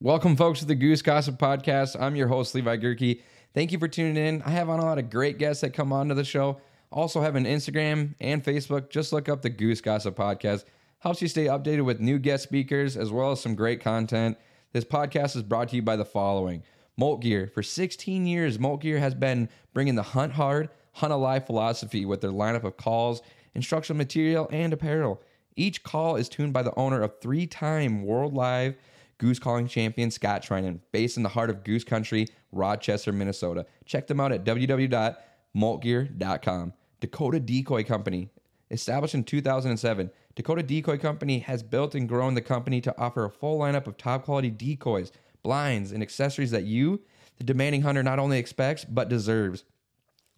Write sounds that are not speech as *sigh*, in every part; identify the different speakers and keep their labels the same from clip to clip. Speaker 1: Welcome, folks, to the Goose Gossip Podcast. I'm your host, Levi Gerke. Thank you for tuning in. I have on a lot of great guests that come onto the show. Also, have an Instagram and Facebook. Just look up the Goose Gossip Podcast. Helps you stay updated with new guest speakers as well as some great content. This podcast is brought to you by the following Molt Gear. For 16 years, Molt Gear has been bringing the hunt hard, hunt alive philosophy with their lineup of calls, instructional material, and apparel. Each call is tuned by the owner of three time World Live Goose Calling Champion Scott Trinan, based in the heart of Goose Country, Rochester, Minnesota. Check them out at www.moltgear.com. Dakota Decoy Company, established in 2007, Dakota Decoy Company has built and grown the company to offer a full lineup of top quality decoys, blinds, and accessories that you, the demanding hunter, not only expects but deserves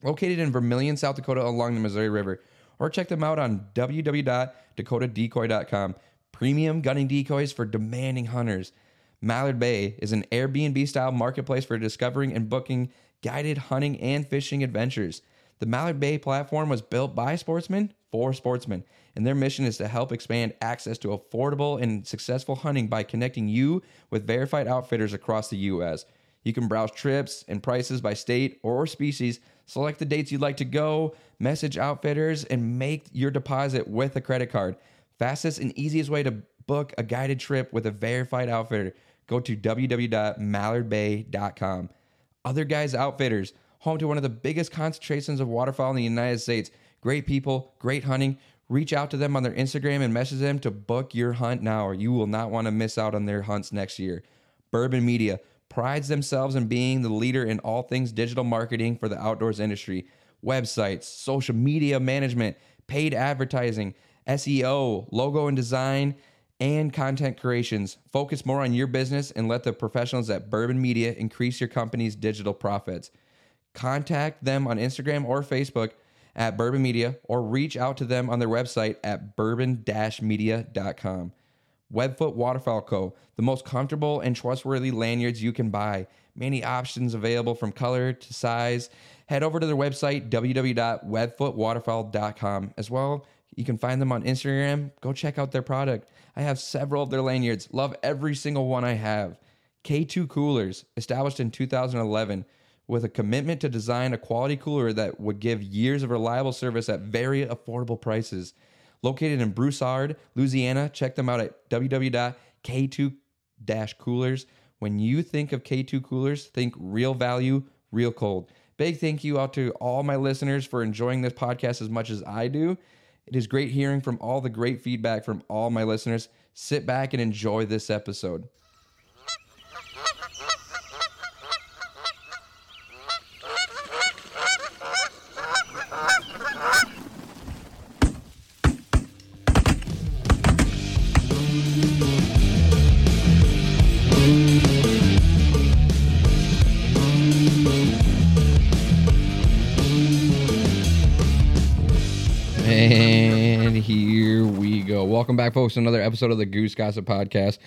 Speaker 1: located in Vermilion, South Dakota, along the Missouri River. Or check them out on www.dakotadecoy.com. Premium gunning decoys for demanding hunters. Mallard Bay is an Airbnb style marketplace for discovering and booking guided hunting and fishing adventures. The Mallard Bay platform was built by sportsmen for sportsmen, and their mission is to help expand access to affordable and successful hunting by connecting you with verified outfitters across the U.S. You can browse trips and prices by state or species, select the dates you'd like to go, message outfitters, and make your deposit with a credit card. Fastest and easiest way to book a guided trip with a verified outfitter, go to www.mallardbay.com. Other Guys Outfitters, home to one of the biggest concentrations of waterfowl in the United States. Great people, great hunting. Reach out to them on their Instagram and message them to book your hunt now, or you will not want to miss out on their hunts next year. Bourbon Media prides themselves in being the leader in all things digital marketing for the outdoors industry websites, social media management, paid advertising, SEO, logo and design, and content creations. Focus more on your business and let the professionals at Bourbon Media increase your company's digital profits. Contact them on Instagram or Facebook at Bourbon Media or reach out to them on their website at bourbon-media.com. Webfoot Waterfowl Co., the most comfortable and trustworthy lanyards you can buy. Many options available from color to size. Head over to their website, www.webfootwaterfowl.com. As well, you can find them on Instagram. Go check out their product. I have several of their lanyards. Love every single one I have. K2 Coolers, established in 2011 with a commitment to design a quality cooler that would give years of reliable service at very affordable prices. Located in Broussard, Louisiana, check them out at www.k2-coolers. When you think of K2 coolers, think real value, real cold. Big thank you out to all my listeners for enjoying this podcast as much as I do. It is great hearing from all the great feedback from all my listeners. Sit back and enjoy this episode. And here we go. Welcome back, folks, to another episode of the Goose Gossip Podcast.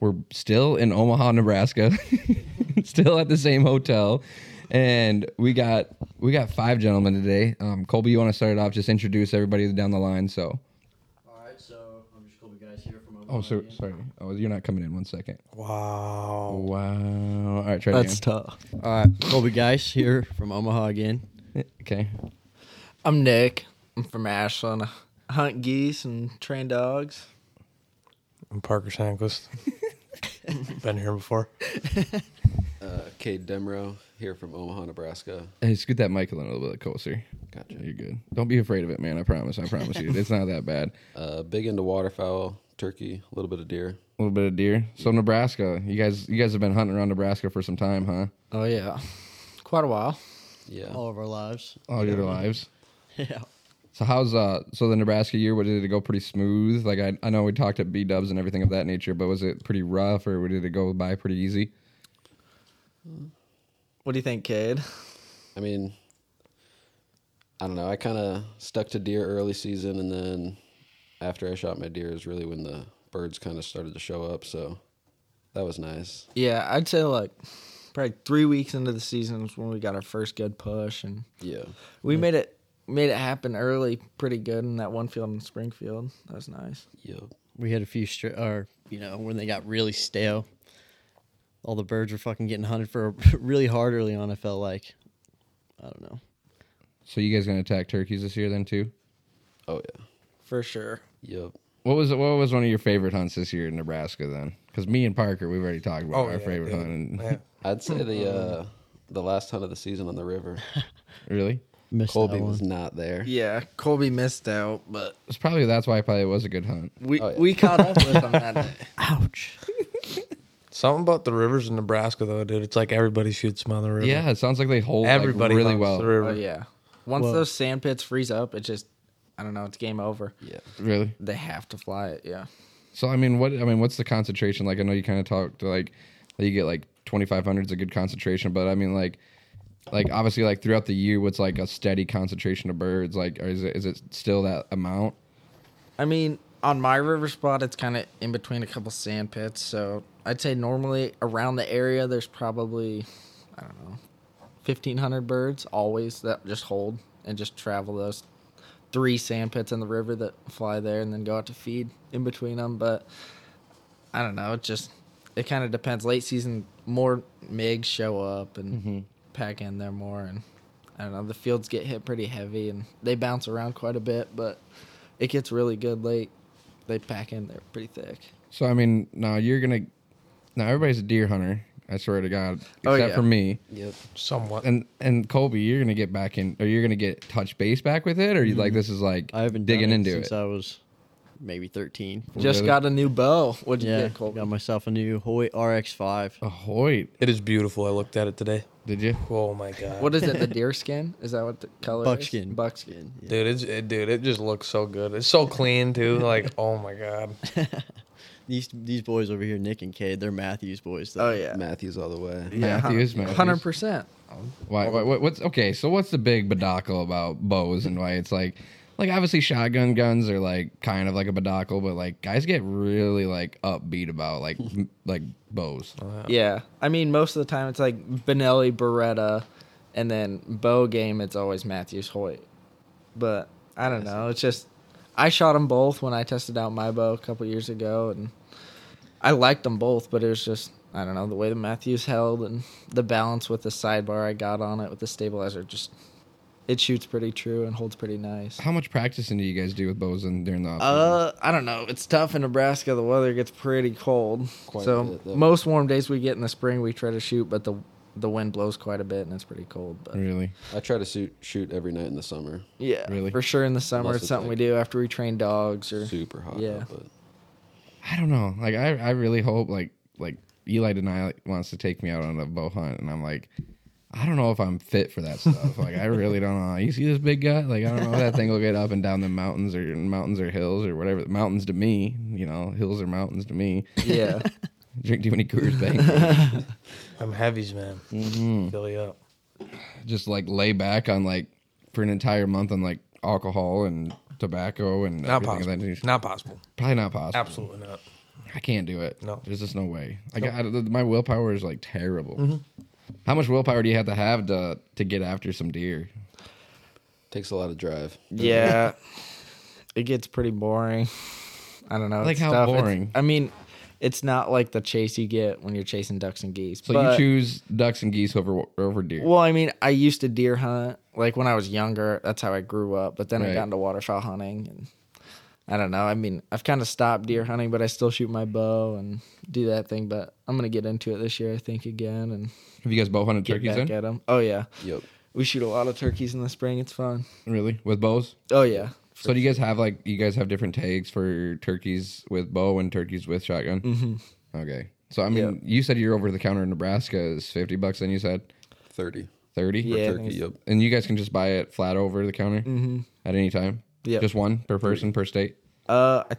Speaker 1: We're still in Omaha, Nebraska, *laughs* still at the same hotel, and we got we got five gentlemen today. Um, Colby, you want to start it off? Just introduce everybody down the line. So,
Speaker 2: All right, so I'm just Colby guys here from Omaha.
Speaker 1: oh, so,
Speaker 2: again.
Speaker 1: sorry. Oh, you're not coming in. One second.
Speaker 3: Oh.
Speaker 4: Wow.
Speaker 1: Oh, Wow. All right, try That's
Speaker 4: That's tough.
Speaker 2: All right, Colby guys here from Omaha again.
Speaker 1: okay.
Speaker 4: I'm Nick. I'm from Ashland. I hunt geese and train dogs.
Speaker 3: I'm Parker Sanquist. *laughs* Been here before.
Speaker 5: Uh, Cade Demro here from Omaha, Nebraska.
Speaker 1: Hey, scoot that mic a little bit closer.
Speaker 5: Gotcha.
Speaker 1: You're good. Don't be afraid of it, man. I promise. I promise you, it's not that bad.
Speaker 5: Uh, big into waterfowl, turkey, a little bit of deer.
Speaker 1: A little bit of deer. So Nebraska, you guys, you guys have been hunting around Nebraska for some time, huh?
Speaker 4: Oh yeah, quite a while.
Speaker 5: Yeah.
Speaker 2: All of our lives.
Speaker 3: Oh,
Speaker 1: All your lives.
Speaker 2: *laughs* Yeah.
Speaker 1: So how's uh? So the Nebraska year, what did it go pretty smooth? Like I, I know we talked at B Dubs and everything of that nature, but was it pretty rough or did it go by pretty easy?
Speaker 4: What do you think, *laughs* Cade?
Speaker 5: I mean, I don't know. I kind of stuck to deer early season, and then after I shot my deer is really when the birds kind of started to show up. So that was nice.
Speaker 4: Yeah, I'd say like probably three weeks into the season is when we got our first good push, and
Speaker 5: Yeah.
Speaker 4: we made it made it happen early, pretty good in that one field in Springfield. That was nice.
Speaker 5: Yep.
Speaker 2: We had a few, stri- or you know, when they got really stale, all the birds were fucking getting hunted for *laughs* really hard early on. I felt like, I don't know.
Speaker 1: So you guys gonna attack turkeys this year then too?
Speaker 5: Oh yeah.
Speaker 4: for sure.
Speaker 5: Yep.
Speaker 1: What was what was one of your favorite hunts this year in Nebraska then? Because me and Parker, we've already talked about
Speaker 3: Oh,
Speaker 1: our
Speaker 3: yeah,
Speaker 1: favorite
Speaker 3: dude.
Speaker 1: hunt. And,
Speaker 3: Yeah.
Speaker 5: I'd say the uh, the last hunt of the season on the river.
Speaker 1: Really,
Speaker 2: Missed
Speaker 5: Colby
Speaker 2: that one.
Speaker 5: was not there.
Speaker 4: Yeah, Colby missed out, but
Speaker 1: *laughs* it's probably that's why probably it was a good hunt.
Speaker 4: we
Speaker 5: Oh, yeah.
Speaker 4: we caught up with him *laughs* that day.
Speaker 2: Ouch.
Speaker 3: Something about the rivers in Nebraska though, dude. It's like everybody shoots them on the river.
Speaker 1: Yeah, it sounds like they hold like,
Speaker 3: Everybody
Speaker 1: really
Speaker 3: hunts
Speaker 1: well.
Speaker 3: The river.
Speaker 4: Oh yeah. Once
Speaker 2: Well-
Speaker 4: those sand pits freeze up, it just I don't know, it's game over.
Speaker 5: Yeah.
Speaker 1: Really.
Speaker 4: They have to fly it, yeah.
Speaker 1: So I mean, what I mean, what's the concentration like? I know you kind of talked like that you get like twenty five hundred is a good concentration, but I mean like like obviously like throughout the year, what's like a steady concentration of birds? Like, or is it is it still that amount?
Speaker 4: I mean, on my river spot it's kinda in between a couple sand pits, so I'd say normally around the area there's probably I don't know, fifteen hundred birds always that just hold and just travel those three sand pits in the river that fly there and then go out to feed in between them. But I don't know. It just it kind of depends. Late season, more MIGs show up and pack in there more, and I don't know. The fields get hit pretty heavy and they bounce around quite a bit, but it gets really good late. They pack in there pretty thick.
Speaker 1: So I mean, now you're gonna now everybody's a deer hunter. I swear to God, except
Speaker 4: Oh, yeah.
Speaker 1: for me
Speaker 5: Yep.
Speaker 3: Somewhat.
Speaker 1: and and Colby, you're gonna get back in, or you're gonna get touch base back with it, or you like this is like
Speaker 2: Mm-hmm. I haven't
Speaker 1: digging
Speaker 2: done it
Speaker 1: into
Speaker 2: since
Speaker 1: it.
Speaker 2: I was maybe 13.
Speaker 4: Just
Speaker 1: Really?
Speaker 4: got a new bow. What'd you
Speaker 2: Yeah,
Speaker 4: get, Colby?
Speaker 2: got myself a new Hoyt RX5.
Speaker 1: A Hoyt,
Speaker 3: It is beautiful. I looked at it today.
Speaker 1: did you?
Speaker 3: Oh my god.
Speaker 4: What is it? The deer skin? Is that what the color?
Speaker 2: Buckskin.
Speaker 4: Is? Buckskin.
Speaker 3: Dude, it's it, dude, it just looks so good. It's so clean too.
Speaker 4: *laughs*
Speaker 3: Like, oh my god,
Speaker 2: These these boys over here, Nick and Cade, they're Matthews boys. Though.
Speaker 4: Oh yeah.
Speaker 5: Matthews all the way.
Speaker 4: Yeah,
Speaker 1: Matthews, Matthews.
Speaker 4: Hundred percent.
Speaker 1: Why, why, what- what's okay? So what's the big bedackle about bows and why it's like, like obviously shotgun guns are like kind of like a bedackle, but like guys get really like upbeat about like m- like bows.
Speaker 4: Yeah. I mean, most of the time it's like Benelli, Beretta, and then bow game, it's always Matthews Hoyt. But I don't know. It's just, I shot them both when I tested out my bow a couple years ago, and I liked them both, but it was just, I don't know, the way the Matthews held and the balance with the sidebar I got on it with the stabilizer, just, it shoots pretty true and holds pretty nice.
Speaker 1: How much practicing do you guys do with bows in during the off
Speaker 4: Uh, I don't know. It's tough in Nebraska. The weather gets pretty cold.
Speaker 5: Quite
Speaker 4: so
Speaker 5: a bit, though.
Speaker 4: most warm days we get in the spring, we try to shoot, but the the wind blows quite a bit and it's pretty cold. But
Speaker 1: Really?
Speaker 5: I try to shoot shoot every night in the summer.
Speaker 4: yeah,
Speaker 1: Really?
Speaker 4: for sure in the summer
Speaker 5: Unless
Speaker 4: it's
Speaker 5: it's
Speaker 4: something we
Speaker 5: like-
Speaker 4: do after we train dogs or
Speaker 5: Super hot.
Speaker 4: Yeah.
Speaker 5: Yeah. But
Speaker 1: I don't know. Like I, I really hope like like Eli Denai like, wants to take me out on a bow hunt, and I'm like, I don't know if I'm fit for that stuff. like I really don't know. You see this big guy? Like I don't know if that thing will get up and down the mountains or mountains or hills or whatever. Mountains to me, you know, hills are mountains to me.
Speaker 4: yeah.
Speaker 1: Drink too many Coors Banquet.
Speaker 3: I'm heavies, man.
Speaker 4: Mm-hmm.
Speaker 3: Fill you up.
Speaker 1: *laughs* Just like lay back on like for an entire month on like alcohol and tobacco and
Speaker 3: Not
Speaker 1: everything of
Speaker 3: possible.
Speaker 1: that nature.
Speaker 3: Not possible.
Speaker 1: Probably not possible.
Speaker 3: Absolutely not.
Speaker 1: I can't do it.
Speaker 3: No.
Speaker 1: there's just no way. I got I- my willpower is like terrible.
Speaker 4: Mm-hmm.
Speaker 1: How much willpower do you have to have to to get after some deer?
Speaker 5: takes a lot of drive.
Speaker 4: *laughs* Yeah. it gets pretty boring. I don't know.
Speaker 1: Like
Speaker 4: it's
Speaker 1: how
Speaker 4: tough. It's-
Speaker 1: boring?
Speaker 4: I mean, it's not like the chase you get when you're chasing ducks and geese.
Speaker 1: So
Speaker 4: but-
Speaker 1: you choose ducks and geese over over deer.
Speaker 4: Well, I mean, I used to deer hunt like when I was younger. That's how I grew up. But then I
Speaker 1: Right.
Speaker 4: got into waterfowl hunting, and I don't know. I mean, I've kind of stopped deer hunting, but I still shoot my bow and do that thing. But I'm gonna get into it this year, I think, again, and
Speaker 1: have you guys bow hunted
Speaker 4: get
Speaker 1: turkeys
Speaker 4: back
Speaker 1: then?
Speaker 4: at them. Oh yeah,
Speaker 5: Yep.
Speaker 4: we shoot a lot of turkeys in the spring. It's fun.
Speaker 1: Really with bows?
Speaker 4: Oh yeah,
Speaker 1: So do you guys have like you guys have different tags for turkeys with bow and turkeys with shotgun? Mm-hmm. Okay. So I mean,
Speaker 4: Yeah.
Speaker 1: you said your over the counter in Nebraska is fifty bucks. Then you said
Speaker 5: Thirty.
Speaker 1: thirty.
Speaker 4: Yeah, I think
Speaker 5: Turkey.
Speaker 4: it's-
Speaker 5: Yep.
Speaker 1: And you guys can just buy it flat over the counter at any time.
Speaker 4: Yeah.
Speaker 1: Just one per person per state.
Speaker 4: Uh, I,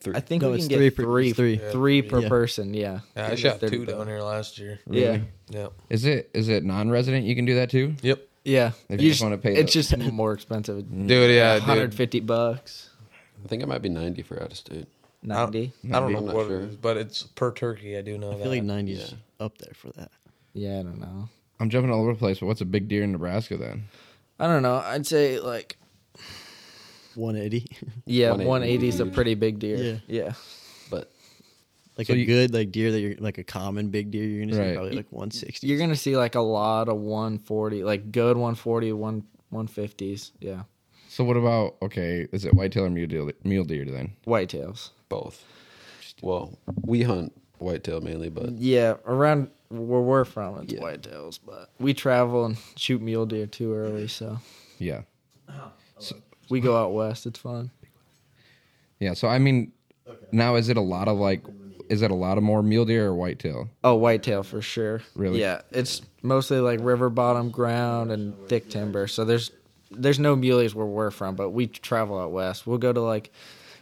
Speaker 5: Three.
Speaker 4: I think
Speaker 2: No,
Speaker 4: we can
Speaker 2: it's
Speaker 4: get
Speaker 2: three per-
Speaker 4: three, three,
Speaker 2: it's three.
Speaker 4: three
Speaker 2: Yeah,
Speaker 4: per
Speaker 2: yeah.
Speaker 4: person. Yeah.
Speaker 3: Yeah, I
Speaker 4: And
Speaker 3: shot
Speaker 4: they're
Speaker 3: two
Speaker 4: both-
Speaker 3: down here last year.
Speaker 4: Yeah,
Speaker 3: Yep.
Speaker 1: Is it is it non-resident? You can do that too.
Speaker 3: Yep.
Speaker 4: yeah.
Speaker 1: If you just wanna pay
Speaker 4: it's
Speaker 1: the-
Speaker 4: just more expensive.
Speaker 3: Mm. Dude, yeah, dude.
Speaker 4: 150 bucks,
Speaker 5: I think it might be ninety for out of state.
Speaker 4: 90.
Speaker 3: I don't know
Speaker 5: I'm not
Speaker 3: what
Speaker 5: sure.
Speaker 3: it is, but it's per turkey. I do know
Speaker 2: I
Speaker 3: that.
Speaker 2: feel like 90s up there for that.
Speaker 4: Yeah, I don't know.
Speaker 1: I'm jumping all over the place, but what's a big deer in Nebraska then?
Speaker 4: I don't know. I'd say like
Speaker 2: 180.
Speaker 4: yeah,
Speaker 5: 180
Speaker 4: one eighty is a
Speaker 5: huge.
Speaker 4: pretty big deer. Yeah.
Speaker 5: But
Speaker 2: *laughs* Like
Speaker 1: So
Speaker 2: a
Speaker 1: you-
Speaker 2: good like deer that you're like a common big deer you're gonna see
Speaker 1: Right.
Speaker 2: probably like 160.
Speaker 4: You're gonna see like a lot of 140, like good 140, one 150s. Yeah,
Speaker 1: So what about okay? Is it whitetail or mule deer? Mule deer then?
Speaker 4: whitetails.
Speaker 5: Both. Well, we hunt whitetail mainly, but
Speaker 4: Yeah, around where we're from, it's
Speaker 5: Yeah.
Speaker 4: whitetails, but we travel and shoot mule deer too early, so
Speaker 1: Yeah,
Speaker 4: we go out west. It's fun.
Speaker 1: yeah. So I mean, now is it a lot of like? Is it a lot of more mule deer or whitetail?
Speaker 4: Oh, whitetail for sure.
Speaker 1: Really?
Speaker 4: Yeah, it's mostly like river bottom ground and thick timber. So there's there's no muleys where we're from, but we travel out west. We'll go to like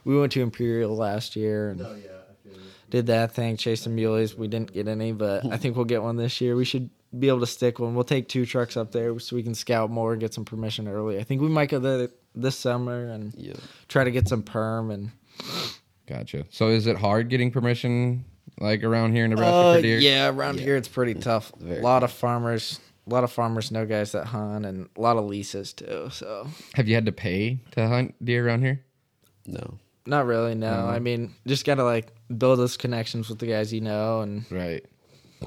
Speaker 4: we went to Imperial last year and did that thing, chased some muleys. We didn't get any, but I think we'll get one this year. We should be able to stick one. We'll take two trucks up there so we can scout more and get some permission early. I think we might go there this summer and
Speaker 5: yeah.
Speaker 4: try to get some perm and
Speaker 1: Gotcha. So is it hard getting permission like around here in Nebraska
Speaker 4: Uh,
Speaker 1: for deer?
Speaker 4: Yeah, around here it's pretty tough.
Speaker 5: Very
Speaker 4: a lot of farmers, a lot of farmers know guys that hunt, and a lot of leases too. So
Speaker 1: Have you had to pay to hunt deer around here?
Speaker 5: No.
Speaker 4: not really. No, I mean, just gotta like build those connections with the guys you know, and
Speaker 1: Right.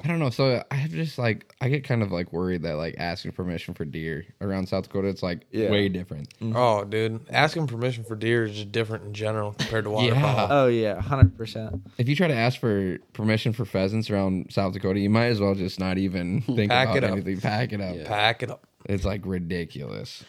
Speaker 1: I don't know. So I have just like I get kind of like worried that like asking permission for deer around South Dakota it's like
Speaker 4: Yeah.
Speaker 1: way different.
Speaker 3: Oh, dude, asking permission for deer is just different in general compared to waterfowl.
Speaker 1: Yeah.
Speaker 4: oh yeah, hundred percent.
Speaker 1: If you try to ask for permission for pheasants around South Dakota, you might as well just not
Speaker 3: *laughs*
Speaker 1: even think
Speaker 3: Pack
Speaker 1: about
Speaker 3: it up.
Speaker 1: anything. Pack it up.
Speaker 3: Pack it up.
Speaker 1: It's like ridiculous.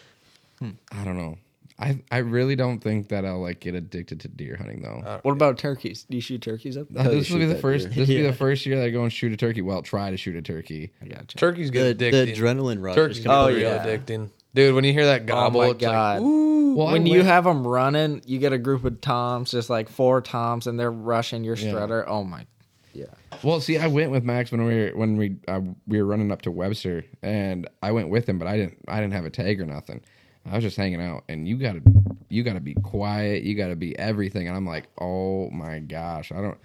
Speaker 3: Hmm.
Speaker 1: I don't know. I I really don't think that I'll like get addicted to deer hunting though.
Speaker 3: Uh,
Speaker 4: What about turkeys? Do you shoot turkeys up? there?
Speaker 1: Uh,
Speaker 5: you
Speaker 1: this will
Speaker 5: shoot
Speaker 1: be the
Speaker 5: that
Speaker 1: first.
Speaker 5: deer.
Speaker 1: This will be the first year that I go and shoot a turkey. Well, try to shoot a turkey.
Speaker 4: I gotcha.
Speaker 3: Turkeys
Speaker 2: The,
Speaker 3: get
Speaker 2: the
Speaker 3: addicting.
Speaker 2: adrenaline rush.
Speaker 3: Turkeys
Speaker 2: is
Speaker 3: get
Speaker 2: gonna
Speaker 4: Oh,
Speaker 3: real
Speaker 4: yeah.
Speaker 3: addicting, dude. When you hear that
Speaker 4: Oh
Speaker 3: gobble,
Speaker 4: my
Speaker 3: it's like,
Speaker 4: god!
Speaker 1: Well, I
Speaker 4: when you
Speaker 1: went-
Speaker 4: have them running, you get a group of toms, just like four toms, and they're rushing your strutter. Oh my! Yeah.
Speaker 1: Well, see, I went with Max when we were when we uh, we were running up to Webster, and I went with him, but I didn't I didn't have a tag or nothing. I was just hanging out, and you gotta you gotta be quiet, you gotta be everything, and I'm like, oh my gosh, I don't,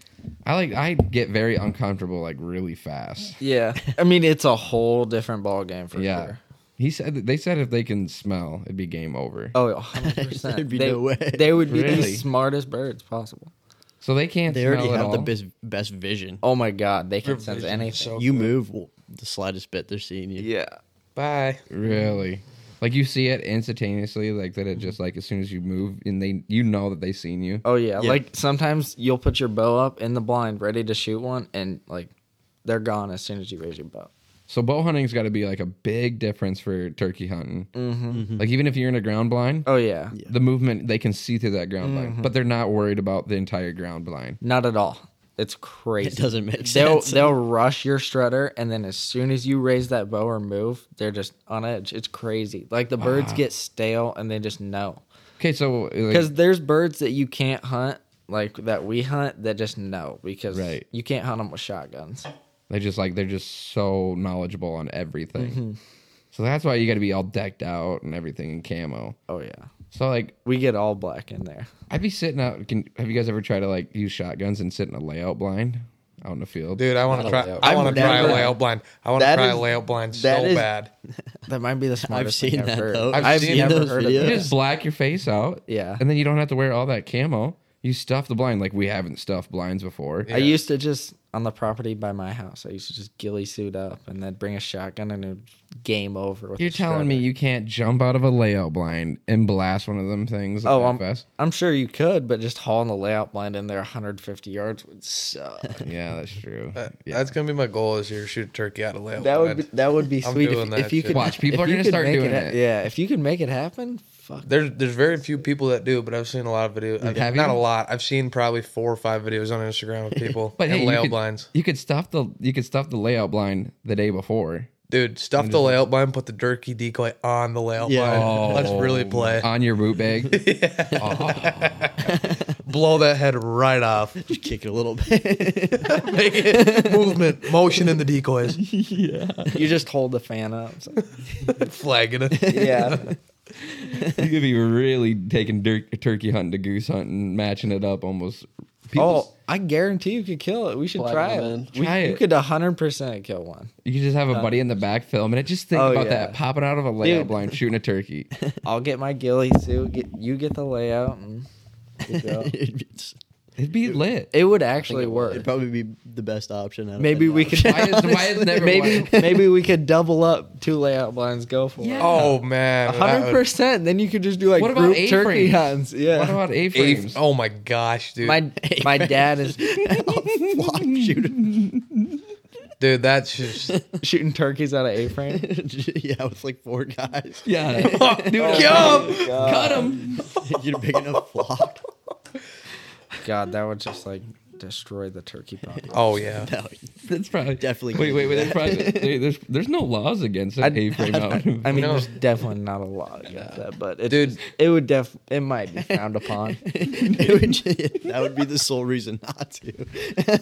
Speaker 1: I like I get very uncomfortable like really fast.
Speaker 4: Yeah. I mean, it's a whole different ball game for
Speaker 1: yeah,
Speaker 4: sure.
Speaker 1: he said that- they said if they can smell, it'd be game over.
Speaker 2: *laughs*
Speaker 4: Oh, 100%.
Speaker 2: There'd be
Speaker 4: they,
Speaker 2: no way.
Speaker 4: They would be
Speaker 1: Really?
Speaker 4: the smartest birds possible.
Speaker 1: So they can't.
Speaker 2: They
Speaker 1: smell
Speaker 2: already
Speaker 1: at
Speaker 2: have the
Speaker 1: all.
Speaker 2: best best vision.
Speaker 4: Oh my God, they can sense
Speaker 3: vision is
Speaker 4: anything.
Speaker 3: so
Speaker 2: You
Speaker 3: good.
Speaker 2: move well, the slightest bit, they're seeing you.
Speaker 4: yeah.
Speaker 3: Bye.
Speaker 1: Really? Like you see it instantaneously, like that it just like as soon as you move and they you know that they seen you.
Speaker 4: Oh yeah.
Speaker 2: Yeah.
Speaker 4: Like sometimes you'll put your bow up in the blind, ready to shoot one, and like they're gone as soon as you raise your bow.
Speaker 1: So bow hunting's gotta be like a big difference for turkey hunting. Like even if you're in a ground blind,
Speaker 4: Mm-hmm. Oh yeah. Mm-hmm.
Speaker 1: the movement they can see through that ground blind. But they're not worried about the entire ground blind.
Speaker 4: Not at all. It's crazy.
Speaker 2: It doesn't make
Speaker 4: They'll *laughs*
Speaker 2: sense.
Speaker 4: they'll rush your strutter, and then as soon as you raise that bow or move, they're just on edge. It's crazy. Like the birds get stale, and they just know.
Speaker 1: Okay, so like,
Speaker 4: because there's birds that you can't hunt like that we hunt that just know because
Speaker 1: Right.
Speaker 4: you can't hunt them with shotguns
Speaker 1: they just like they're just so knowledgeable on everything.
Speaker 4: Mm-hmm.
Speaker 1: So that's why you gotta be all decked out and everything in camo.
Speaker 4: oh yeah
Speaker 1: So like
Speaker 4: we get all black in there *laughs*
Speaker 1: I'd be sitting out can have you guys ever tried to like use shotguns and sit in a layout blind out in the field?
Speaker 3: Dude, I want to try.
Speaker 5: Not a layout.
Speaker 3: I want
Speaker 2: I've
Speaker 3: to try a
Speaker 2: never-
Speaker 3: layout blind. I want to
Speaker 2: That
Speaker 3: try
Speaker 2: is-
Speaker 3: a layout blind so
Speaker 2: that is-
Speaker 3: bad.
Speaker 4: that might be the
Speaker 2: I've
Speaker 4: smartest
Speaker 2: seen
Speaker 4: thing I've
Speaker 2: that
Speaker 4: heard.
Speaker 2: though.
Speaker 3: I've seen
Speaker 4: never
Speaker 2: those
Speaker 4: heard of
Speaker 2: videos.
Speaker 1: You
Speaker 4: that.
Speaker 1: just black your face out.
Speaker 4: Yeah.
Speaker 1: And then you don't have to wear all that camo. You stuff the blind like we haven't stuffed blinds before.
Speaker 4: I used to just on the property by my house. I used to just ghillie suit up and then bring a shotgun and it would game over. With
Speaker 1: You're
Speaker 4: the
Speaker 1: telling me
Speaker 4: shredder.
Speaker 1: you can't jump out of a layout blind and blast one of them things?
Speaker 4: Oh,
Speaker 1: that
Speaker 4: I'm
Speaker 1: fast?
Speaker 4: I'm sure you could, but just hauling the layout blind in there 150 yards would *laughs* suck.
Speaker 1: yeah, that's true.
Speaker 4: Uh,
Speaker 1: yeah.
Speaker 3: That's gonna be my goal this year: shoot a turkey out of layout
Speaker 4: That would
Speaker 3: blind.
Speaker 4: be, that would be
Speaker 3: I'm
Speaker 4: sweet
Speaker 3: doing
Speaker 4: if,
Speaker 3: that
Speaker 4: if you
Speaker 3: shit.
Speaker 4: could.
Speaker 1: Watch, people
Speaker 4: *laughs* if
Speaker 1: are
Speaker 4: you
Speaker 1: gonna
Speaker 4: could
Speaker 1: start
Speaker 4: make
Speaker 1: doing
Speaker 4: ha-
Speaker 1: it.
Speaker 4: Yeah, if you can make it happen, fuck.
Speaker 3: There's there's very few people that do, but I've seen a lot of videos. I've-
Speaker 1: Have
Speaker 3: not
Speaker 1: you?
Speaker 3: a lot. I've seen probably four or five videos on Instagram
Speaker 2: *laughs*
Speaker 3: of people
Speaker 1: But
Speaker 3: and
Speaker 1: hey, you
Speaker 3: layout
Speaker 1: could,
Speaker 3: blinds.
Speaker 1: You could stuff the you could stuff the layout blind the day before.
Speaker 3: Dude, stuff the layout blind, put the turkey decoy on the layout
Speaker 2: Yeah.
Speaker 4: Oh,
Speaker 3: blind. Let's really play.
Speaker 1: on your root
Speaker 4: *laughs*
Speaker 1: bag.
Speaker 3: Blow that head right off.
Speaker 2: Just *laughs* kick it a little
Speaker 4: *laughs*
Speaker 2: bit.
Speaker 3: Make it movement, motion in the decoys,
Speaker 4: You just hold the
Speaker 1: *laughs*
Speaker 4: fan up. It's like-
Speaker 3: flagging it.
Speaker 4: yeah.
Speaker 1: you could be really taking dir- turkey hunting to goose hunting, matching it up almost. People,
Speaker 4: oh, I guarantee you could kill it. We should
Speaker 5: Fly
Speaker 4: try
Speaker 5: one
Speaker 4: it.
Speaker 5: in.
Speaker 4: We,
Speaker 1: Try
Speaker 4: You
Speaker 1: it.
Speaker 4: could 100% kill one.
Speaker 1: You could just have a
Speaker 3: Uh,
Speaker 1: buddy in the back filming it. Just think
Speaker 4: Oh,
Speaker 1: about
Speaker 4: yeah.
Speaker 1: that popping out of a layout
Speaker 4: Dude.
Speaker 1: blind, shooting a turkey.
Speaker 2: *laughs*
Speaker 4: I'll get my ghillie suit. Get, you get the layout. And
Speaker 2: It's-
Speaker 1: It'd be lit.
Speaker 4: *laughs* It would actually
Speaker 2: It'd
Speaker 4: work.
Speaker 2: probably be the best option. out of
Speaker 4: Maybe
Speaker 2: any
Speaker 4: we
Speaker 2: option. *laughs*
Speaker 4: could *laughs*
Speaker 1: Why is, why is never
Speaker 4: maybe
Speaker 1: why-
Speaker 4: *laughs* maybe we could double up two layout blinds. Go for it.
Speaker 3: Oh man, that
Speaker 4: Hundred
Speaker 3: would-
Speaker 4: percent. Then you could just do like
Speaker 1: What about
Speaker 4: group turkey
Speaker 1: A-frames?
Speaker 4: hunts. Yeah.
Speaker 1: What about A
Speaker 3: Eight-
Speaker 1: frames?
Speaker 3: oh my gosh, dude,
Speaker 4: my my dad
Speaker 1: *laughs*
Speaker 4: is
Speaker 2: Flop shooter. *laughs*
Speaker 3: dude, that's
Speaker 4: *laughs*
Speaker 3: just
Speaker 4: shooting turkeys out of A
Speaker 1: *laughs*
Speaker 4: frame.
Speaker 2: yeah, with like four guys. *laughs*
Speaker 1: Yeah, dude,
Speaker 4: *laughs*
Speaker 1: kill him, cut him.
Speaker 2: You're big
Speaker 4: *laughs*
Speaker 2: enough flop.
Speaker 4: God, that would just like destroy the turkey pot.
Speaker 3: oh yeah.
Speaker 2: No,
Speaker 1: That's probably
Speaker 2: Definitely
Speaker 1: Wait,
Speaker 2: gonna
Speaker 1: wait,
Speaker 2: do
Speaker 1: wait. There's, probably, there- there's there's no laws against an A frame out.
Speaker 4: I mean,
Speaker 3: No.
Speaker 4: there's definitely not a lot against that, but it's
Speaker 3: Dude.
Speaker 4: just- it would def it might be
Speaker 2: *laughs*
Speaker 3: *laughs*
Speaker 4: frowned upon.
Speaker 2: it would, ju- that would be the sole reason not to.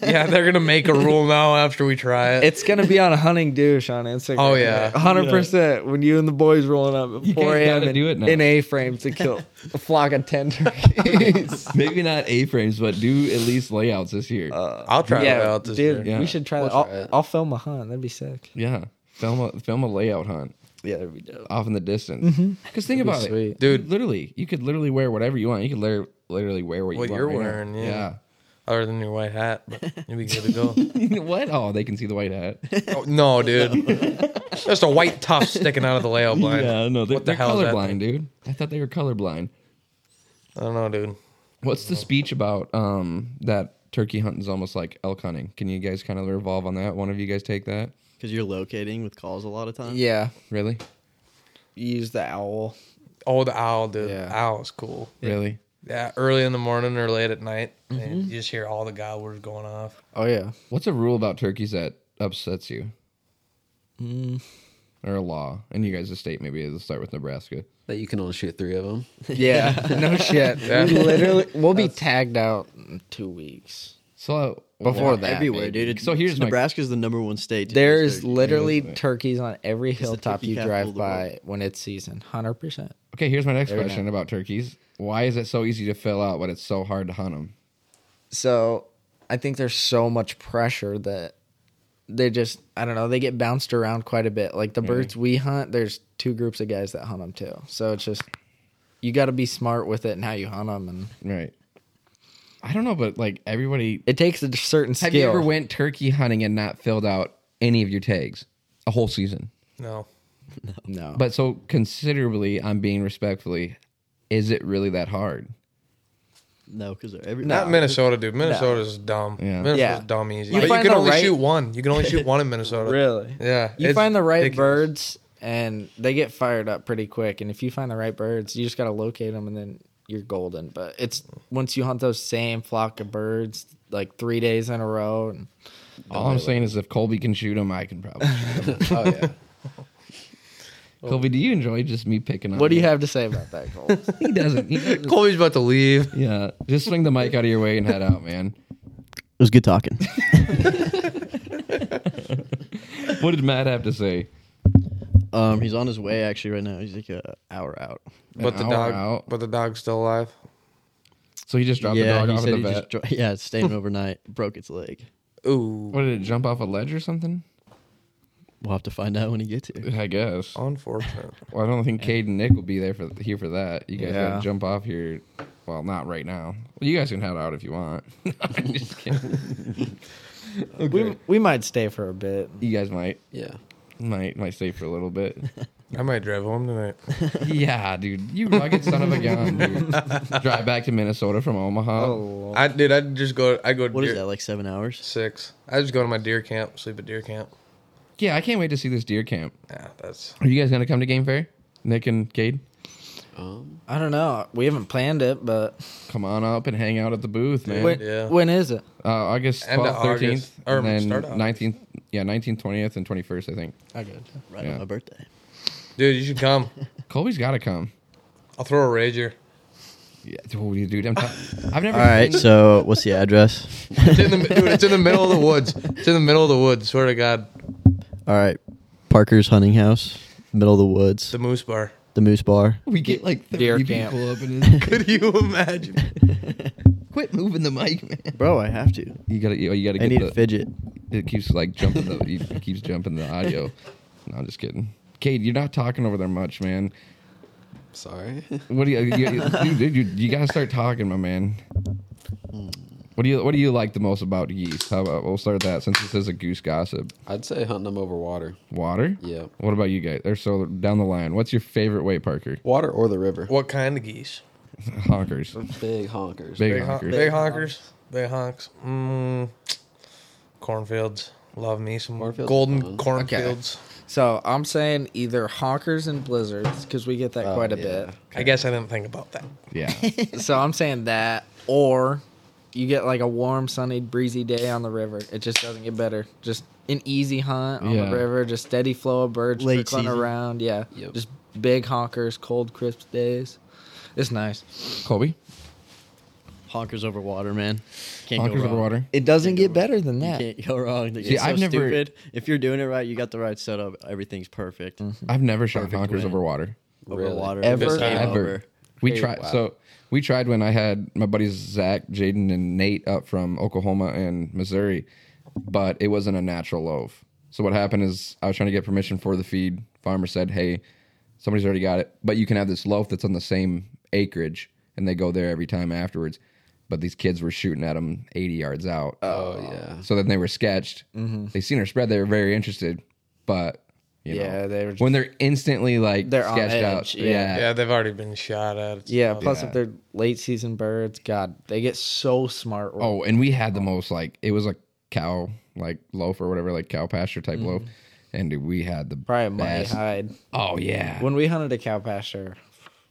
Speaker 3: yeah, they're gonna make a rule now after we try it.
Speaker 4: It's gonna be on a hunting douche on Instagram.
Speaker 3: Oh, yeah.
Speaker 4: hundred percent. When you and the boys rolling up
Speaker 1: You
Speaker 4: at four
Speaker 1: guys
Speaker 4: a.m.
Speaker 1: gotta
Speaker 4: in-
Speaker 1: do it now.
Speaker 4: in A frame to kill a flock of ten turkeys.
Speaker 1: Maybe not A frames, but do at least layouts this year.
Speaker 4: Uh,
Speaker 3: I'll *laughs* try it
Speaker 4: yeah,
Speaker 3: out this
Speaker 4: dude,
Speaker 3: year.
Speaker 1: Yeah.
Speaker 4: we should try that.
Speaker 5: We'll
Speaker 4: I'll,
Speaker 5: try it.
Speaker 4: I'll film a hunt. That'd
Speaker 3: *laughs*
Speaker 4: be sick.
Speaker 1: yeah, film a film a layout hunt
Speaker 4: Yeah, that'd be dope.
Speaker 1: off in the distance.
Speaker 3: Mm-hmm.
Speaker 1: Because think about
Speaker 4: sweet.
Speaker 1: it, dude. Literally, you could literally wear whatever you want. You could lir- literally wear what,
Speaker 3: What
Speaker 1: you
Speaker 3: you're
Speaker 1: want. right now.
Speaker 3: wearing, yeah. Other than your white hat, but you'll be good to go.
Speaker 1: yeah. *laughs* what? Oh, they can see the white
Speaker 3: *laughs*
Speaker 1: hat.
Speaker 3: Oh, no, dude,
Speaker 4: *laughs*
Speaker 3: just a white tuft sticking out of the layout blind.
Speaker 1: Yeah, no, they're,
Speaker 3: What the
Speaker 1: they're
Speaker 3: hell is that
Speaker 1: colorblind,
Speaker 3: thing?
Speaker 1: dude. I thought they were colorblind.
Speaker 3: I don't know, dude.
Speaker 1: What's the speech about? Um, that turkey hunting is almost like elk hunting. Can you guys kind of revolve on that? One of you guys take that?
Speaker 2: Because you're locating with calls a lot of times.
Speaker 4: Yeah,
Speaker 1: Really?
Speaker 4: use the owl.
Speaker 3: Oh, the owl, dude.
Speaker 4: Yeah.
Speaker 3: The owl is cool.
Speaker 1: Really?
Speaker 3: Yeah, early in the morning or late at night,
Speaker 4: Mm-hmm.
Speaker 3: and you just hear all the gobblers going off.
Speaker 4: Oh yeah.
Speaker 1: What's a rule about turkeys that upsets you?
Speaker 4: Mm.
Speaker 1: Or a law? And you guys' state maybe. Let's start with Nebraska.
Speaker 5: That you can only shoot three of them.
Speaker 4: Yeah, *laughs* no shit.
Speaker 3: Yeah.
Speaker 4: We literally, we'll be tagged out in two weeks.
Speaker 1: So
Speaker 4: Before
Speaker 1: Well,
Speaker 4: that,
Speaker 2: everywhere,
Speaker 1: maybe.
Speaker 2: dude. It's-
Speaker 1: So here's my-
Speaker 2: Nebraska's the number one state. to
Speaker 4: There
Speaker 2: use
Speaker 4: is
Speaker 2: their-
Speaker 4: literally turkeys on every
Speaker 2: the
Speaker 4: hilltop
Speaker 2: turkey
Speaker 4: you
Speaker 2: capital of
Speaker 4: drive
Speaker 2: the world.
Speaker 4: by when it's season. Hundred percent.
Speaker 1: Okay, here's my next
Speaker 4: Every
Speaker 1: question about turkeys. Why is it so easy to fill out, but it's so hard to hunt them?
Speaker 4: So I think there's so much pressure that they just I don't know they get bounced around quite a bit. Like the birds we hunt, there's two groups of guys that hunt them too. So it's just you got to be smart with it and how you hunt them, and
Speaker 1: Right. I don't know, but like everybody.
Speaker 4: it takes a certain skill.
Speaker 1: Have you ever went turkey hunting and not filled out any of your tags a whole season?
Speaker 3: No,
Speaker 4: no,
Speaker 1: But so considerably, I'm being respectfully. Is it really that hard?
Speaker 2: No, because every
Speaker 3: not Minnesota, dude. Minnesota's dumb.
Speaker 1: Yeah.
Speaker 3: Minnesota's
Speaker 4: Yeah.
Speaker 3: dumb easy.
Speaker 4: You
Speaker 3: but
Speaker 4: find
Speaker 3: you can
Speaker 4: the
Speaker 3: only
Speaker 4: right-
Speaker 3: shoot one. You can only shoot one in Minnesota.
Speaker 4: *laughs* really,
Speaker 3: Yeah.
Speaker 4: you
Speaker 3: it's
Speaker 4: find the right
Speaker 3: ridiculous.
Speaker 4: birds and they get fired up pretty quick and if you find the right birds you just got to locate them and then you're golden but it's once you hunt those same flock of birds like three days in a row and
Speaker 1: All I'm saying is, if Colby can shoot them, I can probably. shoot 'em.
Speaker 5: Oh yeah.
Speaker 1: *laughs* Colby, do you enjoy just me picking on?
Speaker 4: what do you have to say about that Cole?
Speaker 1: He doesn't. He doesn't.
Speaker 3: *laughs* Colby's about to leave.
Speaker 1: Yeah, just swing the mic out of your way and head out, man.
Speaker 2: it was good talking.
Speaker 1: What did Matt have to say?
Speaker 2: *laughs* um, he's on his way actually right now. He's like an hour out.
Speaker 1: An
Speaker 3: But the
Speaker 1: hour
Speaker 3: dog,
Speaker 1: out.
Speaker 3: but the dog's still alive.
Speaker 1: So he just dropped the dog
Speaker 2: he
Speaker 1: off at
Speaker 2: said
Speaker 1: the
Speaker 2: he
Speaker 1: vet.
Speaker 2: just dro- yeah,
Speaker 1: *laughs*
Speaker 2: it's staying overnight. Broke its leg.
Speaker 3: Ooh,
Speaker 1: what did it jump off a ledge or something?
Speaker 2: We'll have to find out when he gets here.
Speaker 1: I guess.
Speaker 3: unfortunate.
Speaker 1: Well, I don't think Cade and Nick will be there for here for that. You guys
Speaker 4: Yeah.
Speaker 1: gotta jump off here. Well, not right now. Well, you guys can head out if you want. *laughs* I'm just kidding.
Speaker 4: we, we might stay for a bit
Speaker 1: You guys might
Speaker 5: Yeah.
Speaker 1: might might stay for a little
Speaker 3: *laughs*
Speaker 1: bit.
Speaker 3: I might drive home
Speaker 4: *laughs*
Speaker 3: tonight.
Speaker 1: yeah, dude, you rugged son of a gun.
Speaker 3: *laughs*
Speaker 1: Dude. Drive back to Minnesota from Omaha.
Speaker 4: oh
Speaker 3: I did. I just go. I go.
Speaker 2: What
Speaker 3: deer,
Speaker 2: is that? Like seven hours?
Speaker 3: Six. I just go to my deer camp. Sleep at deer camp.
Speaker 1: Yeah, I can't wait to see this deer camp.
Speaker 3: Yeah, that's
Speaker 1: Are you guys gonna come to Game Fair? Nick and Cade,
Speaker 5: Um,
Speaker 4: i don't know we haven't planned it but
Speaker 1: come on up and hang out at the booth, man.
Speaker 4: when,
Speaker 3: yeah.
Speaker 4: when is it
Speaker 1: Uh, August
Speaker 3: End of
Speaker 1: 12th, 13th,
Speaker 3: August, or
Speaker 1: and then
Speaker 3: start of August.
Speaker 1: 19th. Yeah, 19th, 20th, and 21st, I think.
Speaker 4: i got
Speaker 2: Right
Speaker 1: Yeah.
Speaker 2: on my birthday.
Speaker 3: dude. You should
Speaker 4: *laughs*
Speaker 3: come.
Speaker 1: Colby's got to come.
Speaker 3: I'll throw a rager.
Speaker 1: Yeah, dude, dude I'm t- I've never
Speaker 2: All right.
Speaker 1: seen-
Speaker 2: So what's the address?
Speaker 3: It's in the dude. It's in the middle of the woods. It's in the middle of the woods. Swear to God,
Speaker 2: All right. Parker's hunting house, middle of the woods,
Speaker 3: the moose bar.
Speaker 2: the Moose Bar.
Speaker 1: we get like 30
Speaker 4: Deer camp.
Speaker 1: people up in *laughs* his.
Speaker 3: Could you imagine?
Speaker 1: Quit moving the mic, man.
Speaker 2: Bro, I have to.
Speaker 1: You gotta, you, you gotta
Speaker 2: I
Speaker 1: get
Speaker 2: need
Speaker 1: the.
Speaker 2: a fidget.
Speaker 1: It keeps like jumping the, it keeps jumping the audio. No, I'm just kidding. Cade, you're not talking over there much, man.
Speaker 5: Sorry. *laughs*
Speaker 1: What do you, you, you- dude, you, you gotta start talking, my man. What do you What do you like the most about geese? How about we'll start that since this is a goose gossip.
Speaker 5: I'd say hunting them over water.
Speaker 1: Water.
Speaker 5: Yeah.
Speaker 1: What about you guys? They're so down the line. What's your favorite way, Parker?
Speaker 5: Water or the river.
Speaker 3: What kind of geese?
Speaker 1: Honkers,
Speaker 5: Big honkers.
Speaker 1: big,
Speaker 3: Big, hon-
Speaker 1: honkers.
Speaker 3: big honkers. Big honks. Mm, cornfields. Love me some
Speaker 5: Cornfields is
Speaker 3: golden
Speaker 5: fun.
Speaker 3: cornfields.
Speaker 4: So I'm saying either honkers and blizzards because we get that quite a
Speaker 5: yeah.
Speaker 3: I guess I didn't think about that.
Speaker 2: *laughs*
Speaker 1: Yeah.
Speaker 4: bit. So I'm saying that, or you get like a warm, sunny, breezy day on the river. It just doesn't get better. Just an easy hunt on
Speaker 1: Yeah.
Speaker 4: the river. Just steady flow of birds
Speaker 2: Late
Speaker 4: trickling
Speaker 2: season.
Speaker 4: around. Yeah,
Speaker 5: Yep.
Speaker 4: just big honkers, cold, crisp days. It's nice.
Speaker 1: Colby.
Speaker 2: Honkers over water, man. Can't
Speaker 1: Honkers
Speaker 2: go wrong.
Speaker 1: over water.
Speaker 4: It doesn't get better than
Speaker 2: You can't go wrong. See,
Speaker 1: I've
Speaker 2: I've
Speaker 1: never-
Speaker 2: never. Stupid. If you're doing it right, you got the right setup. Everything's perfect.
Speaker 1: I've never shot
Speaker 2: Perfect
Speaker 1: honkers
Speaker 2: win.
Speaker 1: over water.
Speaker 2: Over
Speaker 5: Really?
Speaker 2: water,
Speaker 4: Mm-hmm. Ever?
Speaker 2: it's game
Speaker 1: Ever.
Speaker 2: over.
Speaker 1: We
Speaker 5: Hey,
Speaker 1: tried.
Speaker 5: wow.
Speaker 1: So we tried when I had my buddies Zach, Jaden, and Nate up from Oklahoma and Missouri, but it wasn't a natural loaf. So what happened is I was trying to get permission for the feed. Farmer said, "Hey, somebody's already got it, but you can have this loaf that's on the same acreage." And they go there every time afterwards. But these kids were shooting at them 80 yards out.
Speaker 5: Oh yeah.
Speaker 1: So then they were sketched. They seen her spread. They were very interested, but you
Speaker 4: Yeah,
Speaker 1: know,
Speaker 4: they were
Speaker 1: when they're instantly like
Speaker 4: They're on
Speaker 1: sketched out,
Speaker 4: edge, yeah.
Speaker 3: Yeah, they've already been shot at. It's
Speaker 4: Yeah,
Speaker 3: not-
Speaker 4: plus if they're late season birds, God, they get so smart.
Speaker 1: Oh, and we had the most like it was a cow like loaf or whatever, like cow pasture
Speaker 4: Mm-hmm.
Speaker 1: type loaf, and dude, we had the
Speaker 4: probably a money
Speaker 1: best-
Speaker 4: hide.
Speaker 1: Oh yeah,
Speaker 4: When we hunted a cow pasture,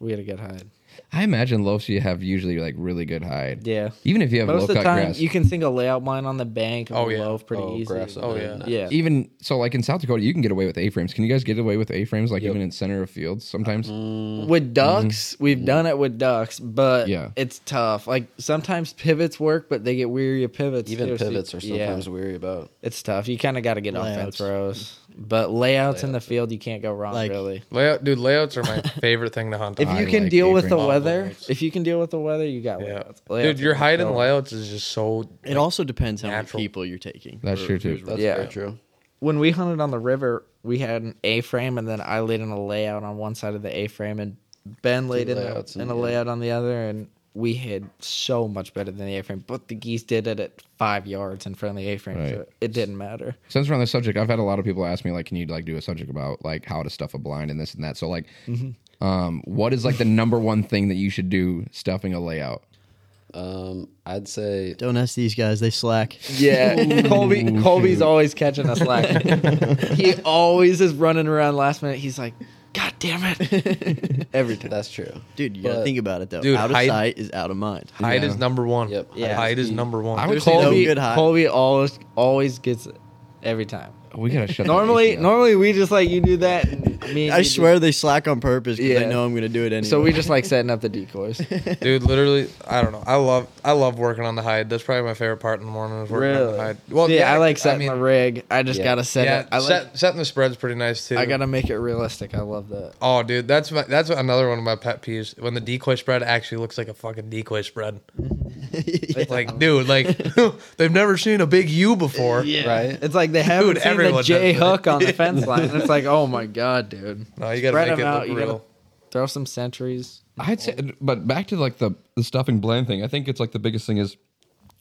Speaker 4: we had a good hide.
Speaker 1: I imagine loafs you have usually like really good hide.
Speaker 4: Yeah.
Speaker 1: even if you have low
Speaker 4: Most of the
Speaker 1: cut
Speaker 4: time,
Speaker 1: grass.
Speaker 4: you can think a layout line on the bank of
Speaker 3: Oh,
Speaker 4: a
Speaker 3: yeah.
Speaker 4: loaf pretty
Speaker 5: oh,
Speaker 4: easy.
Speaker 5: grass up
Speaker 3: Oh,
Speaker 5: there.
Speaker 3: yeah.
Speaker 5: Nice.
Speaker 4: Yeah.
Speaker 1: even so, like in South Dakota, you can get away with A frames. Can you guys get away with A frames? Like even in center of fields sometimes.
Speaker 4: Mm, With ducks, we've done it with ducks, but
Speaker 1: Yeah.
Speaker 4: it's tough. Like sometimes pivots work, but they get weary of pivots.
Speaker 5: Even
Speaker 4: too, so-
Speaker 5: pivots are
Speaker 4: yeah,
Speaker 5: sometimes weary about.
Speaker 4: it's tough. You kind of got to get on
Speaker 2: Layouts.
Speaker 4: fence rows, but layouts in the field, you can't go wrong
Speaker 2: Like-
Speaker 4: really.
Speaker 3: Layout, dude. Layouts are my favorite thing to hunt.
Speaker 4: If
Speaker 3: on.
Speaker 1: I
Speaker 4: you can
Speaker 1: like
Speaker 4: deal with the
Speaker 1: apron.
Speaker 4: weather,
Speaker 3: Layouts.
Speaker 4: if you can deal with the weather, you got
Speaker 3: yeah,
Speaker 4: layouts.
Speaker 3: dude,
Speaker 4: Layouts
Speaker 3: your
Speaker 4: are
Speaker 3: hide and
Speaker 4: killer.
Speaker 3: layouts is just so.
Speaker 2: It also depends how
Speaker 3: Natural.
Speaker 2: many people you're taking.
Speaker 1: That's
Speaker 2: or
Speaker 1: true, too.
Speaker 2: who's
Speaker 5: That's
Speaker 2: with-
Speaker 4: Yeah.
Speaker 5: very true.
Speaker 4: When we hunted on the river, we had an A frame, and then I laid in a layout on one side of the A frame, and Ben laid in a,
Speaker 5: layouts
Speaker 4: in
Speaker 5: and-
Speaker 4: a layout on the other, and we hid so much better than the A frame. But the geese did it at five yards in front of the A frame, so
Speaker 1: Right.
Speaker 4: it didn't matter.
Speaker 1: since we're on this subject, I've had a lot of people ask me like, can you like do a subject about like how to stuff a blind and this and that. So like, um, what is like the number one thing that you should do stuffing a layout?
Speaker 5: Um, I'd say
Speaker 2: Don't ask these guys; they
Speaker 4: *laughs*
Speaker 2: slack.
Speaker 4: Yeah, Colby. Colby's always catching us slack. he always is running around last minute. He's like, "God damn
Speaker 2: *laughs*
Speaker 4: it!" Every time.
Speaker 5: that's true.
Speaker 2: Dude, you gotta
Speaker 5: But-
Speaker 2: think about it though.
Speaker 3: Dude,
Speaker 2: out of
Speaker 3: hide-
Speaker 2: sight is out of mind.
Speaker 3: Hide is number one.
Speaker 5: Yep.
Speaker 4: Yeah.
Speaker 3: Hide is number one.
Speaker 1: I would
Speaker 3: Dude,
Speaker 1: call
Speaker 2: no
Speaker 4: Colby,
Speaker 2: good hide.
Speaker 4: Colby always always gets it every time.
Speaker 1: We gotta shut. the
Speaker 4: Normally,
Speaker 1: AC up.
Speaker 4: normally we just like you do that. And me, and
Speaker 2: I
Speaker 4: you do-
Speaker 2: swear they slack on purpose because
Speaker 4: Yeah.
Speaker 2: they know I'm gonna do it anyway.
Speaker 4: So we
Speaker 2: *laughs*
Speaker 4: just like setting up the decoys.
Speaker 3: dude, literally, I don't know. I love, I love working on the hide. That's probably my favorite part in the morning is working on
Speaker 4: really?
Speaker 3: the hide.
Speaker 4: Well, yeah, I like
Speaker 3: mean,
Speaker 4: setting the rig. I just
Speaker 5: yeah.
Speaker 4: gotta set
Speaker 3: yeah,
Speaker 4: it. I like.
Speaker 3: set, setting the spread's pretty nice too.
Speaker 4: I gotta make it realistic. I love that.
Speaker 3: Oh, dude, that's my, that's another one of my pet peeves when the decoy spread actually looks like a fucking decoy
Speaker 4: *laughs*
Speaker 3: spread. Like, dude, like *laughs* they've never seen a big U before.
Speaker 5: Right.
Speaker 4: It's like they haven't
Speaker 3: Dude,
Speaker 4: seen
Speaker 3: everyone
Speaker 4: the
Speaker 3: does
Speaker 4: J
Speaker 3: that.
Speaker 4: hook on the fence line. And it's like, oh my god, dude.
Speaker 3: No, you gotta
Speaker 4: Spread
Speaker 3: make
Speaker 4: 'em
Speaker 3: it
Speaker 4: out,
Speaker 3: look
Speaker 4: you
Speaker 3: real.
Speaker 4: gotta- Throw some sentries.
Speaker 1: I'd say, but back to like the the stuffing bland thing. I think it's like the biggest thing is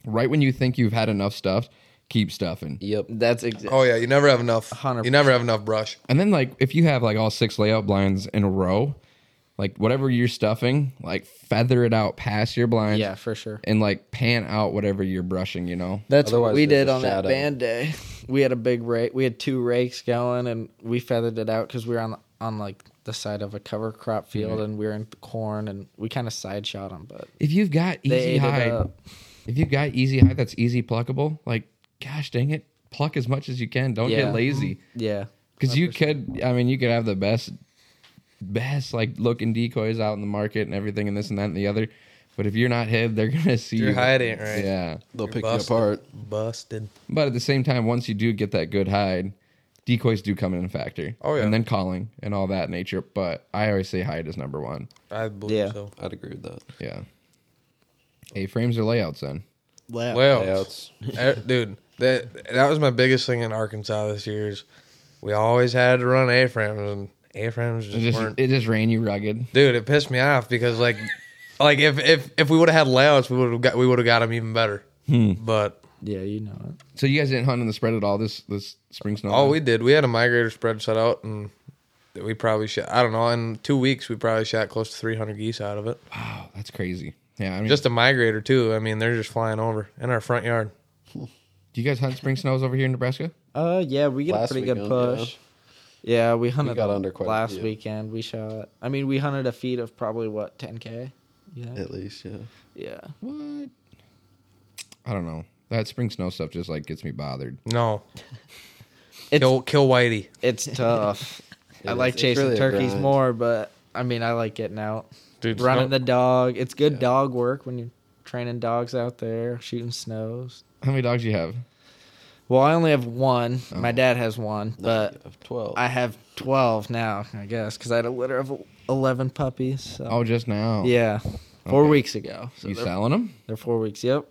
Speaker 1: right when you think you've had enough stuff, keep stuffing.
Speaker 5: Yep.
Speaker 4: That's exactly.
Speaker 3: Oh yeah, you never have enough.
Speaker 4: 100%.
Speaker 3: You never have enough brush.
Speaker 1: And then like if you have like all six layout blinds in a row, like whatever you're stuffing, like feather it out past your blinds.
Speaker 4: Yeah, for sure.
Speaker 1: And like pan out whatever you're brushing, you know.
Speaker 4: That's what
Speaker 5: Otherwise,
Speaker 4: we
Speaker 5: there's
Speaker 4: did
Speaker 5: a
Speaker 4: on that
Speaker 5: shadow.
Speaker 4: band day. We had a big rake. We had two rakes going, and we feathered it out because we were on on like the side of a cover
Speaker 5: Mm-hmm.
Speaker 4: crop field, and we were in corn, and we kind of side shot them. But
Speaker 1: If you've got
Speaker 4: They
Speaker 1: easy
Speaker 4: ate it
Speaker 1: hide,
Speaker 4: up.
Speaker 1: if you've got easy hide that's easy pluckable, like gosh dang it, pluck as much as you can. Don't
Speaker 4: Yeah. Mm-hmm.
Speaker 1: get lazy
Speaker 4: yeah,
Speaker 1: because you could. I mean, you could have the best, best like looking decoys out in the market and everything and this and that and the other. But if you're not hid, they're gonna *laughs* see
Speaker 3: Your
Speaker 1: you.
Speaker 3: hide ain't right.
Speaker 1: Yeah,
Speaker 5: They'll
Speaker 3: You're
Speaker 5: pick
Speaker 3: busted.
Speaker 5: you apart.
Speaker 3: Busted.
Speaker 1: but at the same time, once you do get that good hide, decoys do come in a factor.
Speaker 3: Oh, yeah.
Speaker 1: and then calling and all that nature. But I always say hide is number one.
Speaker 3: I believe
Speaker 4: Yeah.
Speaker 3: so.
Speaker 5: I'd agree with that.
Speaker 1: Yeah, a frames or layouts then.
Speaker 2: Layout.
Speaker 3: Well,
Speaker 5: Layouts.
Speaker 3: eh, dude, that that was my biggest thing in Arkansas this year. Is we always had to run A frames, and Airframes just,
Speaker 1: It just,
Speaker 3: weren't.
Speaker 1: it just ran you rugged.
Speaker 3: Dude, it pissed me off because like, like if if if we would have had layouts, we would have got we would have got them even better. But
Speaker 4: Yeah, you know it.
Speaker 1: So you guys didn't hunt in the spread at all this this spring snow?
Speaker 4: Oh,
Speaker 3: all we did, we had a migrator spread set out, and we probably shot. I don't know. In two weeks, we probably shot close to 300 geese out of it.
Speaker 1: wow, Oh, that's crazy. Yeah, I mean,
Speaker 3: Just a migrator too. I mean, they're just flying over in our front yard.
Speaker 1: do you guys hunt spring snows over here in Nebraska?
Speaker 4: Uh, yeah, we get
Speaker 5: Last
Speaker 4: a pretty good
Speaker 5: weekend, yeah.
Speaker 4: push. Yeah, we hunted
Speaker 5: got
Speaker 4: a-
Speaker 5: under quite a
Speaker 4: last
Speaker 5: few.
Speaker 4: weekend. We shot. I mean, we hunted a feed of probably what 10k. Yeah,
Speaker 5: At least, yeah.
Speaker 4: yeah.
Speaker 1: What? I don't know. That spring snow stuff just like gets me bothered.
Speaker 3: No,
Speaker 4: It's
Speaker 3: kill kill Whitey.
Speaker 4: it's
Speaker 5: *laughs*
Speaker 4: tough. I
Speaker 5: is.
Speaker 4: like
Speaker 5: It's
Speaker 4: chasing
Speaker 5: really a
Speaker 4: turkeys
Speaker 5: grind.
Speaker 4: more, but I mean, I like getting out,
Speaker 3: Dude,
Speaker 4: running
Speaker 3: snow-
Speaker 4: the dog. It's good dog work when you're training dogs out there, shooting snows.
Speaker 1: How many dogs do you have?
Speaker 4: Well, I only have one.
Speaker 1: Oh.
Speaker 4: My dad has one, but
Speaker 5: Of 12.
Speaker 4: I have 12 now, I guess, because I had a litter of 11 puppies. So.
Speaker 1: Oh, just now.
Speaker 4: yeah. Four
Speaker 1: Okay.
Speaker 4: weeks ago. So
Speaker 1: you
Speaker 4: they're,
Speaker 1: selling them?
Speaker 4: they're four weeks. Yep.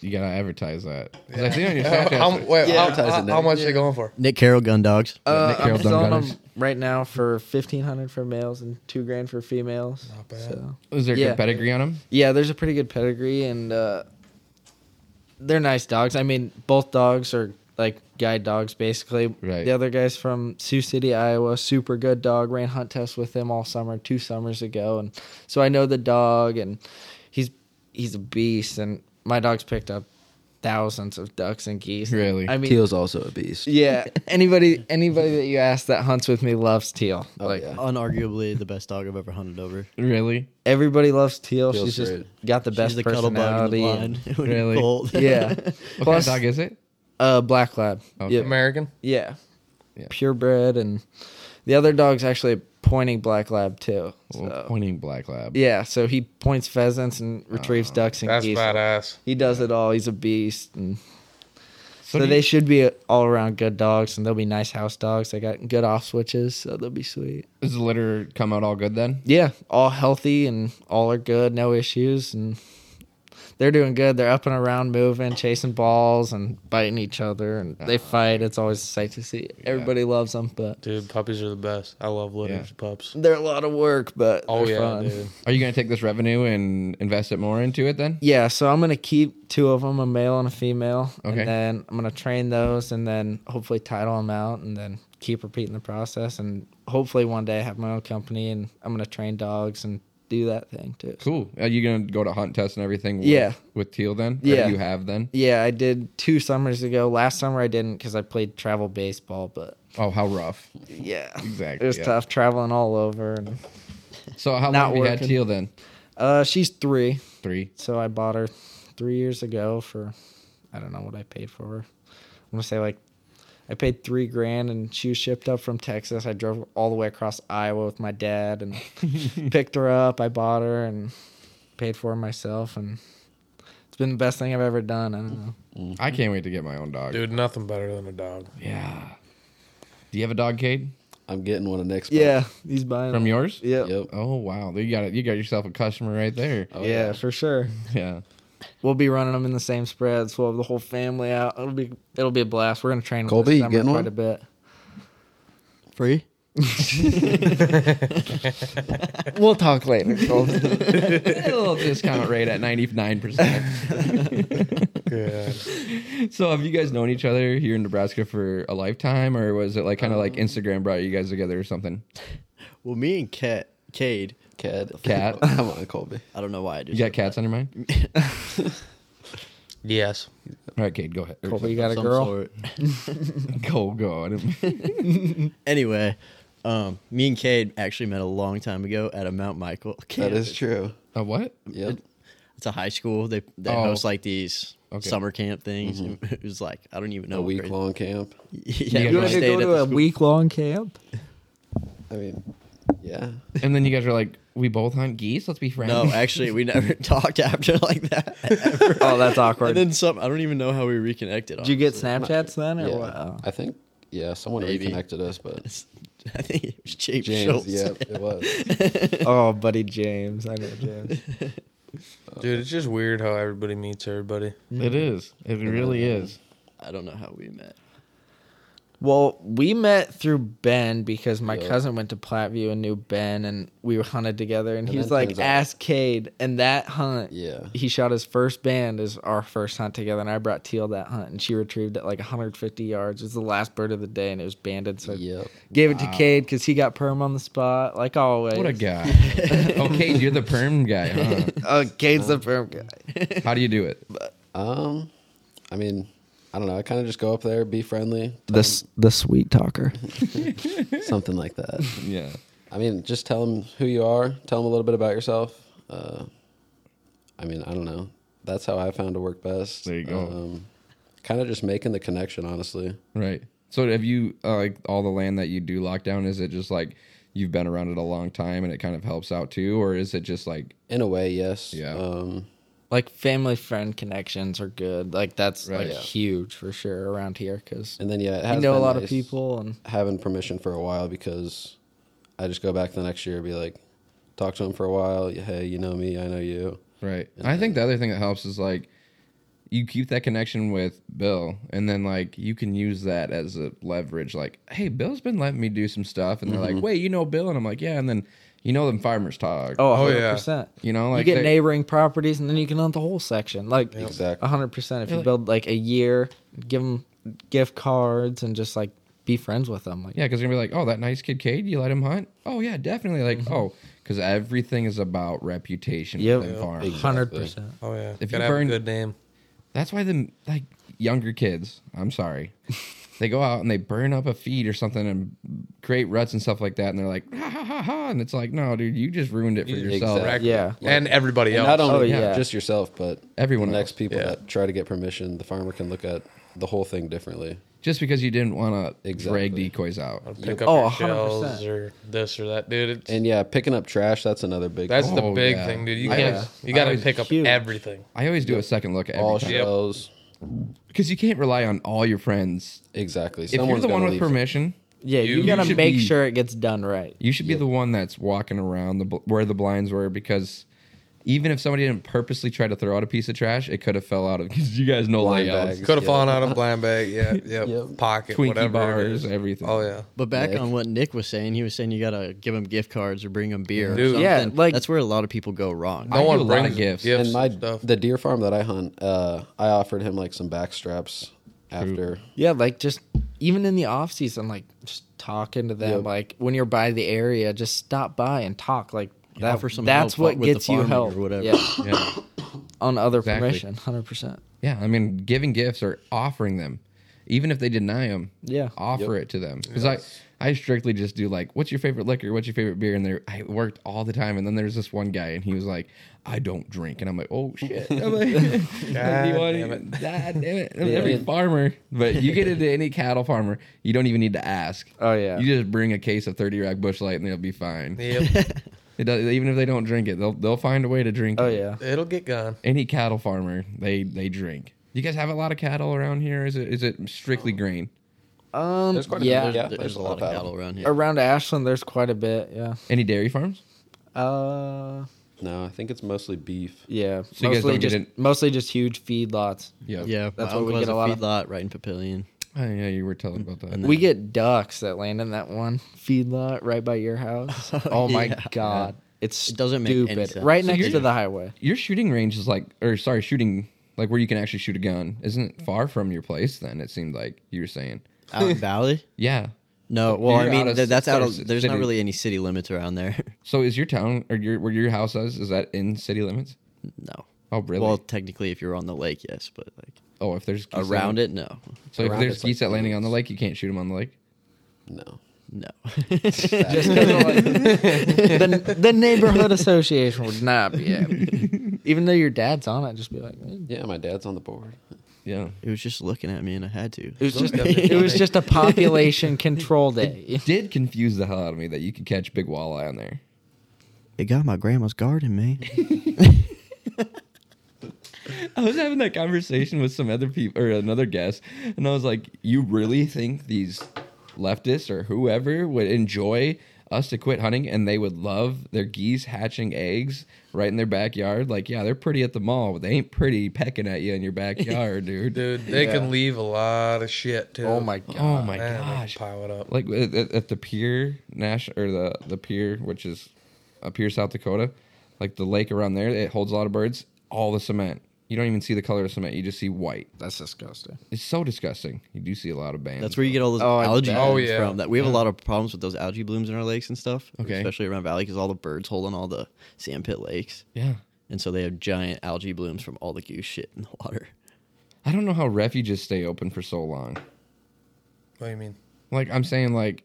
Speaker 1: You gotta advertise that. 'Cause I see on your
Speaker 3: How,
Speaker 1: Snapchat.
Speaker 3: wait, how,
Speaker 5: Advertise it,
Speaker 3: how-
Speaker 5: Nick.
Speaker 3: how much they going for?
Speaker 2: Nick Carroll gun dogs.
Speaker 4: Uh,
Speaker 1: Nick
Speaker 4: I'm
Speaker 1: Carroll
Speaker 4: selling
Speaker 1: Dungarders.
Speaker 4: them right now for 1500 for males and two grand for females.
Speaker 3: Not bad.
Speaker 4: So.
Speaker 1: Is there a
Speaker 4: yeah.
Speaker 1: good pedigree on them?
Speaker 4: Yeah, there's a pretty good pedigree, and uh, they're nice dogs. I mean, both dogs are like guide dogs, basically.
Speaker 1: Right.
Speaker 4: The other guy's from Sioux City, Iowa. Super good dog. Ran hunt tests with him all summer, two summers ago, and so I know the dog, and he's he's a beast. And my dog's picked up thousands of ducks and geese.
Speaker 1: Really?
Speaker 4: I mean,
Speaker 5: Teal's also a beast.
Speaker 4: yeah. Anybody anybody that you ask that hunts with me loves teal.
Speaker 5: Oh,
Speaker 4: like
Speaker 5: yeah.
Speaker 2: Unarguably the best dog I've ever hunted over.
Speaker 1: Really?
Speaker 4: everybody loves teal.
Speaker 5: Teal's
Speaker 4: She's just
Speaker 5: great.
Speaker 4: got the best
Speaker 2: She's the cuddle bug in the
Speaker 4: personality. *laughs*
Speaker 2: blind. when you're
Speaker 1: Really?
Speaker 2: *laughs* cold.
Speaker 4: Yeah.
Speaker 1: What
Speaker 4: Plus,
Speaker 1: kind of dog is it?
Speaker 4: uh, black lab.
Speaker 1: Okay.
Speaker 4: Yeah.
Speaker 3: American.
Speaker 4: yeah.
Speaker 1: Oh. Yeah.
Speaker 4: Purebred and the other dog's actually a pointing black lab too. So.
Speaker 1: Well, pointing Oh, black lab.
Speaker 4: Yeah, so he points pheasants and retrieves ducks and
Speaker 3: That's
Speaker 4: geese.
Speaker 3: badass.
Speaker 4: He does it all. He's a beast. And
Speaker 1: So,
Speaker 4: so
Speaker 1: do
Speaker 4: they
Speaker 1: you-
Speaker 4: should be all around good dogs and they'll be nice house dogs. They got good off switches, so they'll be sweet.
Speaker 1: does the litter come out all good then?
Speaker 4: Yeah, all healthy and all are good, no issues and they're doing good. They're up and around, moving, chasing balls, and biting each other, and they
Speaker 1: Ah.
Speaker 4: fight. It's always a sight to see. Everybody loves them, but
Speaker 3: Dude, puppies are the best. I love litters
Speaker 1: Yeah.
Speaker 3: of pups.
Speaker 4: they're a lot of work, but
Speaker 3: Oh
Speaker 4: they're
Speaker 3: yeah,
Speaker 4: fun.
Speaker 3: dude.
Speaker 1: Are you gonna take this revenue and invest it more into it then?
Speaker 4: Yeah, so I'm gonna keep two of them, a male and a female,
Speaker 1: Okay.
Speaker 4: and then I'm gonna train those, and then hopefully title them out, and then keep repeating the process, and hopefully one day I have my own company, and I'm gonna train dogs and do that thing too.
Speaker 1: Cool. Are you gonna go to hunt tests and everything? With,
Speaker 4: Yeah.
Speaker 1: With teal then? Or
Speaker 4: Yeah.
Speaker 1: you have then.
Speaker 4: Yeah, I did two summers ago. Last summer I didn't because I played travel baseball, but
Speaker 1: Oh, how rough.
Speaker 4: yeah,
Speaker 1: Exactly,
Speaker 4: it was
Speaker 1: yeah.
Speaker 4: tough traveling all over. And
Speaker 1: So how
Speaker 4: Not
Speaker 1: long have you had
Speaker 4: working.
Speaker 1: teal then?
Speaker 4: uh, she's three,
Speaker 1: Three.
Speaker 4: so I bought her three years ago for I don't know what I paid for her. I'm gonna say like I paid three grand and she was shipped up from Texas. I drove all the way across Iowa with my
Speaker 5: *laughs*
Speaker 4: dad and picked her up. I bought her and paid for her myself and it's been the best thing I've ever done. I don't know.
Speaker 1: I can't wait to get my own dog.
Speaker 3: Dude, nothing better than a dog.
Speaker 1: Yeah. Do you have a dog, Cade?
Speaker 5: I'm getting one of Nick's.
Speaker 4: Yeah, he's buying
Speaker 1: From
Speaker 4: them.
Speaker 1: yours?
Speaker 4: Yep.
Speaker 5: Yep.
Speaker 1: Oh wow. You got it. You got yourself a customer right there. *laughs*
Speaker 5: Oh,
Speaker 4: yeah, for sure.
Speaker 1: Yeah.
Speaker 4: We'll be running them in the same spreads. We'll have the whole family out. It'll be it'll be a blast. We're gonna train them
Speaker 5: Colby,
Speaker 4: this
Speaker 5: you
Speaker 4: summer
Speaker 5: getting
Speaker 4: quite
Speaker 5: one?
Speaker 4: a bit.
Speaker 2: Free?
Speaker 4: We'll talk later.
Speaker 1: *laughs*
Speaker 4: Colby.
Speaker 1: a little discount rate at ninety nine percent.
Speaker 3: *laughs* Good.
Speaker 1: So have you guys known each other here in Nebraska for a lifetime, or was it like kind of like Instagram brought you guys together or something?
Speaker 2: Well, me and Cat Cade.
Speaker 4: *laughs*
Speaker 5: Cad.
Speaker 1: Cat.
Speaker 5: *laughs* Come on, Colby.
Speaker 2: I don't know why I just
Speaker 1: You got cats on your mind?
Speaker 3: Yes.
Speaker 1: All right, Cade, go ahead. Or-
Speaker 4: Colby, you got a
Speaker 2: some
Speaker 4: girl.
Speaker 2: sort.
Speaker 1: *laughs* Go go. I didn't-
Speaker 2: Anyway, um, me and Cade actually met a long time ago at a Mount Michael. *laughs*
Speaker 5: That
Speaker 2: camp.
Speaker 5: is true.
Speaker 1: A what?
Speaker 5: Yep.
Speaker 2: It's a high school. They they
Speaker 1: Oh.
Speaker 2: host like these
Speaker 1: Okay.
Speaker 2: summer camp things. *laughs* It was like I don't even know
Speaker 5: A
Speaker 2: what
Speaker 5: week
Speaker 2: grade-
Speaker 5: long camp.
Speaker 2: *laughs* yeah,
Speaker 1: You
Speaker 2: we
Speaker 1: guys
Speaker 4: You
Speaker 1: ever
Speaker 4: to
Speaker 2: stayed
Speaker 4: go
Speaker 2: at
Speaker 4: to
Speaker 2: the
Speaker 4: a
Speaker 2: school.
Speaker 4: week long camp?
Speaker 5: I mean, yeah.
Speaker 1: And then you guys were like, we both hunt geese. Let's be friends.
Speaker 2: No, actually, we *laughs* never talked after *laughs* like that. ever.
Speaker 4: Oh, that's awkward. Oh,
Speaker 2: and
Speaker 4: *laughs*
Speaker 2: then some. I don't even know how we reconnected.
Speaker 4: Did you get Snapchats then, or
Speaker 5: yeah.
Speaker 4: what? Oh.
Speaker 5: I think, yeah, someone
Speaker 2: Maybe.
Speaker 5: reconnected us, but
Speaker 2: honestly. *laughs* I think it was James,
Speaker 5: James,
Speaker 2: Schultz.
Speaker 5: yeah, it was.
Speaker 4: *laughs* *laughs* Oh, buddy James, I know James.
Speaker 3: Dude, it's just weird how everybody meets everybody.
Speaker 1: It is. It really is.
Speaker 2: I don't know how we met.
Speaker 4: *laughs* Well, we met through Ben because my
Speaker 5: Yeah.
Speaker 4: cousin went to Platteview and knew Ben, and we hunted together. And,
Speaker 5: And
Speaker 4: he's
Speaker 5: then
Speaker 4: like,
Speaker 5: turns out-
Speaker 4: "Ask Cade." And that hunt,
Speaker 5: Yeah.
Speaker 4: he shot his first band as our first hunt together. And I brought Teal that hunt, and she retrieved it like 150 yards. It was the last bird of the day, and it was banded. So I
Speaker 5: Yep.
Speaker 4: gave it to Cade because he got perm on the spot, like always. *laughs*
Speaker 1: What a guy. okay, you're the perm guy. Huh?
Speaker 4: Uh, Cade's the perm guy.
Speaker 1: How do you do it?
Speaker 5: Um, I mean, I don't know. I kind of just go up there, be friendly,
Speaker 4: *laughs* the s- the sweet talker.
Speaker 5: something like that.
Speaker 1: Yeah.
Speaker 5: I mean, just tell them who you are. Tell them a little bit about yourself. Uh, I mean, I don't know. That's how I found to work best.
Speaker 1: There you go.
Speaker 5: Um, kind of just making the connection, honestly.
Speaker 1: Right. So have you uh, like all the land that you do lockdown? Is it just like you've been around it a long time and it kind of helps out too, or is it just like
Speaker 5: In a way, yes.
Speaker 1: Yeah.
Speaker 5: Um,
Speaker 4: like family friend connections are good. Like that's
Speaker 1: Right.
Speaker 4: like
Speaker 1: Yeah.
Speaker 4: huge for sure around here because
Speaker 5: and then yeah, it has
Speaker 4: you know a
Speaker 5: been
Speaker 4: lot of
Speaker 5: nice
Speaker 4: people and
Speaker 5: having permission for a while because I just go back the next year, and be like, talk to them for a while. Hey, you know me. I know you.
Speaker 1: Right. I think the other thing that helps is like you keep that connection with Bill and then like you can use that as a leverage like, "Hey, Bill's been letting me do some stuff." And they're like, "Wait, you know Bill?" And I'm like, "Yeah." And then you know them farmers talk.
Speaker 4: oh,
Speaker 3: Oh,
Speaker 4: 100
Speaker 3: yeah.
Speaker 4: percent.
Speaker 1: You know,
Speaker 4: you
Speaker 1: like
Speaker 4: get
Speaker 1: they-
Speaker 4: neighboring properties and then you can hunt the whole section. Like
Speaker 5: Exactly.
Speaker 4: hundred percent. If you build like a year, give them gift cards and just like be friends with them. Like
Speaker 1: Yeah, because they're gonna be like, "Oh, that nice kid, Cade. You let him hunt? Oh yeah, definitely." Like, oh, because everything is about reputation.
Speaker 4: Mm-hmm. Yep.
Speaker 1: within farms.
Speaker 4: hundred percent.
Speaker 3: Oh yeah.
Speaker 1: If
Speaker 3: If
Speaker 1: you
Speaker 3: Gotta have
Speaker 1: burn-
Speaker 3: a good name.
Speaker 1: That's why the like younger kids. I'm
Speaker 4: *laughs*
Speaker 1: sorry, they go out and they burn up a feed or something and create ruts and stuff like that, and they're like, ha ha ha ha, and it's like, no, dude, you just ruined it for
Speaker 5: You-
Speaker 1: yourself.
Speaker 5: Exactly.
Speaker 4: Yeah.
Speaker 3: And everybody
Speaker 5: And
Speaker 3: else.
Speaker 5: not only
Speaker 4: Oh, yeah.
Speaker 5: just yourself, but
Speaker 1: Everyone
Speaker 5: the next
Speaker 1: else.
Speaker 5: people
Speaker 3: Yeah.
Speaker 5: that try to get permission, the farmer can look at the whole thing differently.
Speaker 1: Just because you didn't want to
Speaker 5: Exactly.
Speaker 1: drag decoys out.
Speaker 3: pick up
Speaker 4: Oh,
Speaker 3: your
Speaker 4: 100%.
Speaker 3: shells or this or that, dude. It's,
Speaker 5: And yeah, picking up trash, that's another big
Speaker 3: that's
Speaker 5: thing.
Speaker 3: the
Speaker 1: Oh,
Speaker 3: big
Speaker 1: yeah.
Speaker 3: thing, dude. You
Speaker 1: I
Speaker 3: gotta
Speaker 1: always-
Speaker 3: you
Speaker 1: I
Speaker 3: gotta
Speaker 1: always-
Speaker 3: pick up
Speaker 4: Huge.
Speaker 3: everything.
Speaker 1: I always do a second look at
Speaker 5: all
Speaker 1: every time.
Speaker 5: shells.
Speaker 1: because you can't rely on all your friends.
Speaker 5: Exactly.
Speaker 1: If
Speaker 5: Someone's
Speaker 1: you're the one
Speaker 5: gonna
Speaker 1: with
Speaker 5: leave.
Speaker 1: permission,
Speaker 4: Yeah, you,
Speaker 3: You-
Speaker 4: gotta
Speaker 1: you should
Speaker 4: make
Speaker 1: be-
Speaker 4: sure it gets done right.
Speaker 1: You should be the one that's walking around the bl- where the blinds were because even if somebody didn't purposely try to throw out a piece of trash, it could have fell out of because you guys know
Speaker 5: Blind
Speaker 1: layouts,
Speaker 5: bags.
Speaker 3: Could have
Speaker 5: Yeah.
Speaker 3: fallen out of blind bag, yeah, yeah,
Speaker 5: Yep.
Speaker 3: pocket,
Speaker 1: Twinkie
Speaker 3: whatever. it
Speaker 1: bars,
Speaker 3: is.
Speaker 1: everything.
Speaker 3: Oh yeah.
Speaker 2: But back
Speaker 5: Nick.
Speaker 2: on what Nick was saying, he was saying you gotta give them gift cards or bring them beer.
Speaker 3: Dude. Oh,
Speaker 2: Or
Speaker 4: Yeah,
Speaker 2: something.
Speaker 4: like-
Speaker 2: that's where a lot of people go wrong.
Speaker 1: I
Speaker 3: No
Speaker 1: do
Speaker 3: one
Speaker 1: a lot of
Speaker 3: brings
Speaker 1: gifts.
Speaker 3: gifts.
Speaker 5: and my
Speaker 3: stuff.
Speaker 5: the deer farm that I hunt, uh, I offered him like some back straps after.
Speaker 4: Yeah, like just even in the off season, like just talking to them.
Speaker 5: Yep.
Speaker 4: Like when you're by the area, just stop by and talk. Like that.
Speaker 2: offer some
Speaker 4: that's
Speaker 2: help
Speaker 4: what
Speaker 2: with the
Speaker 4: gets you
Speaker 2: farming
Speaker 4: help
Speaker 2: or whatever.
Speaker 4: Yeah.
Speaker 1: Yeah.
Speaker 4: *coughs* on other
Speaker 1: Exactly.
Speaker 4: permission, hundred percent.
Speaker 1: yeah, I mean, giving gifts or offering them, even if they deny them,
Speaker 4: Yeah.
Speaker 1: offer it to them. Because I, I strictly just do like, what's your favorite liquor? What's your favorite beer? And there, I worked all the time, and then there's this one guy, and he was like, I don't drink, and I'm like, oh shit, *laughs* I'm like,
Speaker 3: God
Speaker 1: you want
Speaker 3: damn
Speaker 1: it? God damn it, I'm every farmer. But you get into any cattle farmer, you don't even need to ask.
Speaker 4: Oh, yeah.
Speaker 1: you just bring a case of thirty rack bush light, and they'll be fine.
Speaker 3: Yep.
Speaker 1: It does, even if they don't drink it, they'll they'll find a way to drink.
Speaker 4: Oh
Speaker 1: it
Speaker 4: yeah.
Speaker 3: It'll get gone.
Speaker 1: any cattle farmer, they they drink. You guys have a lot of cattle around here. Is it is it strictly grain?
Speaker 4: Um.
Speaker 5: There's quite a-
Speaker 4: yeah.
Speaker 5: there's-
Speaker 2: There-
Speaker 5: yeah.
Speaker 2: there's, a lot of cattle around here.
Speaker 4: Around Ashland, there's quite a bit. Yeah.
Speaker 1: Any dairy farms?
Speaker 4: Uh.
Speaker 5: No, I think it's mostly beef.
Speaker 4: Yeah.
Speaker 1: So you guys
Speaker 4: mostly
Speaker 1: don't get
Speaker 4: just
Speaker 1: in-
Speaker 4: mostly just huge feedlots.
Speaker 2: Yeah,
Speaker 4: That's
Speaker 2: that's
Speaker 4: what
Speaker 2: what
Speaker 4: we
Speaker 2: was
Speaker 4: get
Speaker 2: a
Speaker 4: a lot of-
Speaker 2: feedlot right in Papillion.
Speaker 1: Oh, yeah, you were telling about that.
Speaker 4: We get ducks that land in that one feedlot right by your
Speaker 2: *laughs*
Speaker 4: house. Oh my
Speaker 2: yeah.
Speaker 4: god. It's
Speaker 2: It doesn't make any
Speaker 4: stupid.
Speaker 2: sense.
Speaker 4: Right
Speaker 1: So
Speaker 4: next
Speaker 1: you're-
Speaker 4: to the highway.
Speaker 1: Your shooting range is like, or sorry, shooting like where you can actually shoot a gun isn't far from your place. Then it seemed like you were saying,
Speaker 2: Out in Valley?
Speaker 1: yeah.
Speaker 2: No, well, I
Speaker 1: You're out
Speaker 2: mean
Speaker 1: of
Speaker 2: th- that's out
Speaker 1: sort
Speaker 2: of.
Speaker 1: of
Speaker 2: There's
Speaker 1: city.
Speaker 2: not really any city limits around there. *laughs*
Speaker 1: So is your town or your where your house is? Is that in city limits?
Speaker 2: no.
Speaker 1: Oh, really?
Speaker 2: Well, technically, if you're on the lake, yes, but like
Speaker 1: oh, if there's geese
Speaker 2: around
Speaker 1: at,
Speaker 2: it, no, *laughs*
Speaker 1: So if
Speaker 5: around
Speaker 1: there's
Speaker 5: it's like
Speaker 1: geese at landing on the lake, you can't shoot them on the lake.
Speaker 5: No.
Speaker 2: no. *laughs*
Speaker 4: *laughs* Just 'cause of, like, the, the neighborhood association would not be happy. Even though your dad's on it, just be like, "Eh,
Speaker 5: Yeah, my dad's on the board.
Speaker 1: Yeah.
Speaker 2: it was just looking at me, and I had to.
Speaker 4: It was just it was just a population control day.
Speaker 1: Did confuse the hell out of me that you could catch big walleye on there.
Speaker 2: It got my grandma's garden, man.
Speaker 1: I was having that conversation with some other people or another guest, and I was like, "You really think these leftists or whoever would enjoy us to quit hunting and they would love their geese hatching eggs right in their backyard. Like, yeah, they're pretty at the mall, but they ain't pretty pecking at you in your backyard, dude.
Speaker 3: Dude, they can leave a lot of shit too.
Speaker 4: Oh my god.
Speaker 1: oh my
Speaker 3: Man, they
Speaker 1: gosh.
Speaker 3: pile it up.
Speaker 1: Like at, at- at the pier national or the the pier, which is up here South Dakota, like the lake around there, it holds a lot of birds. All the cement. You don't even see the color of cement. You just see white.
Speaker 4: That's disgusting.
Speaker 1: It's so disgusting. You do see a lot of bands.
Speaker 2: That's where you get all those
Speaker 4: Oh, I
Speaker 2: algae
Speaker 4: bet.
Speaker 2: blooms
Speaker 3: Oh, yeah.
Speaker 2: from. That we have a lot of problems with those algae blooms in our lakes and stuff,
Speaker 1: Okay.
Speaker 2: especially around Valley, because all the birds hold on all the sandpit lakes,
Speaker 1: yeah.
Speaker 2: and so they have giant algae blooms from all the goose shit in the water.
Speaker 1: I don't know how refuges stay open for so long.
Speaker 3: What do you mean?
Speaker 1: Like I'm saying, like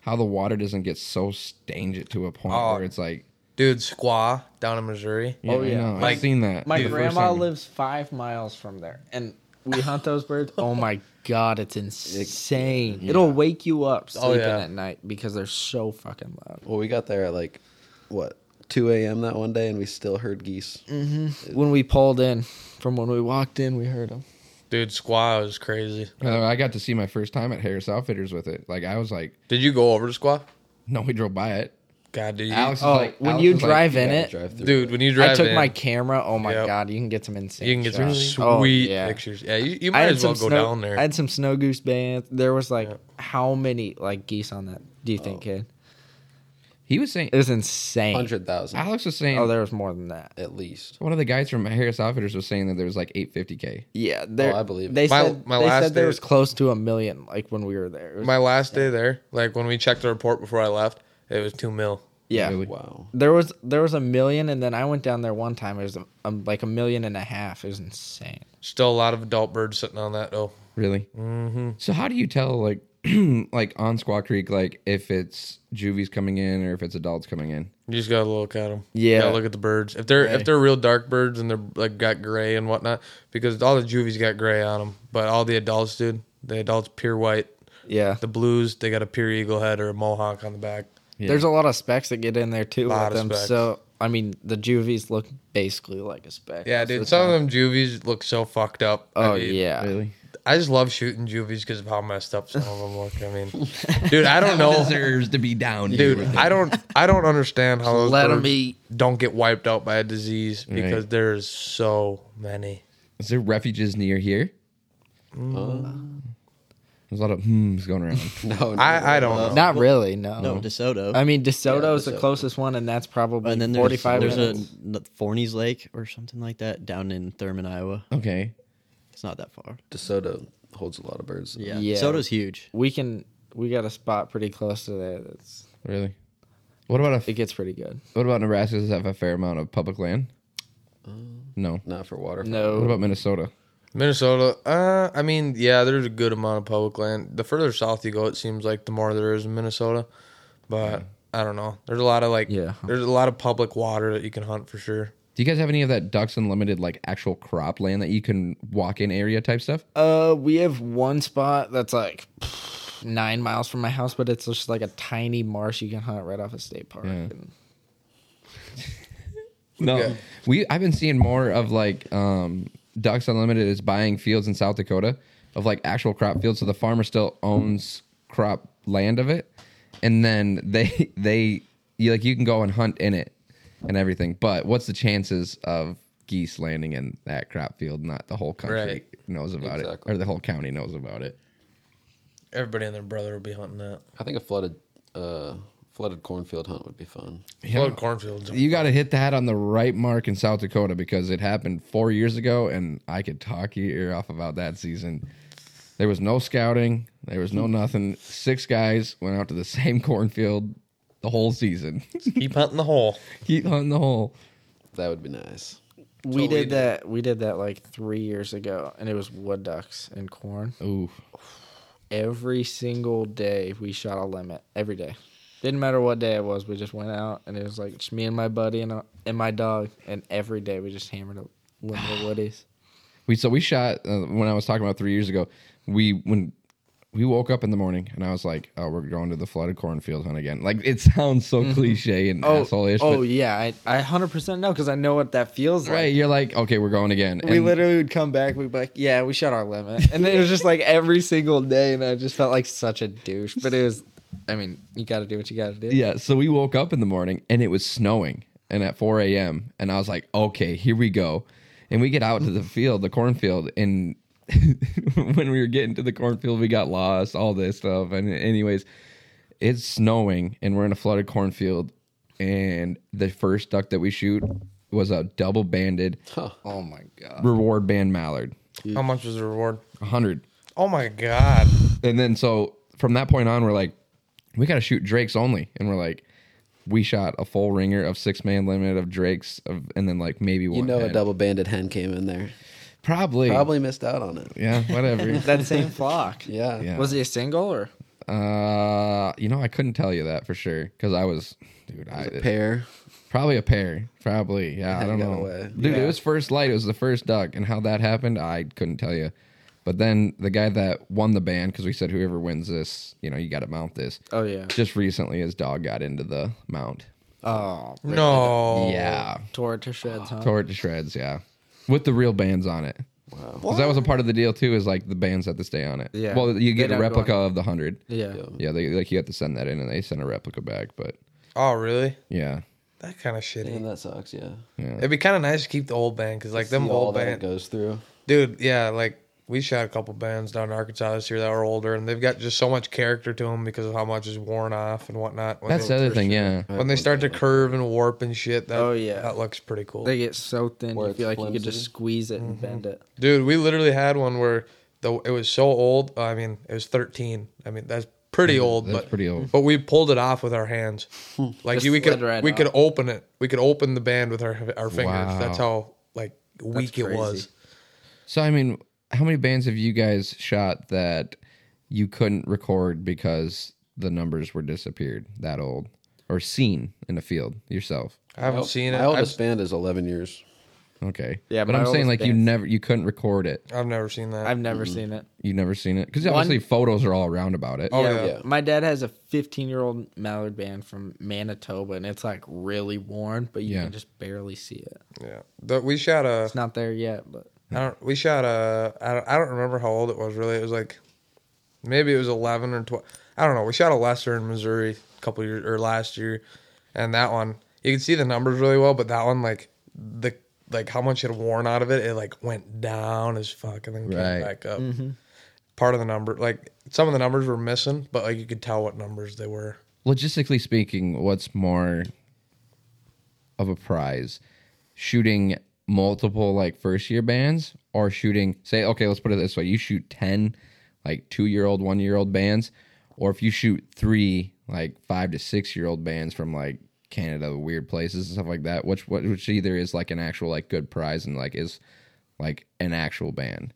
Speaker 1: how the water doesn't get so stained it to a point
Speaker 3: Oh.
Speaker 1: where it's like,
Speaker 3: Dude, squaw down in Missouri.
Speaker 1: yeah, oh yeah,
Speaker 3: Like,
Speaker 1: I've seen that.
Speaker 4: My
Speaker 1: The first
Speaker 4: grandma
Speaker 1: time.
Speaker 4: lives five miles from there, and we hunt those birds. *laughs* Oh my god, it's insane! It, will wake you up sleeping
Speaker 3: yeah.
Speaker 4: at night because they're so fucking loud.
Speaker 5: Well, we got there at like what 2 a.m. that one day, and we still heard geese.
Speaker 4: When we pulled in, from when we walked in, we heard them.
Speaker 3: Dude, squaw is crazy.
Speaker 1: Uh, I got to see my first time at Harris Outfitters with it. Like I was like,
Speaker 3: Did you go over to squaw?
Speaker 1: no, we drove by it.
Speaker 3: God, did you?
Speaker 1: Alex is
Speaker 4: Oh,
Speaker 1: like,
Speaker 4: when
Speaker 1: Alex
Speaker 4: you
Speaker 1: was like,
Speaker 4: drive in
Speaker 5: Yeah,
Speaker 4: it,
Speaker 5: drive through.
Speaker 3: Dude, when you drive
Speaker 4: I took
Speaker 3: in,
Speaker 4: my camera. Oh my
Speaker 3: Yep.
Speaker 4: god, you can get some insane.
Speaker 3: you can get some
Speaker 4: shots.
Speaker 3: sweet
Speaker 4: Oh, yeah.
Speaker 3: pictures. Yeah, you, you
Speaker 4: I
Speaker 3: might
Speaker 4: had
Speaker 3: as well go
Speaker 4: some snow-
Speaker 3: down there.
Speaker 4: I had some snow goose bands. There was like how many like geese on that? Do you
Speaker 3: Oh.
Speaker 4: think, kid?
Speaker 1: He was saying,
Speaker 4: It was insane.
Speaker 5: Hundred thousand
Speaker 1: Alex was saying,
Speaker 4: Oh, there was more than that.
Speaker 5: at least.
Speaker 1: one of the guys from Harris Outfitters was saying that there was like 850k.
Speaker 3: Oh,
Speaker 4: Yeah, there.
Speaker 5: I believe it.
Speaker 4: they
Speaker 3: My-
Speaker 4: said
Speaker 3: my
Speaker 4: they
Speaker 3: last
Speaker 4: said there
Speaker 3: day-
Speaker 4: was close to a million. Like when we were there, It was-
Speaker 3: my last day there, like when we checked the report before I left, it was two mil.
Speaker 4: yeah,
Speaker 1: Really?
Speaker 5: Wow.
Speaker 4: there was there was a million, and then I went down there one time. It was a, um like a million and a half. It was insane.
Speaker 3: Still a lot of adult birds sitting on that though.
Speaker 1: Really? Mm-hmm. So how do you tell like, *clears throat* like on Squaw Creek, like if it's juvies coming in or if it's adults coming in?
Speaker 3: You just gotta look at them.
Speaker 4: Yeah.
Speaker 3: gotta look at the birds. If they're if they're real dark birds and they're like got gray and whatnot, because all the juvies got gray on them, but all the adults, dude, the adults pure white.
Speaker 4: Yeah.
Speaker 3: The blues, they got a pure eagle head or a mohawk on the back.
Speaker 1: Yeah.
Speaker 4: there's a lot of specs that get in there too
Speaker 3: Lot
Speaker 4: with
Speaker 3: of
Speaker 4: them.
Speaker 3: specs.
Speaker 4: So I mean, the juvies look basically like a spec.
Speaker 3: Yeah,
Speaker 4: most
Speaker 3: dude.
Speaker 4: the
Speaker 3: Some of
Speaker 4: time.
Speaker 3: them juvies look so fucked up. I
Speaker 4: Oh
Speaker 3: mean,
Speaker 4: yeah.
Speaker 1: Really?
Speaker 3: I just love shooting juvies because of how messed up some of them look. I
Speaker 4: *laughs*
Speaker 3: mean, dude, I don't know.
Speaker 1: Deserves to be down,
Speaker 3: *laughs* dude i don't i don't understand how those
Speaker 4: let 'em
Speaker 3: birds
Speaker 4: eat.
Speaker 3: don't get wiped out by a disease because
Speaker 1: Right.
Speaker 3: there's so many
Speaker 1: Is there refuges near here? There's a lot of hmms going around.
Speaker 5: No, no
Speaker 3: i i don't know
Speaker 4: Not really. No.
Speaker 2: No, DeSoto.
Speaker 4: I mean, DeSoto
Speaker 5: Yeah,
Speaker 4: is the
Speaker 5: DeSoto.
Speaker 4: closest one, and that's probably
Speaker 2: and then there's,
Speaker 4: 45
Speaker 2: there's a
Speaker 4: minutes.
Speaker 2: n- Forney's Lake or something like that down in Thurman, Iowa.
Speaker 1: okay.
Speaker 2: It's not that far.
Speaker 5: DeSoto holds a lot of birds.
Speaker 2: Yeah,
Speaker 4: Yeah.
Speaker 2: DeSoto's huge.
Speaker 4: we can we got a spot pretty close to there that's
Speaker 1: Really? What about
Speaker 4: it
Speaker 1: a,
Speaker 4: gets pretty good
Speaker 1: what about Nebraska? Does that have a fair amount of public land? No.
Speaker 5: Not for water.
Speaker 1: What
Speaker 4: no
Speaker 1: about Minnesota?
Speaker 3: minnesota uh i mean yeah there's a good amount of public land the further south you go it seems like the more there is in minnesota but
Speaker 5: Hmm.
Speaker 3: i don't know there's a lot of like
Speaker 4: Yeah.
Speaker 3: there's a lot of public water that you can hunt for sure
Speaker 1: Do you guys have any of that Ducks Unlimited like actual crop land that you can walk in area type stuff?
Speaker 4: uh we have one spot that's like nine miles from my house but it's just like a tiny marsh you can hunt right off a state park And
Speaker 1: No. We I've been seeing more of like um Ducks Unlimited is buying fields in South Dakota of like actual crop fields so the farmer still owns crop land of it and then they *laughs* they you like you can go and hunt in it and everything. But what's the chances of geese landing in that crop field not the whole country
Speaker 3: Right.
Speaker 1: knows about
Speaker 5: Exactly.
Speaker 1: it or the whole county knows about it.
Speaker 3: everybody and their brother will be hunting that
Speaker 5: I think a flooded uh, flooded cornfield hunt would be fun.
Speaker 3: Well, cornfields
Speaker 1: You got to hit that on the right mark in South Dakota because it happened four years ago, and I could talk your ear off about that season. There was no scouting, there was no nothing. Six guys went out to the *laughs* same cornfield the whole season. *laughs*
Speaker 3: keep hunting the hole
Speaker 1: Keep hunting the hole.
Speaker 5: That would be nice.
Speaker 4: we did that we did that like three years ago and it was wood ducks and corn
Speaker 1: Ooh,
Speaker 4: every single day we shot a limit every day didn't matter what day it was we just went out and it was like just me and my buddy and, uh, and my dog and every day we just hammered a limit of woodies
Speaker 1: we so we shot uh, when I was talking about three years ago. We when we woke up in the morning and I was like, "Oh, we're going to the flooded cornfield hunt again." Like it sounds so cliche and
Speaker 4: Mm-hmm.
Speaker 1: *sighs*
Speaker 4: Oh,
Speaker 1: asshole-ish,
Speaker 4: oh
Speaker 1: but
Speaker 4: yeah, I, I 100% know because I know what that feels
Speaker 1: right,
Speaker 4: like.
Speaker 1: you're like, "Okay, we're going again."
Speaker 4: we
Speaker 1: And-
Speaker 4: literally would come back, we'd be like,
Speaker 1: *laughs*
Speaker 4: yeah, we shot our limit. And then it was just like every single day, and I just felt like such a douche. But it was I mean, you got to do what you got to do.
Speaker 1: Yeah, so we woke up in the morning and it was snowing and at 4 a.m. And I was like, okay, here we go. And we get out to the field, the cornfield, and *laughs* when we were getting to the cornfield, we got lost, all this stuff. And anyways, it's snowing and we're in a flooded cornfield. And the first duck that we shoot was a double banded
Speaker 4: Oh my god.
Speaker 1: reward band mallard.
Speaker 3: How much was the reward?
Speaker 1: 100.
Speaker 3: Oh my god!
Speaker 1: and then so from that point on, we're like, we got to shoot drakes only, and we're like, we shot a full ringer of six man limit of drakes, of, and then like maybe one.
Speaker 5: You know, a
Speaker 1: head.
Speaker 5: double banded hen came in there.
Speaker 1: probably,
Speaker 5: Probably missed out on it.
Speaker 1: yeah,
Speaker 5: *laughs*
Speaker 1: whatever.
Speaker 4: That same flock.
Speaker 5: Yeah.
Speaker 1: Yeah.
Speaker 4: Was he a single or?
Speaker 1: uh, you know, I couldn't tell you that for sure because I was, dude, I
Speaker 5: Pair.
Speaker 1: probably a pair, probably, yeah, I don't
Speaker 5: got
Speaker 1: know,
Speaker 5: away.
Speaker 1: dude. It was first light, it was the first duck, and how that happened, I couldn't tell you. But then the guy that won the band, because we said whoever wins this, you know, you got to mount this.
Speaker 4: Oh yeah.
Speaker 1: Just recently, his dog got into the mount.
Speaker 4: Oh.
Speaker 3: No.
Speaker 1: Yeah.
Speaker 4: Tore it to shreds, huh?
Speaker 1: Tore it to shreds, yeah. With the real bands on it. Wow. Because that was a part of the deal too, is like the bands have to stay on it.
Speaker 4: Yeah.
Speaker 1: Well, you get
Speaker 4: They
Speaker 1: a
Speaker 4: don't go
Speaker 1: replica of the hundred.
Speaker 4: Yeah.
Speaker 1: Yeah, they like you have to send that in and they send a replica back, but
Speaker 3: Oh really?
Speaker 1: yeah.
Speaker 3: That kind of shitty.
Speaker 5: And that sucks. Yeah.
Speaker 3: It'd be kind of nice to keep the old band because like them
Speaker 5: See all
Speaker 3: old
Speaker 5: that it
Speaker 3: band,
Speaker 5: goes through.
Speaker 3: dude. Yeah, like we shot a couple bands down in Arkansas this year that were older, and they've got just so much character to them because of how much is worn off and whatnot. When
Speaker 1: That's
Speaker 3: they-
Speaker 1: the other thing, yeah.
Speaker 3: When they start to curve and warp and shit, that,
Speaker 4: Oh, yeah.
Speaker 3: that looks pretty cool.
Speaker 4: They get so thin.
Speaker 5: Where
Speaker 4: You feel like
Speaker 5: it's
Speaker 4: you could just
Speaker 5: flimsy. Mm-hmm.
Speaker 4: squeeze it and bend it.
Speaker 3: Dude, we literally had one where the it was so old. I mean, it was 13. I mean, that's pretty old,
Speaker 1: that's
Speaker 3: but
Speaker 1: pretty old.
Speaker 3: But we pulled it off with our hands. Like
Speaker 4: *laughs* Just
Speaker 3: you, we could
Speaker 4: slid right
Speaker 3: we
Speaker 4: off.
Speaker 3: could open it. We could open the band with our our fingers.
Speaker 1: Wow.
Speaker 3: That's how like weak it
Speaker 4: crazy.
Speaker 3: was.
Speaker 1: So I mean, how many bands have you guys shot that you couldn't record because the numbers were disappeared that old? Or seen in the field yourself.
Speaker 3: I haven't
Speaker 5: Nope.
Speaker 3: seen it.
Speaker 5: My
Speaker 3: I've,
Speaker 5: oldest band is 11 years.
Speaker 1: Okay.
Speaker 4: Yeah,
Speaker 1: But
Speaker 4: my
Speaker 1: I'm saying
Speaker 4: oldest
Speaker 1: like you
Speaker 4: band's-
Speaker 1: never you couldn't record it.
Speaker 3: I've never seen that.
Speaker 4: I've never seen it.
Speaker 1: You've never seen it. Because
Speaker 4: One-
Speaker 1: obviously photos are all around about it.
Speaker 3: Oh,
Speaker 4: yeah.
Speaker 5: yeah.
Speaker 4: My dad has a 15 year old mallard band from Manitoba, and it's like really worn, but you
Speaker 1: Yeah.
Speaker 4: can just barely see it.
Speaker 3: yeah, The- we shot a.
Speaker 4: It's not there yet, but
Speaker 3: I don't. We shot a. I don't, I don't remember how old it was. Really, it was like maybe it was eleven or twelve. I don't know. We shot a lesser in Missouri a couple years or last year, and that one you can see the numbers really well, but that one like the like how much it had worn out of it, it like went down as fuck and then came
Speaker 1: Right.
Speaker 3: back up. Part of the number, like some of the numbers were missing, but like you could tell what numbers they were.
Speaker 1: logistically speaking, what's more of a prize? Shooting multiple like first year bands or shooting say, okay, let's put it this way. You shoot ten like two year old, one year old bands, or if you shoot three like five to six year old bands from like Canada, weird places and stuff like that, which what which either is like an actual like good prize and like is like an actual band.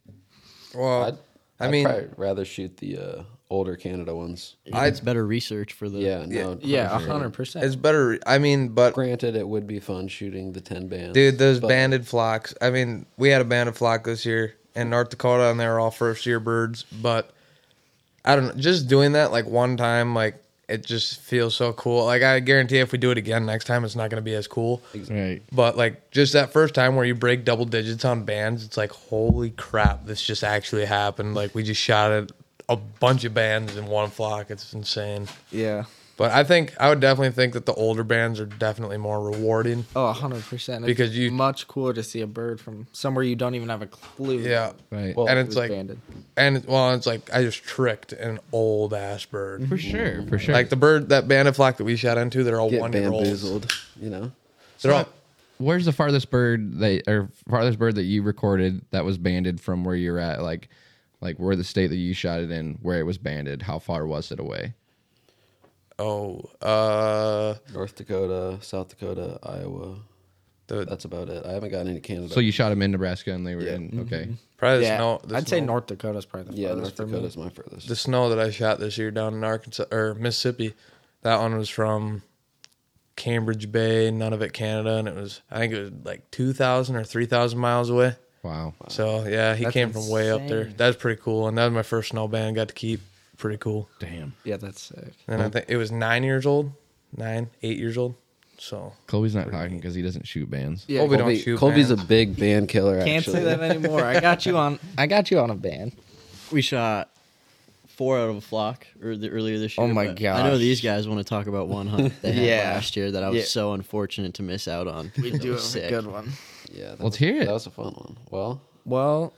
Speaker 3: Well,
Speaker 5: I'd,
Speaker 3: I
Speaker 5: I'd
Speaker 3: mean-
Speaker 5: probably rather shoot the uh, older Canada ones.
Speaker 2: it's better research for the
Speaker 5: Yeah, no,
Speaker 4: yeah,
Speaker 5: for sure.
Speaker 4: 100%.
Speaker 3: it's better. I mean, but
Speaker 5: Granted, it would be fun shooting the ten bands,
Speaker 3: Dude, those
Speaker 5: but
Speaker 3: banded flocks. I mean, we had a banded flock this year in North Dakota, and they were all first year birds. But I don't know, just doing that like one time, like it just feels so cool. Like I guarantee, if we do it again next time, it's not going to be as cool.
Speaker 1: Right.
Speaker 3: But like just that first time where you break double digits on bands, it's like holy crap, this just actually happened. Like we just shot at a bunch of bands in one flock. It's insane.
Speaker 4: yeah.
Speaker 3: But I think I would definitely think that the older bands are definitely more rewarding.
Speaker 4: Oh, 100%. It's
Speaker 3: Because you-
Speaker 4: much cooler to see a bird from somewhere you don't even have a clue.
Speaker 3: Yeah.
Speaker 1: Right.
Speaker 5: Well,
Speaker 3: and
Speaker 4: it
Speaker 3: it's
Speaker 4: was
Speaker 3: like
Speaker 4: banded.
Speaker 3: and well, it's like I just tricked an old ass bird.
Speaker 4: Mm-hmm.
Speaker 1: for sure. For sure.
Speaker 3: Like the bird, that bandit flock that we shot into, they're all
Speaker 5: get
Speaker 3: one year olds.
Speaker 5: bamboozled. You know,
Speaker 3: They're all
Speaker 1: Where's the farthest bird that or farthest bird that you recorded that was banded from where you're at? Like, like where the state that you shot it in, where it was banded. How far was it away?
Speaker 3: oh, uh,
Speaker 5: North Dakota, South Dakota, Iowa.
Speaker 3: the,
Speaker 5: That's about it. I haven't gotten into Canada.
Speaker 1: So you shot them in Nebraska and they were
Speaker 4: Mm-hmm.
Speaker 1: in. Okay,
Speaker 3: probably
Speaker 4: Yeah,
Speaker 3: the snow. The
Speaker 4: I'd say
Speaker 3: snow-
Speaker 4: North Dakota's probably the
Speaker 5: yeah, North
Speaker 4: farthest for
Speaker 5: Dakota's
Speaker 4: me.
Speaker 5: my furthest.
Speaker 3: The snow that I shot this year down in Arkansas or Mississippi, that one was from Cambridge Bay, none of it Canada, and it was I think it was like two thousand or three thousand miles away.
Speaker 1: wow.
Speaker 3: So yeah, he
Speaker 4: That's
Speaker 3: came from way up there.
Speaker 4: insane.
Speaker 3: That's pretty cool, and that was my first snow band. Got to keep pretty cool.
Speaker 1: Damn,
Speaker 4: Yeah, that's sick.
Speaker 3: And I think it was nine years old, nine, eight years old. So
Speaker 1: Colby's not talking because he doesn't shoot bands.
Speaker 4: Yeah,
Speaker 3: Colby don't
Speaker 5: Colby,
Speaker 3: shoot. *laughs*
Speaker 5: Colby's
Speaker 3: man.
Speaker 5: a big band killer.
Speaker 4: Can't
Speaker 5: actually.
Speaker 4: *laughs* say that anymore. I got you on. I got you on a band.
Speaker 2: we shot four out of a flock or the, earlier this year.
Speaker 4: Oh my
Speaker 2: but I know
Speaker 4: gosh.
Speaker 2: these guys want to talk about one hunt they had
Speaker 4: Yeah.
Speaker 2: last year that I was
Speaker 4: Yeah.
Speaker 2: so unfortunate to miss out on. *laughs*
Speaker 4: We
Speaker 2: That
Speaker 4: do
Speaker 2: was
Speaker 4: have a
Speaker 2: sick.
Speaker 4: good one.
Speaker 5: Yeah, that
Speaker 1: Let's
Speaker 5: was-
Speaker 1: hear it.
Speaker 5: That was a fun one. Well,
Speaker 4: Well,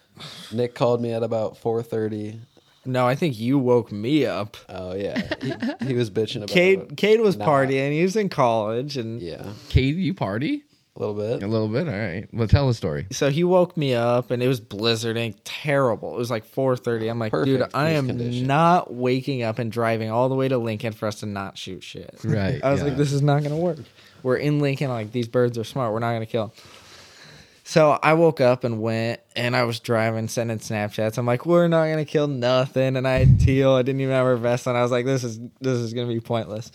Speaker 5: Nick called me at about four thirty.
Speaker 4: no, I think you woke me up.
Speaker 5: Oh yeah, he, he was bitching about.
Speaker 4: Cade, Cade was
Speaker 5: Nah.
Speaker 4: partying. He was in college, and
Speaker 5: Yeah,
Speaker 1: Cade, you party
Speaker 5: a little
Speaker 1: a
Speaker 5: bit.
Speaker 1: little bit. All right. Well, tell the story.
Speaker 4: so he woke me up, and it was blizzarding, terrible. It was like four thirty. I'm like, dude,
Speaker 5: Perfect
Speaker 4: I
Speaker 5: for this
Speaker 4: am
Speaker 5: condition.
Speaker 4: not waking up and driving all the way to Lincoln for us to not shoot shit.
Speaker 1: Right.
Speaker 4: *laughs* I was
Speaker 1: yeah.
Speaker 4: like, this is not going to work. We're in Lincoln. Like, these birds are smart. We're not going to kill 'em. So I woke up and went, and I was driving, sending Snapchats. I'm like, we're not going to kill nothing. And I had teal. I didn't even have her vest on. I was like, this is this is going to be pointless.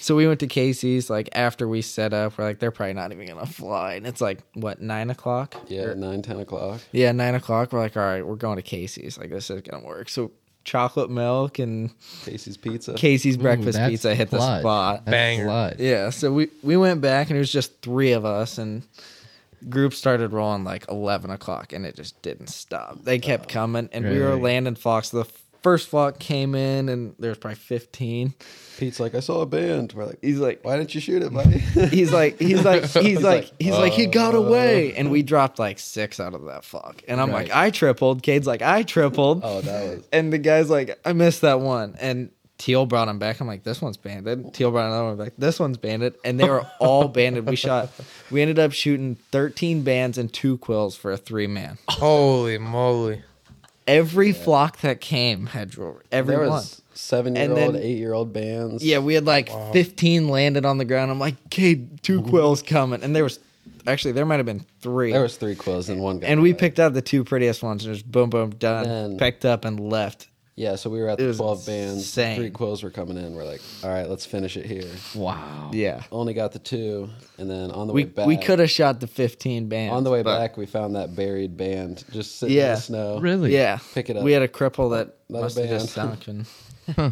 Speaker 4: So we went to Casey's. Like, after we set up, we're like, they're probably not even going to fly. And it's like, what, nine o'clock?
Speaker 5: Yeah, nine ten o'clock.
Speaker 4: Yeah, nine o'clock. We're like, all right, we're going to Casey's. Like, this is going to work. So chocolate milk and
Speaker 5: Casey's Pizza.
Speaker 4: Casey's breakfast
Speaker 1: that's
Speaker 4: pizza hit the
Speaker 1: clutch.
Speaker 4: spot.
Speaker 1: That's
Speaker 3: Banger.
Speaker 1: blood.
Speaker 4: Yeah, so we we went back and it was just three of us and group started rolling like eleven o'clock and it just didn't stop. They kept coming and we
Speaker 1: Right,
Speaker 4: were
Speaker 1: right.
Speaker 4: landing flocks. The first flock came in and there was probably fifteen.
Speaker 5: Pete's like, I saw a band. We're like,
Speaker 4: He's like
Speaker 5: why didn't you
Speaker 4: *laughs*
Speaker 5: shoot it, buddy?
Speaker 4: he's like he's like he's like he's like he got
Speaker 5: "Oh."
Speaker 4: away and we dropped like six out of that flock. And I'm like, I tripled. Cade's like, I tripled.
Speaker 5: oh, that was.
Speaker 4: And the guy's like, I missed that one. And Teal brought him back. I'm like, this one's banded. Teal brought another one back. This one's banded. And they were
Speaker 5: *laughs*
Speaker 4: all banded. We shot, we ended up shooting 13 bands and two quills for a three man.
Speaker 3: Holy moly.
Speaker 4: Every flock that came had jewelry. Every
Speaker 5: *laughs* There
Speaker 4: one.
Speaker 5: was seven year
Speaker 4: And
Speaker 5: old,
Speaker 4: then-
Speaker 5: eight year old bands.
Speaker 4: Yeah, we had like 15 landed on the ground. I'm like, okay, two quills coming. And there was, actually, there might have been three.
Speaker 5: there was three quills and one guy.
Speaker 4: and we
Speaker 5: died.
Speaker 4: picked out the two prettiest ones and just boom, boom, done.
Speaker 5: Then-
Speaker 4: picked up and left.
Speaker 5: Yeah, so we were at
Speaker 4: It
Speaker 5: the
Speaker 4: was
Speaker 5: twelve bands. the Three
Speaker 4: insane.
Speaker 5: quills were coming in. We're like, all right, let's finish it here.
Speaker 1: Wow.
Speaker 4: Yeah.
Speaker 5: Only got Oh, the two, and then on the
Speaker 4: We,
Speaker 5: way back,
Speaker 4: we could have shot the 15 bands.
Speaker 5: On the way
Speaker 4: but-
Speaker 5: back, we found that buried band just sitting in
Speaker 4: Yeah.
Speaker 5: the snow.
Speaker 1: Really?
Speaker 4: Yeah.
Speaker 5: Pick it up.
Speaker 4: We had a cripple that
Speaker 5: Not a
Speaker 4: must have just
Speaker 5: band.
Speaker 4: sunk.
Speaker 5: *laughs*
Speaker 4: And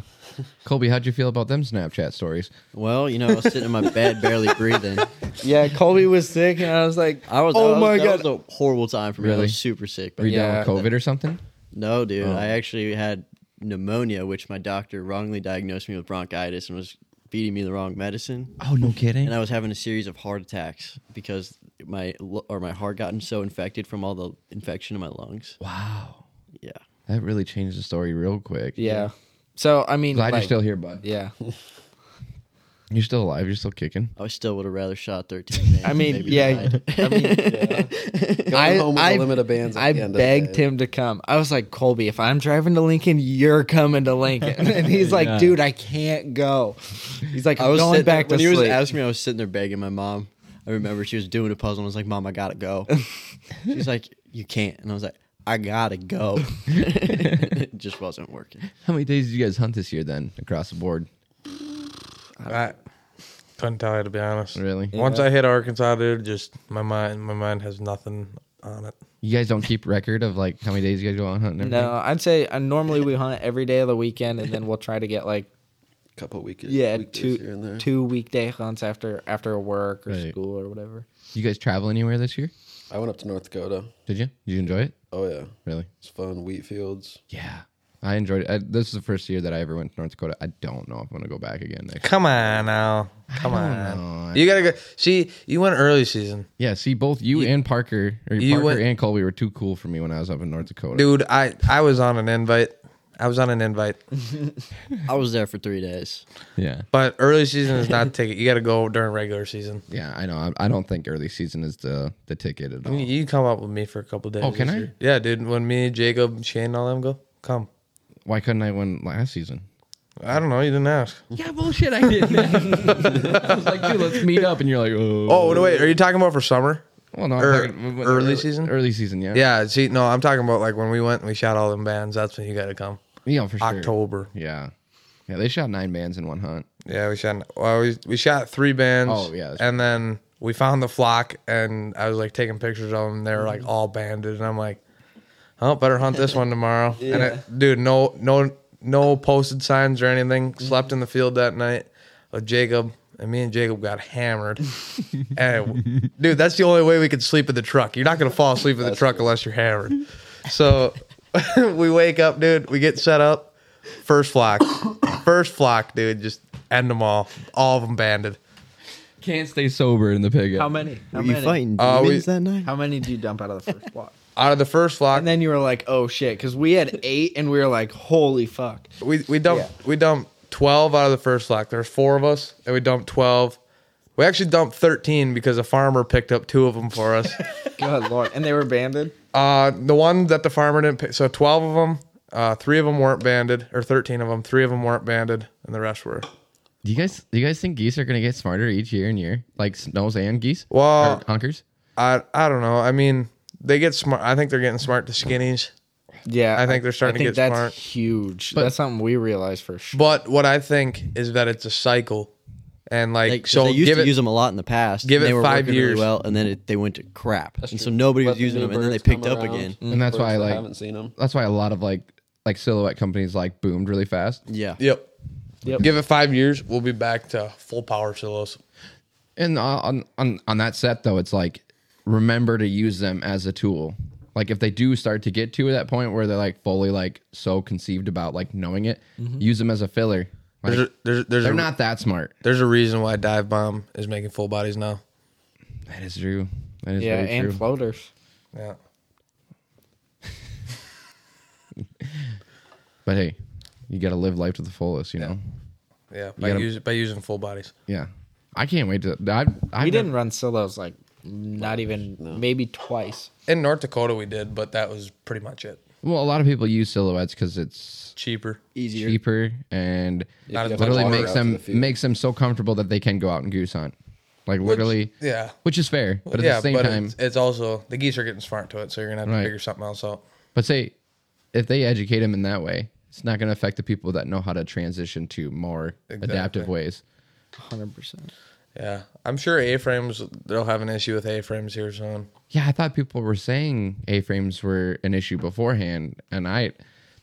Speaker 1: Colby, how'd you feel about them Snapchat stories?
Speaker 2: Well, you know, I was sitting in my bed,
Speaker 4: *laughs*
Speaker 2: barely breathing.
Speaker 4: yeah, Colby was sick, and I was like,
Speaker 2: I was.
Speaker 4: Oh
Speaker 2: that was-
Speaker 4: my
Speaker 2: that
Speaker 4: God.
Speaker 2: was a horrible time for me. I
Speaker 1: Really?
Speaker 2: was super sick.
Speaker 1: Were
Speaker 2: But
Speaker 1: you
Speaker 2: yeah,
Speaker 1: down with COVID or something?
Speaker 2: no, dude,
Speaker 4: Oh.
Speaker 2: I actually had pneumonia, which my doctor wrongly diagnosed me with bronchitis and was feeding me the wrong medicine.
Speaker 1: Oh, no kidding.
Speaker 2: and I was having a series of heart attacks because my l- or my heart gotten so infected from all the infection in my lungs.
Speaker 1: wow.
Speaker 2: Yeah,
Speaker 1: That really changed the story real quick.
Speaker 4: yeah. So I mean,
Speaker 1: Glad
Speaker 4: like-
Speaker 1: you're still here, bud.
Speaker 4: Yeah,
Speaker 1: You're still alive. You're still kicking.
Speaker 2: I still would have rather shot thirteen. bands
Speaker 5: *laughs*
Speaker 4: I
Speaker 2: and
Speaker 4: mean,
Speaker 2: maybe
Speaker 4: yeah. *laughs*
Speaker 2: died.
Speaker 4: I mean,
Speaker 5: Going
Speaker 4: I-
Speaker 5: home with
Speaker 4: I-
Speaker 5: a limit of bands. At
Speaker 4: I
Speaker 5: the end of
Speaker 4: begged
Speaker 5: the day.
Speaker 4: him to come. I was like, Colby, if I'm driving to Lincoln, you're coming to Lincoln. *laughs*
Speaker 5: *laughs*
Speaker 4: And he's like,
Speaker 1: Yeah.
Speaker 4: dude, I can't go. He's like,
Speaker 2: I
Speaker 4: I'm
Speaker 2: was
Speaker 4: going
Speaker 2: sitting-
Speaker 4: back to
Speaker 2: when he was
Speaker 4: sleep.
Speaker 2: asking me. I was sitting there begging my mom. I remember she was doing a puzzle. and I was like, "Mom, I gotta go." She's like, "You can't," and I was like, "I gotta go." *laughs* it just wasn't working.
Speaker 1: How many days did you guys hunt this year then across the board?
Speaker 4: Uh,
Speaker 3: I couldn't tell you to be honest.
Speaker 1: Really?
Speaker 3: Once I hit Arkansas, dude, just my mind my mind has nothing on it.
Speaker 1: You guys don't keep record of like how many days you guys go on hunting? and
Speaker 4: no, I'd say uh, normally we hunt every day of the weekend, and then we'll try to
Speaker 5: *laughs*
Speaker 4: get like
Speaker 5: couple weeks.
Speaker 4: yeah
Speaker 5: two here and there.
Speaker 4: two two weekday hunts after after work or
Speaker 1: Right.
Speaker 4: school or whatever.
Speaker 1: everything? You guys travel anywhere this year?
Speaker 5: I went up to North Dakota.
Speaker 1: Did you? Did you enjoy it?
Speaker 5: Oh yeah,
Speaker 1: Really?
Speaker 5: it's fun. Wheat fields.
Speaker 1: Yeah. I enjoyed it. I, this is the first year that I ever went to North Dakota. I don't know if I'm going to go back again next
Speaker 3: Come on now. Come
Speaker 1: know.
Speaker 3: on.
Speaker 1: I-
Speaker 3: You gotta go see, you went early season.
Speaker 1: Yeah, see, both you, and Parker, or
Speaker 3: you
Speaker 1: Parker
Speaker 3: went-
Speaker 1: and Colby were too cool for me when I was up in North Dakota.
Speaker 3: Dude, I, I was on an invite. I was on an invite.
Speaker 2: I was there for three days.
Speaker 1: Yeah,
Speaker 3: But early season is not ticket. You gotta go during regular season.
Speaker 1: yeah, I know. I, I don't think early season is the the ticket at
Speaker 3: You-
Speaker 1: all.
Speaker 3: You come up with me for a couple days.
Speaker 1: Oh, can
Speaker 3: this
Speaker 1: I?
Speaker 3: year. Yeah, dude. When me, Jacob, Shane, and all them go, come.
Speaker 1: Why couldn't I win last season?
Speaker 3: I don't know. You didn't ask.
Speaker 1: Yeah, bullshit, I didn't. I was like, dude, let's meet up, and you're like, oh,
Speaker 3: Oh no, wait. Are you talking about for summer?
Speaker 1: well, no, I'm
Speaker 3: er-
Speaker 1: talking- when- when-
Speaker 3: early season?
Speaker 1: early season, yeah,
Speaker 3: Yeah. See, no, I'm talking about like when we went and we shot all them bands. That's when you gotta come.
Speaker 1: yeah, for sure,
Speaker 3: October.
Speaker 1: yeah, yeah. They shot nine bands in one hunt.
Speaker 3: Yeah, we shot. Well, we, we shot three bands.
Speaker 1: Oh, yeah, that's-
Speaker 3: And then we found the flock, and I was like taking pictures of them. They were
Speaker 1: Mm-hmm.
Speaker 3: like all banded, and I'm like, oh, better hunt this one tomorrow.
Speaker 1: *laughs*
Speaker 3: And it, dude, no, no, no posted signs or anything.
Speaker 1: Mm-hmm.
Speaker 3: Slept in the field that night with Jacob. And me and Jacob got
Speaker 1: *laughs*
Speaker 3: hammered. and dude, that's the only way we could sleep in the truck. You're not gonna fall *laughs* asleep in the truck unless you're hammered. So we wake up, dude. We get set up. First flock, *coughs* first flock, dude. Just end them all. All of them banded.
Speaker 1: Can't stay sober in the pig.
Speaker 4: How many? How
Speaker 2: Were you
Speaker 4: many?
Speaker 2: fighting
Speaker 3: Uh, we-
Speaker 2: demons that night?
Speaker 4: How many do you dump out of the *laughs* first block?
Speaker 3: Out of the first flock,
Speaker 4: And then you were like, oh shit, because we had eight and we were like, holy fuck.
Speaker 3: we we dumped we dumped twelve out of the first flock. There's four of us, and we dumped twelve. We actually dumped thirteen because a farmer picked up two of them for us.
Speaker 4: Good lord. And they were banded?
Speaker 3: Uh, the one that the farmer didn't pick. So 12 of them, uh, three of them weren't banded, or 13 of them, three of them weren't banded, and the rest were.
Speaker 1: Do you guys do you guys think geese are gonna get smarter each year and year? Like snows and geese?
Speaker 3: Well-
Speaker 1: Or honkers?
Speaker 3: I, I don't know. I mean, they get smart. I think they're getting smart to skinnies.
Speaker 4: Yeah.
Speaker 3: I think they're starting to get
Speaker 4: that's
Speaker 3: smart.
Speaker 4: huge. that's something we realized for sure.
Speaker 3: But what I think is that it's a cycle. And like,
Speaker 2: Like, 'cause
Speaker 3: so
Speaker 2: they used
Speaker 3: give
Speaker 2: to
Speaker 3: it,
Speaker 2: use them a lot in the past.
Speaker 3: give
Speaker 2: and
Speaker 3: it
Speaker 2: they were
Speaker 3: five
Speaker 2: working really
Speaker 3: years.
Speaker 2: well, and then it, they went to crap, and so
Speaker 5: true.
Speaker 2: nobody was
Speaker 5: Let the
Speaker 2: using
Speaker 5: new
Speaker 2: them, and then they
Speaker 5: birds
Speaker 2: picked
Speaker 5: come
Speaker 2: up
Speaker 5: around.
Speaker 2: again.
Speaker 1: And that's why
Speaker 5: Birds that
Speaker 1: like
Speaker 5: haven't seen them.
Speaker 1: that's why a lot of like like silhouette companies like boomed really fast.
Speaker 2: Yeah,
Speaker 3: yep.
Speaker 4: Yep.
Speaker 3: Give it five years, we'll be back to full power silos.
Speaker 1: And on on on that set though, it's like remember to use them as a tool. Like if they do start to get to that point where they're like fully like so conceived about like knowing it,
Speaker 4: Mm-hmm.
Speaker 1: use them as a filler. Like,
Speaker 3: There's a, there's, there's,
Speaker 1: they're
Speaker 3: a,
Speaker 1: not that smart.
Speaker 3: there's a reason why Dive Bomb is making full bodies now.
Speaker 1: That is true. That is
Speaker 4: yeah,
Speaker 1: very
Speaker 4: and
Speaker 1: true.
Speaker 4: floaters.
Speaker 3: Yeah.
Speaker 1: but hey, you got to live life to the fullest, you know.
Speaker 3: Yeah. By,
Speaker 1: gotta-
Speaker 3: use, by using full bodies.
Speaker 1: Yeah, I can't wait to. I I
Speaker 4: We didn't run silos like not even maybe twice.
Speaker 3: In North Dakota, we did, but that was pretty much it.
Speaker 1: Well, a lot of people use silhouettes because it's
Speaker 3: Cheaper.
Speaker 2: easier.
Speaker 1: cheaper and
Speaker 5: If you have
Speaker 1: literally
Speaker 5: water
Speaker 1: makes
Speaker 5: out to
Speaker 1: them
Speaker 5: the field.
Speaker 1: makes them so comfortable that they can go out and goose hunt. Like literally,
Speaker 3: Yeah.
Speaker 1: which is fair, but at
Speaker 3: yeah,
Speaker 1: the same
Speaker 3: but
Speaker 1: time,
Speaker 3: It's, it's also the geese are getting smart to it, so you're gonna have
Speaker 1: Right.
Speaker 3: to figure something else out.
Speaker 1: but say if they educate them in that way, it's not going to affect the people that know how to transition to more adaptive
Speaker 3: Exactly.
Speaker 1: ways.
Speaker 4: 100%.
Speaker 3: Yeah, I'm sure A-frames they'll have an issue with A-frames here soon.
Speaker 1: Yeah, I thought people were saying A-frames were an issue beforehand, and I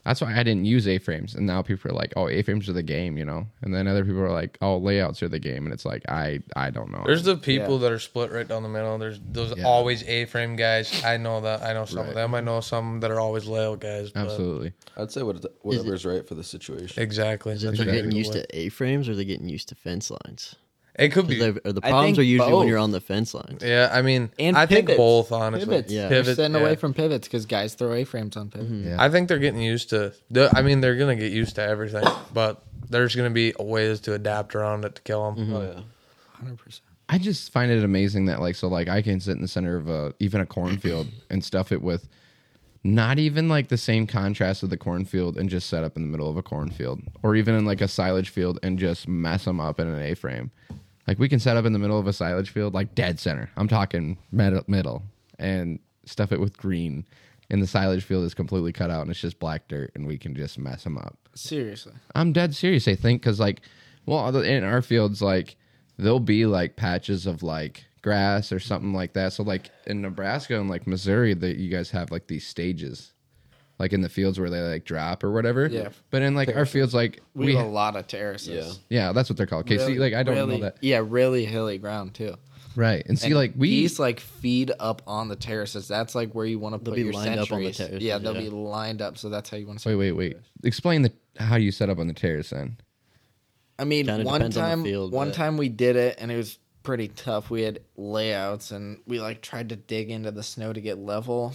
Speaker 1: that's why I didn't use A-frames. And now people are like, "Oh, A-frames are the game," you know. And then other people are like, "Oh, layouts are the game," and it's like, I I don't know.
Speaker 3: There's the people that are split right down the middle. There's those
Speaker 1: Yeah.
Speaker 3: always A-frame guys. I know that. I know some
Speaker 1: Right.
Speaker 3: of them. I know some that are always layout guys. but-
Speaker 1: Absolutely.
Speaker 5: I'd say what, whatever's right for the situation.
Speaker 3: Exactly.
Speaker 2: Is it
Speaker 3: That's
Speaker 2: they're getting
Speaker 3: exactly
Speaker 2: used
Speaker 3: what-
Speaker 2: to A frames, or they are getting used to fence lines?
Speaker 3: It could
Speaker 2: 'Cause
Speaker 3: be.
Speaker 2: they've- The
Speaker 4: I
Speaker 2: problems
Speaker 4: think
Speaker 2: are usually
Speaker 4: both.
Speaker 2: when you're on the fence lines.
Speaker 3: Yeah, I mean,
Speaker 4: And
Speaker 3: I think
Speaker 4: pivots.
Speaker 3: both honestly.
Speaker 4: Pivots.
Speaker 2: Yeah.
Speaker 4: They're
Speaker 3: Pivots,
Speaker 4: staying
Speaker 3: yeah.
Speaker 4: away from pivots because guys throw A-frames on pivots.
Speaker 1: Mm-hmm.
Speaker 3: I think they're getting used to. the- I mean, they're gonna get used to everything, but there's gonna be ways to adapt around it to kill them.
Speaker 1: Mm-hmm.
Speaker 5: Oh, yeah.
Speaker 4: 100%.
Speaker 1: I just find it amazing that like so like I can sit in the center of a even a cornfield and stuff it with not even like the same contrast of the cornfield and just set up in the middle of a cornfield or even in like a silage field and just mess them up in an A-frame. Like we can set up in the middle of a silage field like dead center. I'm talking middle, middle and stuff it with green and the silage field is completely cut out and it's just black dirt and we can just mess them up.
Speaker 4: Seriously.
Speaker 1: I'm dead serious. I think because like, well, other- in our fields, like there'll be like patches of like grass or something like that. So like in Nebraska and like Missouri, that you guys have like these stages, like in the fields where they like drop or whatever.
Speaker 4: Yeah.
Speaker 1: But in like our fields, like
Speaker 4: We,
Speaker 1: we,
Speaker 4: have a lot of terraces.
Speaker 1: yeah, that's what they're called. Okay, see, like I don't
Speaker 4: really,
Speaker 1: know that.
Speaker 4: Yeah, really hilly ground too.
Speaker 1: Right, and see, like we
Speaker 4: geese like feed up on the terraces. That's like where you want to put
Speaker 2: be
Speaker 4: your
Speaker 2: lined up on the
Speaker 4: sentries.
Speaker 2: terraces,
Speaker 4: yeah, they'll
Speaker 2: yeah.
Speaker 4: be lined up. So that's how you want to.
Speaker 1: wait, wait, wait. Explain the how you set up on the terrace then.
Speaker 4: I mean,
Speaker 2: Kinda
Speaker 4: one
Speaker 2: depends on the
Speaker 4: time,
Speaker 2: field,
Speaker 4: one
Speaker 2: but-
Speaker 4: time we did it, and it was pretty tough. We had layouts, and we like tried to dig into the snow to get level.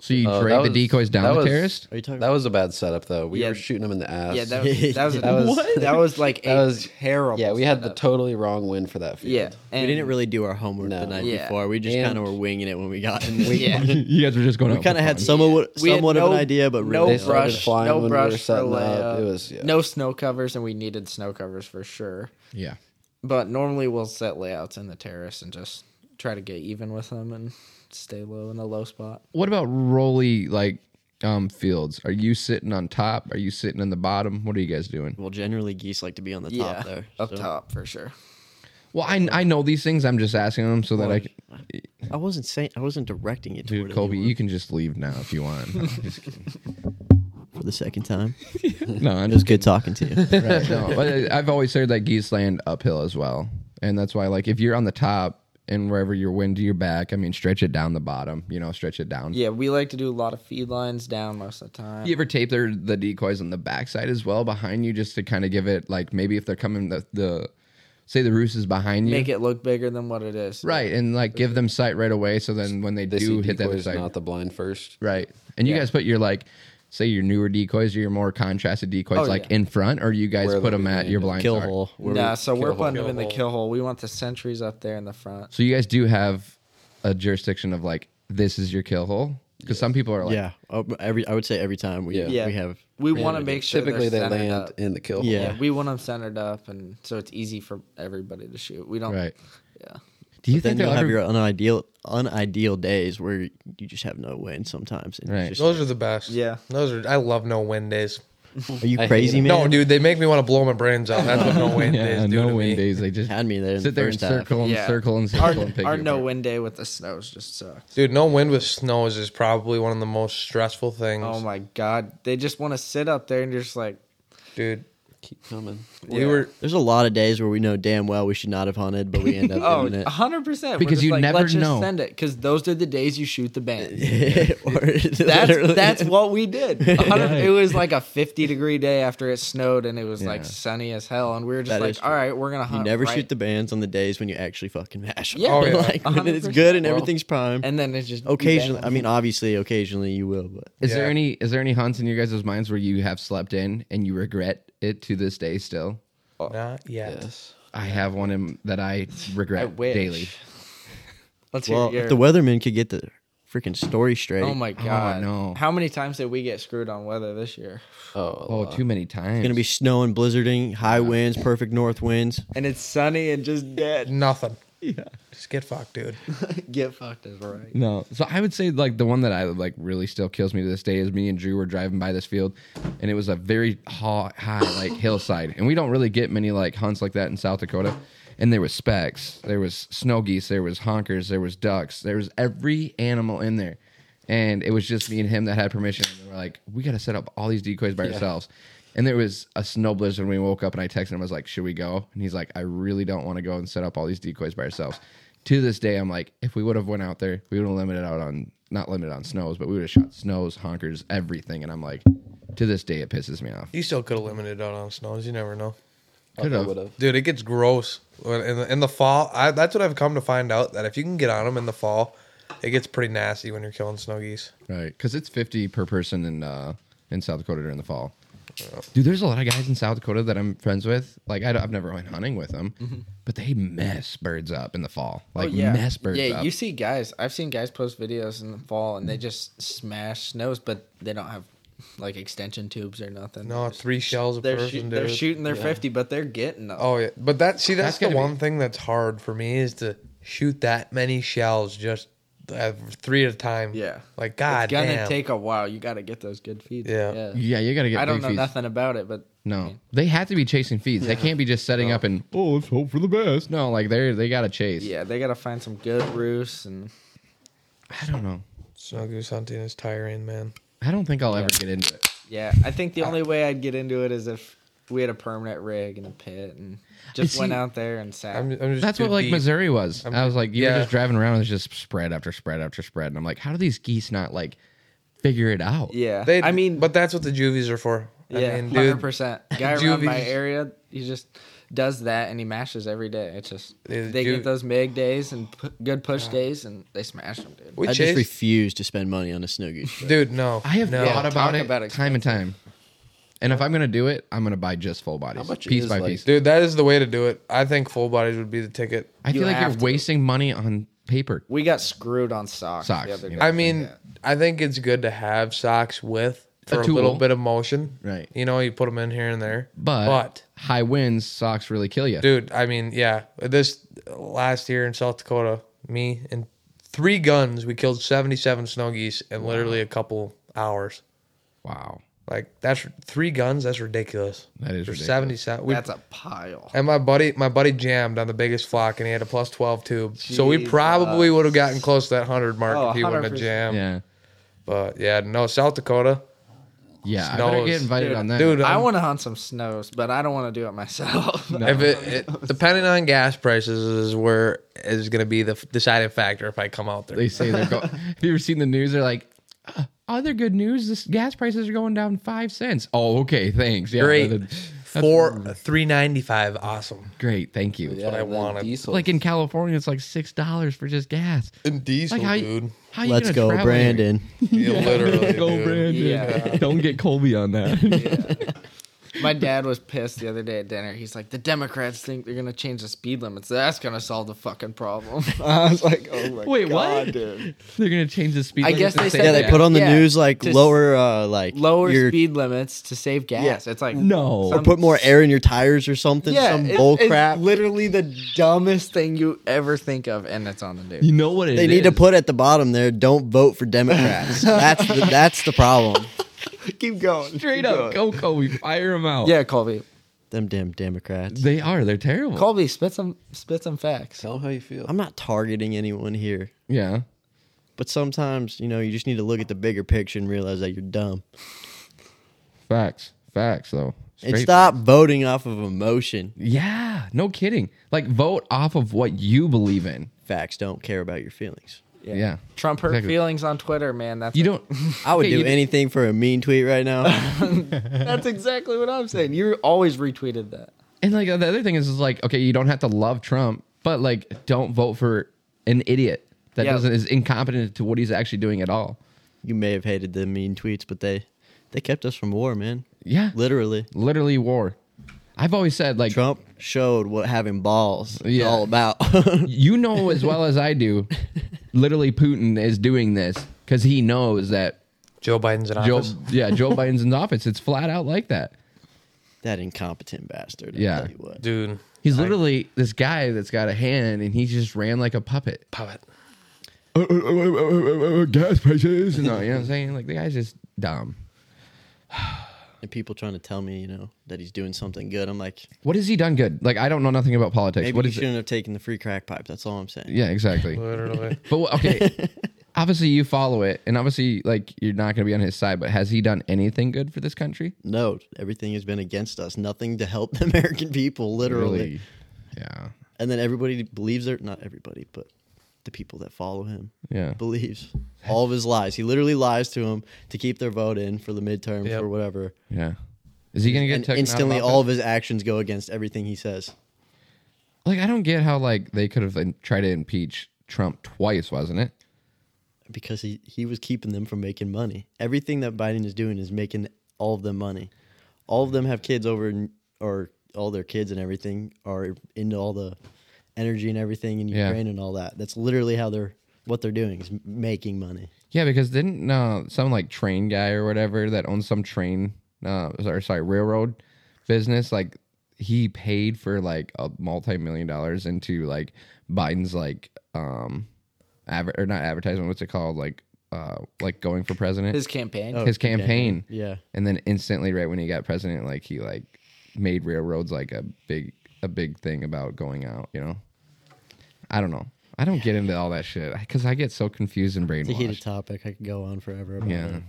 Speaker 1: So you
Speaker 5: Oh,
Speaker 1: drag
Speaker 5: that
Speaker 4: Uh,
Speaker 1: the
Speaker 5: was-
Speaker 1: decoys down
Speaker 5: that
Speaker 1: the
Speaker 5: was-
Speaker 1: terrace. *laughs*
Speaker 2: Are you talking?
Speaker 5: That was a bad setup, though. We
Speaker 4: Yeah.
Speaker 5: were shooting them in the ass.
Speaker 4: Yeah, that
Speaker 5: *laughs*
Speaker 4: was that was
Speaker 2: That
Speaker 4: that was, *laughs* that was like
Speaker 5: That
Speaker 4: a
Speaker 5: was-
Speaker 4: terrible.
Speaker 5: yeah, we had the
Speaker 4: setup.
Speaker 5: totally wrong win for that field.
Speaker 4: yeah, and
Speaker 2: we didn't really do our homework the
Speaker 5: No.
Speaker 2: night
Speaker 4: Yeah.
Speaker 2: before. We just
Speaker 5: And-
Speaker 2: kind of were winging it when we got in. there. *laughs*
Speaker 4: *laughs* yeah.
Speaker 1: you guys were just going.
Speaker 2: we kind of had somewhat,
Speaker 4: We had
Speaker 2: somewhat of
Speaker 4: no-
Speaker 2: an idea, but
Speaker 4: no
Speaker 2: really
Speaker 5: They
Speaker 2: not.
Speaker 5: started
Speaker 4: brush,
Speaker 5: flying
Speaker 4: no
Speaker 5: when we were
Speaker 4: brush for
Speaker 5: setting up.
Speaker 4: layup.
Speaker 5: It was yeah.
Speaker 4: no snow covers, and we needed snow covers for sure.
Speaker 1: Yeah.
Speaker 4: But normally we'll set layouts in the terrace and just try to get even with them and stay low in a low spot.
Speaker 1: What about rolly like um fields? Are you sitting on top? Are you sitting in the bottom? What are you guys doing?
Speaker 2: Well, generally geese like to be on the
Speaker 4: yeah,
Speaker 2: top there.
Speaker 4: up
Speaker 2: so-
Speaker 4: top for sure.
Speaker 1: Well, I I know these things. I'm just asking them so that I can.
Speaker 2: I wasn't saying I wasn't directing it
Speaker 1: Dude,
Speaker 2: toward
Speaker 1: Colby,
Speaker 2: anyone
Speaker 1: you can just leave now if you *laughs* want. No, I'm just kidding.
Speaker 2: for the second time.
Speaker 1: No, I'm
Speaker 2: It
Speaker 1: *laughs*
Speaker 2: was
Speaker 1: just
Speaker 2: good talking to you.
Speaker 1: kidding. No, but I- I've always heard that geese land uphill as well, and that's why like if you're on the top, and wherever your wind to your back. I mean, stretch it down the bottom. You know, stretch it down.
Speaker 4: Yeah, we like to do a lot of feed lines down most of the time.
Speaker 1: You ever tape their the decoys on the backside as well behind you, just to kind of give it like maybe if they're coming the the say the roost is behind you,
Speaker 4: Make it look bigger than what it is.
Speaker 1: right, and like give them sight right away. So then when they
Speaker 5: They
Speaker 1: do
Speaker 5: see
Speaker 1: hit that other
Speaker 5: decoys,
Speaker 1: side,
Speaker 5: not the blind first.
Speaker 1: right, and you guys put your like say your newer decoys or your more contrasted decoys
Speaker 4: Oh,
Speaker 1: like
Speaker 4: yeah.
Speaker 1: in front, or you guys
Speaker 5: Where
Speaker 1: put
Speaker 5: they'll
Speaker 1: them
Speaker 5: be
Speaker 1: at your blind
Speaker 2: Kill
Speaker 1: side?
Speaker 2: hole. Where
Speaker 4: Nah, so we're
Speaker 5: hole,
Speaker 4: putting them
Speaker 3: kill
Speaker 4: in the
Speaker 3: hole.
Speaker 4: kill hole. We want the sentries up there in the front.
Speaker 1: So you guys do have a jurisdiction of like this is your kill hole because some people are
Speaker 2: we-
Speaker 1: like
Speaker 2: yeah. Oh, but every I would say every time we
Speaker 5: Yeah.
Speaker 4: Yeah.
Speaker 2: we have
Speaker 4: We want to make sure
Speaker 5: Typically, they
Speaker 4: they're centered
Speaker 5: land
Speaker 4: up.
Speaker 5: in the kill.
Speaker 2: Yeah.
Speaker 5: hole.
Speaker 4: Yeah, we want them centered up, and so it's easy for everybody to shoot. We don't.
Speaker 1: right.
Speaker 4: Yeah.
Speaker 1: Do you
Speaker 2: then
Speaker 1: think they'll
Speaker 2: you'll have
Speaker 1: ever-
Speaker 2: your unideal unideal days where you just have no wind sometimes. And
Speaker 1: Right.
Speaker 2: right.
Speaker 3: Those are the best.
Speaker 4: Yeah.
Speaker 3: Those are. I love no win days.
Speaker 2: are you
Speaker 5: I hate
Speaker 2: crazy,
Speaker 5: it.
Speaker 2: man?
Speaker 3: No, dude, they make me want to blow my brains out. That's what
Speaker 1: *laughs*
Speaker 3: no win
Speaker 1: yeah,
Speaker 3: days do
Speaker 1: no
Speaker 3: to
Speaker 1: wind
Speaker 3: me.
Speaker 1: days. They just
Speaker 2: Had me there in
Speaker 1: sit
Speaker 2: the
Speaker 1: there and
Speaker 2: first half.
Speaker 1: circle and
Speaker 4: Yeah.
Speaker 1: circle and circle
Speaker 4: Our,
Speaker 1: and pick
Speaker 4: our
Speaker 1: you
Speaker 4: no
Speaker 1: apart.
Speaker 4: win day with the snows just sucks.
Speaker 3: Dude, no wind with snows is probably one of the most stressful things.
Speaker 4: Oh my god, they just want to sit up there and you're just like,
Speaker 3: Dude,
Speaker 5: keep coming.
Speaker 3: we
Speaker 4: Yeah.
Speaker 3: were
Speaker 2: There's a lot of days where we know damn well we should not have hunted, but we end up
Speaker 4: *laughs* oh,
Speaker 2: doing
Speaker 4: 100 percent.
Speaker 1: Because you
Speaker 4: like,
Speaker 1: never
Speaker 4: Let's
Speaker 1: know.
Speaker 4: just send it because those are the days you shoot the
Speaker 2: *laughs*
Speaker 4: band.
Speaker 2: it. Or literally-
Speaker 4: That's that's what
Speaker 2: *laughs*
Speaker 4: we did. A hundred-
Speaker 1: Yeah.
Speaker 4: It was like a 50 degree day after it snowed and it was
Speaker 1: Yeah.
Speaker 4: like sunny as hell and we were just
Speaker 2: That is
Speaker 4: like,
Speaker 2: true.
Speaker 4: all right, we're gonna
Speaker 2: you
Speaker 4: hunt.
Speaker 2: never
Speaker 4: right
Speaker 2: shoot the bands on the days when you actually fucking mash. 'em.
Speaker 4: Yeah.
Speaker 2: *laughs*
Speaker 4: Oh,
Speaker 3: yeah.
Speaker 2: like when it's
Speaker 4: 100%.
Speaker 2: good and
Speaker 5: Well,
Speaker 2: everything's prime.
Speaker 4: and then it's just be
Speaker 2: occasionally,
Speaker 4: bad.
Speaker 2: I mean, obviously, occasionally you will, but
Speaker 1: Is there
Speaker 3: Yeah.
Speaker 1: any is there any hunts in your guys' minds where you have slept in and you regret it to this day still?
Speaker 3: not yet.
Speaker 5: Yes.
Speaker 1: I have one in, that I regret
Speaker 4: I wish.
Speaker 1: daily.
Speaker 4: *laughs* Let's hear
Speaker 2: well,
Speaker 4: your-
Speaker 2: if the weatherman could get the freaking story straight,
Speaker 4: Oh my god!
Speaker 1: no.
Speaker 4: How many times did we get screwed on weather this year?
Speaker 5: Oh, a
Speaker 1: Oh,
Speaker 5: lot.
Speaker 1: too many times.
Speaker 2: it's gonna be snow and blizzarding, high winds, perfect north winds.
Speaker 4: And it's sunny and just dead. *laughs*
Speaker 3: Nothing. Yeah. Just get fucked, dude.
Speaker 4: Get fucked is right.
Speaker 1: No. So I would say like the one that I like really still kills me to this day is me and Drew were driving by this field and it was a very ha- high like hillside. And we don't really get many like hunts like that in South Dakota. And there was specks, there was snow geese, there was honkers, there was ducks, there was every animal in there. And it was just me and him that had permission. And we're like, we got to set up all these decoys by ourselves. And there was a snow blizzard when we woke up and I texted him, I was like, should we go? And he's like, I really don't want to go and set up all these decoys by ourselves. To this day, I'm like, if we would have went out there, we would have limited out on not limited on snows, but we would have shot snows, honkers, everything. And I'm like, to this day, it pisses me off.
Speaker 3: You still could have limited out on snows. You never know.
Speaker 1: Could
Speaker 5: I would
Speaker 1: have.
Speaker 5: have.
Speaker 3: Dude, it gets gross When- in the, in the fall. I, that's what I've come to find out that if you can get on them in the fall, it gets pretty nasty when you're killing snow geese.
Speaker 1: Right. Because it's 50 per person in uh, in South Dakota during the fall. Dude, there's a lot of guys in South Dakota that I'm friends with. Like, I have never went hunting with them, but they mess birds up in the fall. Like, mess birds
Speaker 4: Mm-hmm. Oh, yeah.
Speaker 1: up.
Speaker 4: You see guys. I've seen guys post videos in the fall and they just smash snows, but they don't have like extension tubes or nothing.
Speaker 3: No,
Speaker 4: They're just-
Speaker 3: three shells a
Speaker 4: They're,
Speaker 3: person,
Speaker 4: shoot,
Speaker 3: dude.
Speaker 4: they're shooting their fifty, but they're getting them.
Speaker 3: Oh yeah, but that see
Speaker 1: That's
Speaker 3: that's,
Speaker 1: gotta
Speaker 3: the
Speaker 1: be-
Speaker 3: one thing that's hard for me is to shoot that many shells just uh, three at a time.
Speaker 4: Yeah.
Speaker 3: like god
Speaker 4: it's gonna
Speaker 3: damn.
Speaker 4: take a while. You gotta get those good feeds.
Speaker 3: Yeah.
Speaker 1: yeah, you got to get
Speaker 4: I don't
Speaker 1: big
Speaker 4: know
Speaker 1: feeds.
Speaker 4: nothing about it, but
Speaker 1: No, they have to be chasing feeds. They can't be just setting up and oh, let's hope for the best. No, like they're they got to chase.
Speaker 4: yeah, they gotta find some good roosts and
Speaker 1: I don't know.
Speaker 3: Snow goose hunting is tiring, man.
Speaker 1: I don't think I'll ever get into it.
Speaker 4: Yeah, I think the only way I'd get into it is if we had a permanent rig and a pit and just
Speaker 1: see-
Speaker 4: went out there and sat.
Speaker 3: I'm, uh, I'm just
Speaker 1: That's
Speaker 3: too
Speaker 1: what like
Speaker 3: deep.
Speaker 1: Missouri was. i was like, you were
Speaker 3: yeah.
Speaker 1: just driving around and it's just spread after spread after spread, and I'm like, how do these geese not like figure it out?
Speaker 4: yeah,
Speaker 3: They,
Speaker 4: I mean,
Speaker 3: but that's what the juvies are for. I
Speaker 4: yeah,
Speaker 3: mean,
Speaker 4: hundred
Speaker 3: dude,
Speaker 4: percent. Guy around my
Speaker 3: Juvies-
Speaker 4: area, he just does that and he mashes every day. It's just
Speaker 3: Yeah,
Speaker 4: they
Speaker 3: Ju-
Speaker 4: get those mig days and p- good push days and they smash them, dude.
Speaker 3: we
Speaker 2: I just
Speaker 3: chase.
Speaker 2: refuse to spend money on a snow goose. trip.
Speaker 3: dude, no,
Speaker 1: I have
Speaker 3: no.
Speaker 1: thought about
Speaker 4: talk
Speaker 1: it
Speaker 4: about
Speaker 1: time and time. And if I'm gonna do it, I'm gonna buy just full bodies,
Speaker 5: much
Speaker 1: piece
Speaker 5: is,
Speaker 1: by
Speaker 5: like-
Speaker 1: piece.
Speaker 3: Dude, that is the way to do it. I think full bodies would be the ticket.
Speaker 1: I feel
Speaker 4: you
Speaker 1: like you're
Speaker 4: have to.
Speaker 1: wasting money on paper.
Speaker 4: We got screwed on socks.
Speaker 1: Socks,
Speaker 4: the other
Speaker 1: you
Speaker 4: day.
Speaker 1: know.
Speaker 3: I mean, I think it's good to have socks with
Speaker 1: A
Speaker 3: for a,
Speaker 1: tool.
Speaker 3: little bit of motion.
Speaker 1: Right.
Speaker 3: You know, you put them in here and there.
Speaker 1: But,
Speaker 3: but
Speaker 1: high winds, socks really kill you.
Speaker 3: dude i mean yeah this last year in south dakota me and three guns we killed 77 snow geese in literally a couple hours
Speaker 1: Wow,
Speaker 3: like that's three guns that's ridiculous
Speaker 1: That is
Speaker 3: For
Speaker 1: ridiculous.
Speaker 3: 77 we,
Speaker 4: That's a pile.
Speaker 3: and my buddy my buddy jammed on the biggest flock and he had a plus 12 tube so we probably would have gotten close to that 100 mark
Speaker 4: Oh,
Speaker 3: if he wouldn't have
Speaker 4: 100%.
Speaker 3: jammed
Speaker 1: yeah.
Speaker 3: but yeah no south dakota
Speaker 1: Yeah, I better
Speaker 3: Snows.
Speaker 1: get invited
Speaker 4: Dude,
Speaker 1: on that.
Speaker 3: Dude,
Speaker 4: I
Speaker 3: I'm-
Speaker 4: want to hunt some snows, but I don't want to do it myself.
Speaker 3: If it, it depending on gas prices is where is going to be the f- deciding factor if I come out there.
Speaker 1: they say they're going. Have you ever seen the news? They're like, "Uh, other good news: this gas prices are going down five cents. Oh, okay, thanks. Yeah,
Speaker 3: Great.
Speaker 1: that-
Speaker 3: Four three ninety five. Awesome.
Speaker 1: great, thank you.
Speaker 5: Yeah,
Speaker 3: I
Speaker 5: and then
Speaker 3: wanted.
Speaker 5: Diesel.
Speaker 1: Like in California, it's like six dollars for just gas.
Speaker 3: And diesel,
Speaker 1: Like how, you *laughs*
Speaker 3: dude.
Speaker 1: how you
Speaker 2: Let's
Speaker 1: gonna
Speaker 2: go,
Speaker 1: travel here?
Speaker 2: Brandon.
Speaker 3: You literally.
Speaker 1: Go,
Speaker 3: dude.
Speaker 1: Brandon.
Speaker 4: Yeah.
Speaker 1: Don't get Colby on that.
Speaker 4: *laughs* My dad was pissed the other day at dinner. He's like, the Democrats think they're gonna change the speed limits. That's gonna solve the fucking problem. *laughs*
Speaker 2: I was like, oh my
Speaker 1: Wait, what? They're gonna change the speed.
Speaker 4: I
Speaker 1: limit
Speaker 4: guess
Speaker 1: to
Speaker 4: they
Speaker 1: say
Speaker 4: said
Speaker 2: Yeah,
Speaker 1: that.
Speaker 2: they put on the
Speaker 4: Yeah,
Speaker 2: news like
Speaker 4: to s-
Speaker 2: lower, uh, like
Speaker 4: Lower
Speaker 2: your,
Speaker 4: speed limits to save gas.
Speaker 2: Yeah.
Speaker 4: It's like
Speaker 1: No.
Speaker 2: or put more air in your tires or something. some
Speaker 4: it-
Speaker 2: bull
Speaker 4: it's
Speaker 2: crap.
Speaker 4: literally the dumbest thing you ever think of, and it's on the news.
Speaker 1: You know what it
Speaker 2: They need to
Speaker 1: is.
Speaker 2: put at the bottom there. Don't vote for
Speaker 4: *laughs*
Speaker 2: Democrats. that's the, that's the problem.
Speaker 4: Keep going.
Speaker 1: straight up. Go, Colby. Fire them out.
Speaker 4: Yeah, Colby.
Speaker 2: Them damn Democrats.
Speaker 1: they are. They're terrible.
Speaker 4: Colby, spit some spit some facts.
Speaker 5: Tell them how you feel.
Speaker 2: I'm not targeting anyone here,
Speaker 1: yeah.
Speaker 2: but sometimes you know you just need to look at the bigger picture and realize that you're dumb.
Speaker 1: Facts. Facts though.
Speaker 2: and
Speaker 1: Straight
Speaker 2: stop voting off of emotion.
Speaker 1: Yeah, no kidding. Like vote off of what you believe in.
Speaker 2: Facts don't care about your feelings.
Speaker 1: Yeah.
Speaker 4: Trump hurt
Speaker 1: Exactly.
Speaker 4: feelings on Twitter, man. That's
Speaker 1: You don't
Speaker 2: I would
Speaker 1: Okay, *laughs*
Speaker 2: do
Speaker 1: you-
Speaker 2: anything for a mean tweet right now.
Speaker 4: *laughs* that's exactly what I'm saying. You always retweeted that.
Speaker 1: and like the other thing is, is like okay, you don't have to love Trump, but like don't vote for an idiot that
Speaker 4: Yeah.
Speaker 1: doesn't is incompetent to what he's actually doing at all.
Speaker 2: you may have hated the mean tweets, but they they kept us from war, man.
Speaker 1: Yeah.
Speaker 2: Literally.
Speaker 1: Literally war. I've always said like
Speaker 2: Trump showed what having balls is
Speaker 1: Yeah.
Speaker 2: all about. *laughs*
Speaker 1: you know as well as I do, literally Putin is doing this cuz he knows that
Speaker 3: Joe Biden's in
Speaker 1: Joe
Speaker 3: office.
Speaker 1: yeah, Joe Biden's in office. It's flat out like that.
Speaker 2: that incompetent bastard. I'll
Speaker 1: Yeah.
Speaker 2: tell you what.
Speaker 3: Dude.
Speaker 1: He's literally this guy that's got a hand and he just ran like a puppet.
Speaker 3: Puppet.
Speaker 1: gas prices. No, you know what I'm saying? Like the guy's just dumb.
Speaker 2: And people trying to tell me, you know, that he's doing something good. I'm like,
Speaker 1: What has he done good? Like I don't know nothing about politics.
Speaker 2: maybe
Speaker 1: what
Speaker 2: you
Speaker 1: is it?
Speaker 2: shouldn't have taken the free crack pipe. That's all I'm saying.
Speaker 1: Yeah, exactly.
Speaker 3: Literally.
Speaker 1: But wh- okay, obviously you follow it, and obviously like you're not going to be on his side. But has he done anything good for this country?
Speaker 2: No, everything has been against us. Nothing to help *laughs* the American people, literally.
Speaker 1: Yeah.
Speaker 2: And then everybody believes they're not everybody, but the people that follow him
Speaker 1: Yeah.
Speaker 2: believes all of his lies. He literally lies to them to keep their vote in for the midterms
Speaker 3: Yep.
Speaker 2: or whatever.
Speaker 1: Yeah. Is he going to get
Speaker 2: And
Speaker 1: taken out of
Speaker 2: instantly,
Speaker 1: office?
Speaker 2: all of his actions go against everything he says.
Speaker 1: like I don't get how like they could have like, tried to impeach Trump twice, wasn't it?
Speaker 2: because he, he was keeping them from making money. Everything that Biden is doing is making all of them money. All of them have kids over, in- or all their kids and everything are into all the energy and everything in
Speaker 1: Yeah.
Speaker 2: Ukraine and all that. That's literally how they're what they're doing is making money.
Speaker 1: Yeah, because didn't uh, some like train guy or whatever that owns some train, uh, sorry, sorry, railroad business, like he paid for like a multi-million dollars into like Biden's like um, adver- or not advertisement, what's it called, like uh, like going for president,
Speaker 4: His
Speaker 1: his,
Speaker 4: campaign.
Speaker 2: Oh.
Speaker 1: campaign,
Speaker 2: Yeah,
Speaker 1: and then instantly right when he got president, like he like made railroads like a big a big thing about going out, you know. I don't know. I don't get into all that shit because I get so confused and
Speaker 2: it's a heated
Speaker 1: brainwashed.
Speaker 2: topic. I could go on forever about
Speaker 1: Yeah.
Speaker 2: it.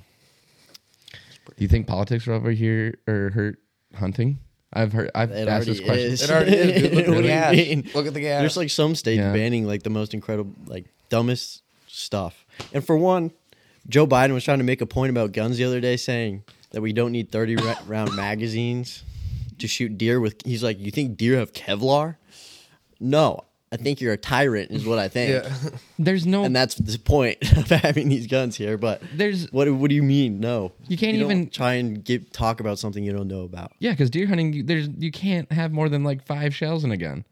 Speaker 1: Do you think politics are over here or hurt hunting? I've heard. I've
Speaker 2: It
Speaker 1: asked this
Speaker 2: already
Speaker 1: question.
Speaker 2: is.
Speaker 3: It already is, dude. *laughs* Look at
Speaker 2: What
Speaker 3: the
Speaker 2: do you
Speaker 3: gas.
Speaker 2: mean?
Speaker 3: Look at the gas.
Speaker 2: There's like some states
Speaker 1: Yeah.
Speaker 2: banning like the most incredible, like dumbest stuff. And for one, Joe Biden was trying to make a point about guns the other day, saying that we don't need 30 ra- *laughs* round magazines to shoot deer with. He's like, you think deer have Kevlar? No, I think you're a tyrant, is what I think.
Speaker 3: Yeah.
Speaker 1: There's no.
Speaker 2: *laughs* And that's the point *laughs* of having these guns here. But
Speaker 1: There's-
Speaker 2: what? What do you mean? No,
Speaker 1: You can't
Speaker 2: don't
Speaker 1: even-
Speaker 2: try and get talk about something you don't know about.
Speaker 1: yeah, because deer hunting, you- there's you can't have more than like five shells in a gun.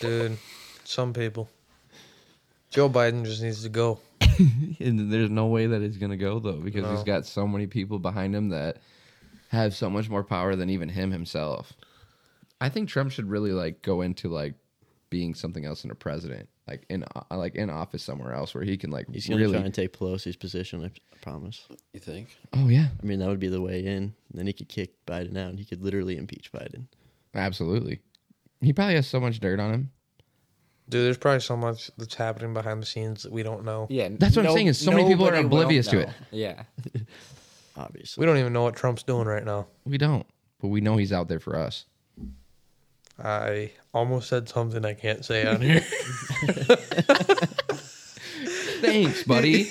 Speaker 3: dude. Some people. Joe Biden just needs to go.
Speaker 1: And there's no way that it's gonna go though, because he's got so many people behind him that have so much more power than even him himself. I think Trump should really like go into like being something else than a president, like in uh, like in office somewhere else where he can like
Speaker 2: He's gonna
Speaker 1: really.
Speaker 2: try and take Pelosi's position. I I promise.
Speaker 5: you think?
Speaker 1: oh yeah,
Speaker 2: I mean, that would be the way in. Then he could kick Biden out. and He could literally impeach Biden.
Speaker 1: absolutely. He probably has so much dirt on him.
Speaker 3: Dude, there's probably so much that's happening behind the scenes that we don't know.
Speaker 4: Yeah,
Speaker 1: That's what I'm saying is so many people are
Speaker 4: nobody will
Speaker 1: oblivious to
Speaker 4: know.
Speaker 1: it.
Speaker 4: Yeah,
Speaker 2: obviously.
Speaker 3: We don't even know what Trump's doing right now.
Speaker 1: We don't, but we know he's out there for us.
Speaker 3: I almost said something I can't say on here.
Speaker 1: Thanks,
Speaker 2: *laughs*
Speaker 1: buddy.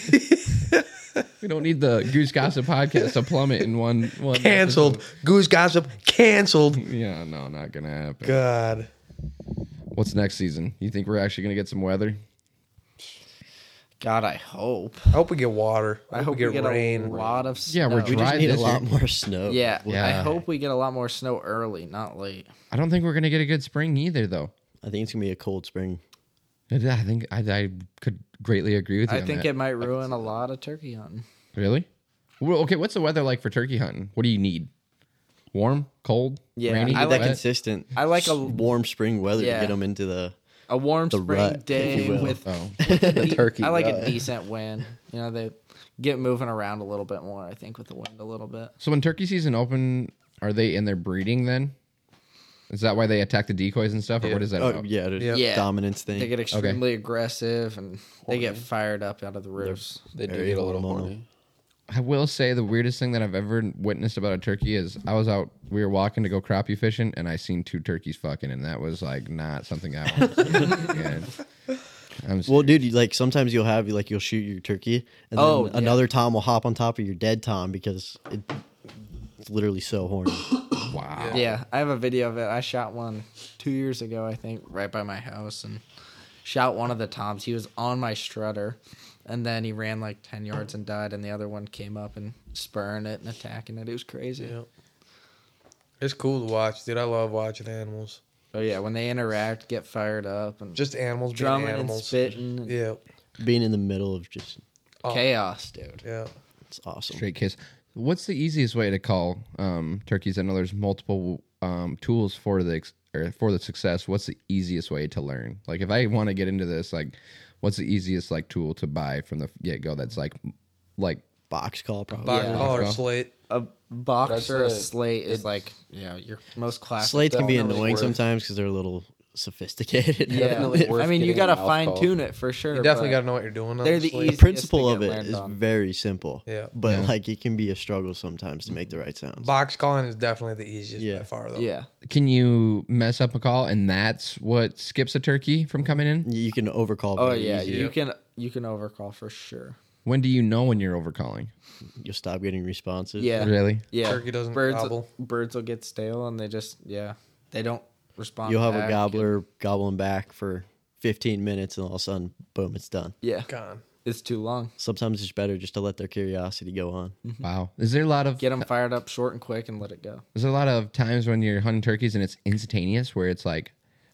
Speaker 1: we don't need the Goose Gossip podcast to plummet in one one.
Speaker 3: canceled. Goose gossip canceled.
Speaker 1: episode. Yeah, no, not gonna happen.
Speaker 3: God.
Speaker 1: What's next season? You think we're actually gonna get some weather?
Speaker 4: God, I hope.
Speaker 3: I hope we get water.
Speaker 4: I hope
Speaker 3: we get, rain.
Speaker 4: a lot of snow.
Speaker 1: Yeah, we're
Speaker 2: We just
Speaker 1: Dry
Speaker 2: need a
Speaker 1: this
Speaker 2: lot
Speaker 1: year.
Speaker 2: more snow.
Speaker 4: Yeah,
Speaker 1: Yeah.
Speaker 4: I hope we get a lot more snow early, not late.
Speaker 1: I don't think we're gonna get a good spring either, though.
Speaker 2: I think it's gonna be a cold spring.
Speaker 1: I think I, I could greatly agree with you.
Speaker 4: I
Speaker 1: on
Speaker 4: think
Speaker 1: that.
Speaker 4: it might ruin a lot of turkey hunting.
Speaker 1: really. Well, okay, what's the weather like for turkey hunting? What do you need? Warm, cold,
Speaker 4: Yeah,
Speaker 1: rainy.
Speaker 4: I
Speaker 2: I like
Speaker 1: wet?
Speaker 4: like-
Speaker 2: consistent.
Speaker 4: I like a-
Speaker 2: s- warm spring weather
Speaker 4: Yeah.
Speaker 2: to get them into the.
Speaker 4: A warm spring
Speaker 2: rut, if
Speaker 4: day
Speaker 2: you will.
Speaker 1: *laughs*
Speaker 4: with
Speaker 1: Oh,
Speaker 2: *laughs*
Speaker 4: *laughs* the
Speaker 5: turkey
Speaker 4: I like
Speaker 5: rut.
Speaker 4: a decent wind. You know, they get moving around a little bit more. I think with the wind a little bit.
Speaker 1: so when turkey season open, are they in their breeding then? Is that why they attack the decoys and stuff, or what is that?
Speaker 2: Oh
Speaker 1: about?
Speaker 2: yeah, the
Speaker 3: Yeah.
Speaker 4: Yeah.
Speaker 2: dominance
Speaker 4: They
Speaker 2: thing.
Speaker 4: get extremely aggressive and they get fired up out of the roofs.
Speaker 5: They do
Speaker 2: Very
Speaker 5: get a little
Speaker 2: hormonal.
Speaker 5: horny.
Speaker 1: I will say the weirdest thing that I've ever witnessed about a turkey is I was out, we were walking to go crappie fishing, and I seen two turkeys fucking, and that was like not something I wanted. to see. And I'm
Speaker 2: Well, dude, you, like sometimes you'll have like you'll shoot your turkey, and
Speaker 4: Oh,
Speaker 2: then
Speaker 4: yeah.
Speaker 2: another tom will hop on top of your dead tom because it, it's literally so
Speaker 4: *coughs*
Speaker 2: horny.
Speaker 1: wow.
Speaker 4: Yeah, I have a video of it. I shot one two years ago, I think, right by my house, and shot one of the toms. He was on my strutter, and then he ran like ten yards and died, and the other one came up and spurring it and attacking it. It was crazy.
Speaker 3: Yeah. It's cool to watch, dude. I love watching animals.
Speaker 4: Oh yeah, when they interact, get fired up and
Speaker 3: Just animals being
Speaker 4: drumming and
Speaker 3: animals.
Speaker 4: spitting, and
Speaker 3: Yeah.
Speaker 2: Being in the middle of just
Speaker 5: oh.
Speaker 4: chaos, dude.
Speaker 3: Yeah.
Speaker 2: it's awesome.
Speaker 1: Straight kiss. What's the easiest way to call um, turkeys? I know there's multiple um, tools for the ex- or for the success. What's the easiest way to learn? Like, if I want to get into this, like, what's the easiest like tool to buy from the get go? That's like, like
Speaker 2: Box call probably.
Speaker 3: Box
Speaker 4: Yeah.
Speaker 3: collar
Speaker 1: Well.
Speaker 3: slate.
Speaker 4: A box
Speaker 5: That's
Speaker 4: or a
Speaker 5: it.
Speaker 4: slate is like you know your most classic.
Speaker 2: Slates can be
Speaker 5: Definitely
Speaker 2: annoying
Speaker 5: worth-
Speaker 2: sometimes because they're a little sophisticated.
Speaker 4: yeah.
Speaker 5: Definitely worth
Speaker 4: I mean, you
Speaker 5: getting a
Speaker 4: gotta
Speaker 5: mouth
Speaker 4: fine
Speaker 5: call.
Speaker 4: tune it for sure.
Speaker 3: You definitely
Speaker 4: but-
Speaker 3: got to know what you're doing. On
Speaker 4: They're
Speaker 3: the
Speaker 4: the
Speaker 3: slate.
Speaker 2: the
Speaker 4: easy-
Speaker 2: principle
Speaker 4: Yes,
Speaker 2: of
Speaker 4: they get
Speaker 2: it is
Speaker 4: land on.
Speaker 2: very simple.
Speaker 3: Yeah.
Speaker 2: But
Speaker 1: Yeah.
Speaker 2: like it can be a struggle sometimes to make the right sounds.
Speaker 3: Box calling is definitely the easiest
Speaker 2: Yeah.
Speaker 3: by far, though.
Speaker 4: Yeah.
Speaker 1: can you mess up a call and that's what skips a turkey from coming in?
Speaker 2: You can overcall.
Speaker 4: Oh
Speaker 2: very
Speaker 4: yeah,
Speaker 2: easy.
Speaker 4: you can you can overcall for sure.
Speaker 1: When do you know when you're overcalling?
Speaker 2: You'll stop getting responses.
Speaker 4: Yeah.
Speaker 1: Really?
Speaker 4: Yeah,
Speaker 3: Turkey doesn't
Speaker 4: birds.
Speaker 3: gobble.
Speaker 4: Birds will get stale, and they just yeah, they don't respond.
Speaker 2: You'll have a
Speaker 4: back.
Speaker 2: gobbler gobbling back for 15 minutes, and all of a sudden, boom, it's done.
Speaker 4: Yeah,
Speaker 3: Gone.
Speaker 4: it's too long.
Speaker 2: Sometimes it's better just to let their curiosity go on.
Speaker 4: Oh,
Speaker 1: Wow. Is there a lot of
Speaker 4: Get them fired up, short and quick, and let it go.
Speaker 1: There's a lot of times when you're hunting turkeys and it's instantaneous where it's like,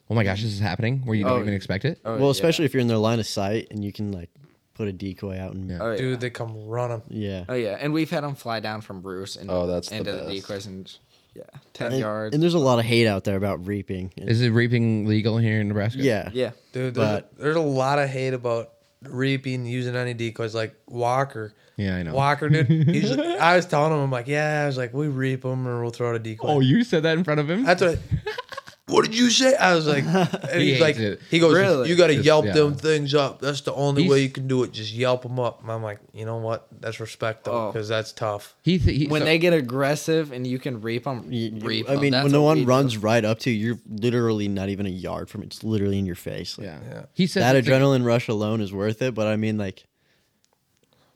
Speaker 1: oh my gosh, this is happening where you don't
Speaker 4: Oh,
Speaker 1: even expect it.
Speaker 4: Oh,
Speaker 2: well,
Speaker 4: yeah.
Speaker 2: especially if you're in their line of sight and you can like put a decoy out and
Speaker 4: Oh yeah.
Speaker 3: Dude, they come running.
Speaker 2: yeah.
Speaker 4: oh yeah, and we've had them fly down from roofs and
Speaker 5: Oh, that's the
Speaker 4: into the,
Speaker 5: best.
Speaker 4: decoys and yeah, ten
Speaker 2: And,
Speaker 4: yards.
Speaker 2: and there's a lot of hate out there about reaping. And-
Speaker 1: Is it reaping legal here in Nebraska?
Speaker 2: yeah.
Speaker 4: yeah,
Speaker 3: Dude, there's,
Speaker 2: But-
Speaker 3: there's a lot of hate about reaping, using any decoys like Walker.
Speaker 1: Yeah, I know.
Speaker 3: Walker,
Speaker 1: *laughs*
Speaker 3: dude. He's, I was telling him, I'm like, yeah, I was like, we reap them or we'll throw out a decoy.
Speaker 1: Oh, you said that in front of him?
Speaker 3: That's what. What did you say? I was
Speaker 1: *laughs*
Speaker 3: like, and
Speaker 1: He
Speaker 3: he's like,
Speaker 1: hates it.
Speaker 3: he goes,
Speaker 4: Really?
Speaker 3: you got to yelp
Speaker 1: yeah.
Speaker 3: them things up. That's the only
Speaker 1: He's-
Speaker 3: way you can do it. Just yelp them up. And I'm like, you know what? That's respect though,
Speaker 4: Oh.
Speaker 3: because that's tough.
Speaker 1: he, th- he
Speaker 4: when
Speaker 1: so-
Speaker 4: they get aggressive and you can reap them,
Speaker 2: You- you-
Speaker 4: reap.
Speaker 2: I
Speaker 4: 'em.
Speaker 2: mean,
Speaker 4: That's
Speaker 2: when the
Speaker 4: what
Speaker 2: one
Speaker 4: we do.
Speaker 2: runs right up to you, you're literally not even a yard from it. It's literally in your face. Like,
Speaker 1: yeah.
Speaker 3: Yeah.
Speaker 1: he says
Speaker 2: That
Speaker 1: it's-
Speaker 2: adrenaline rush alone is worth it, but I mean, like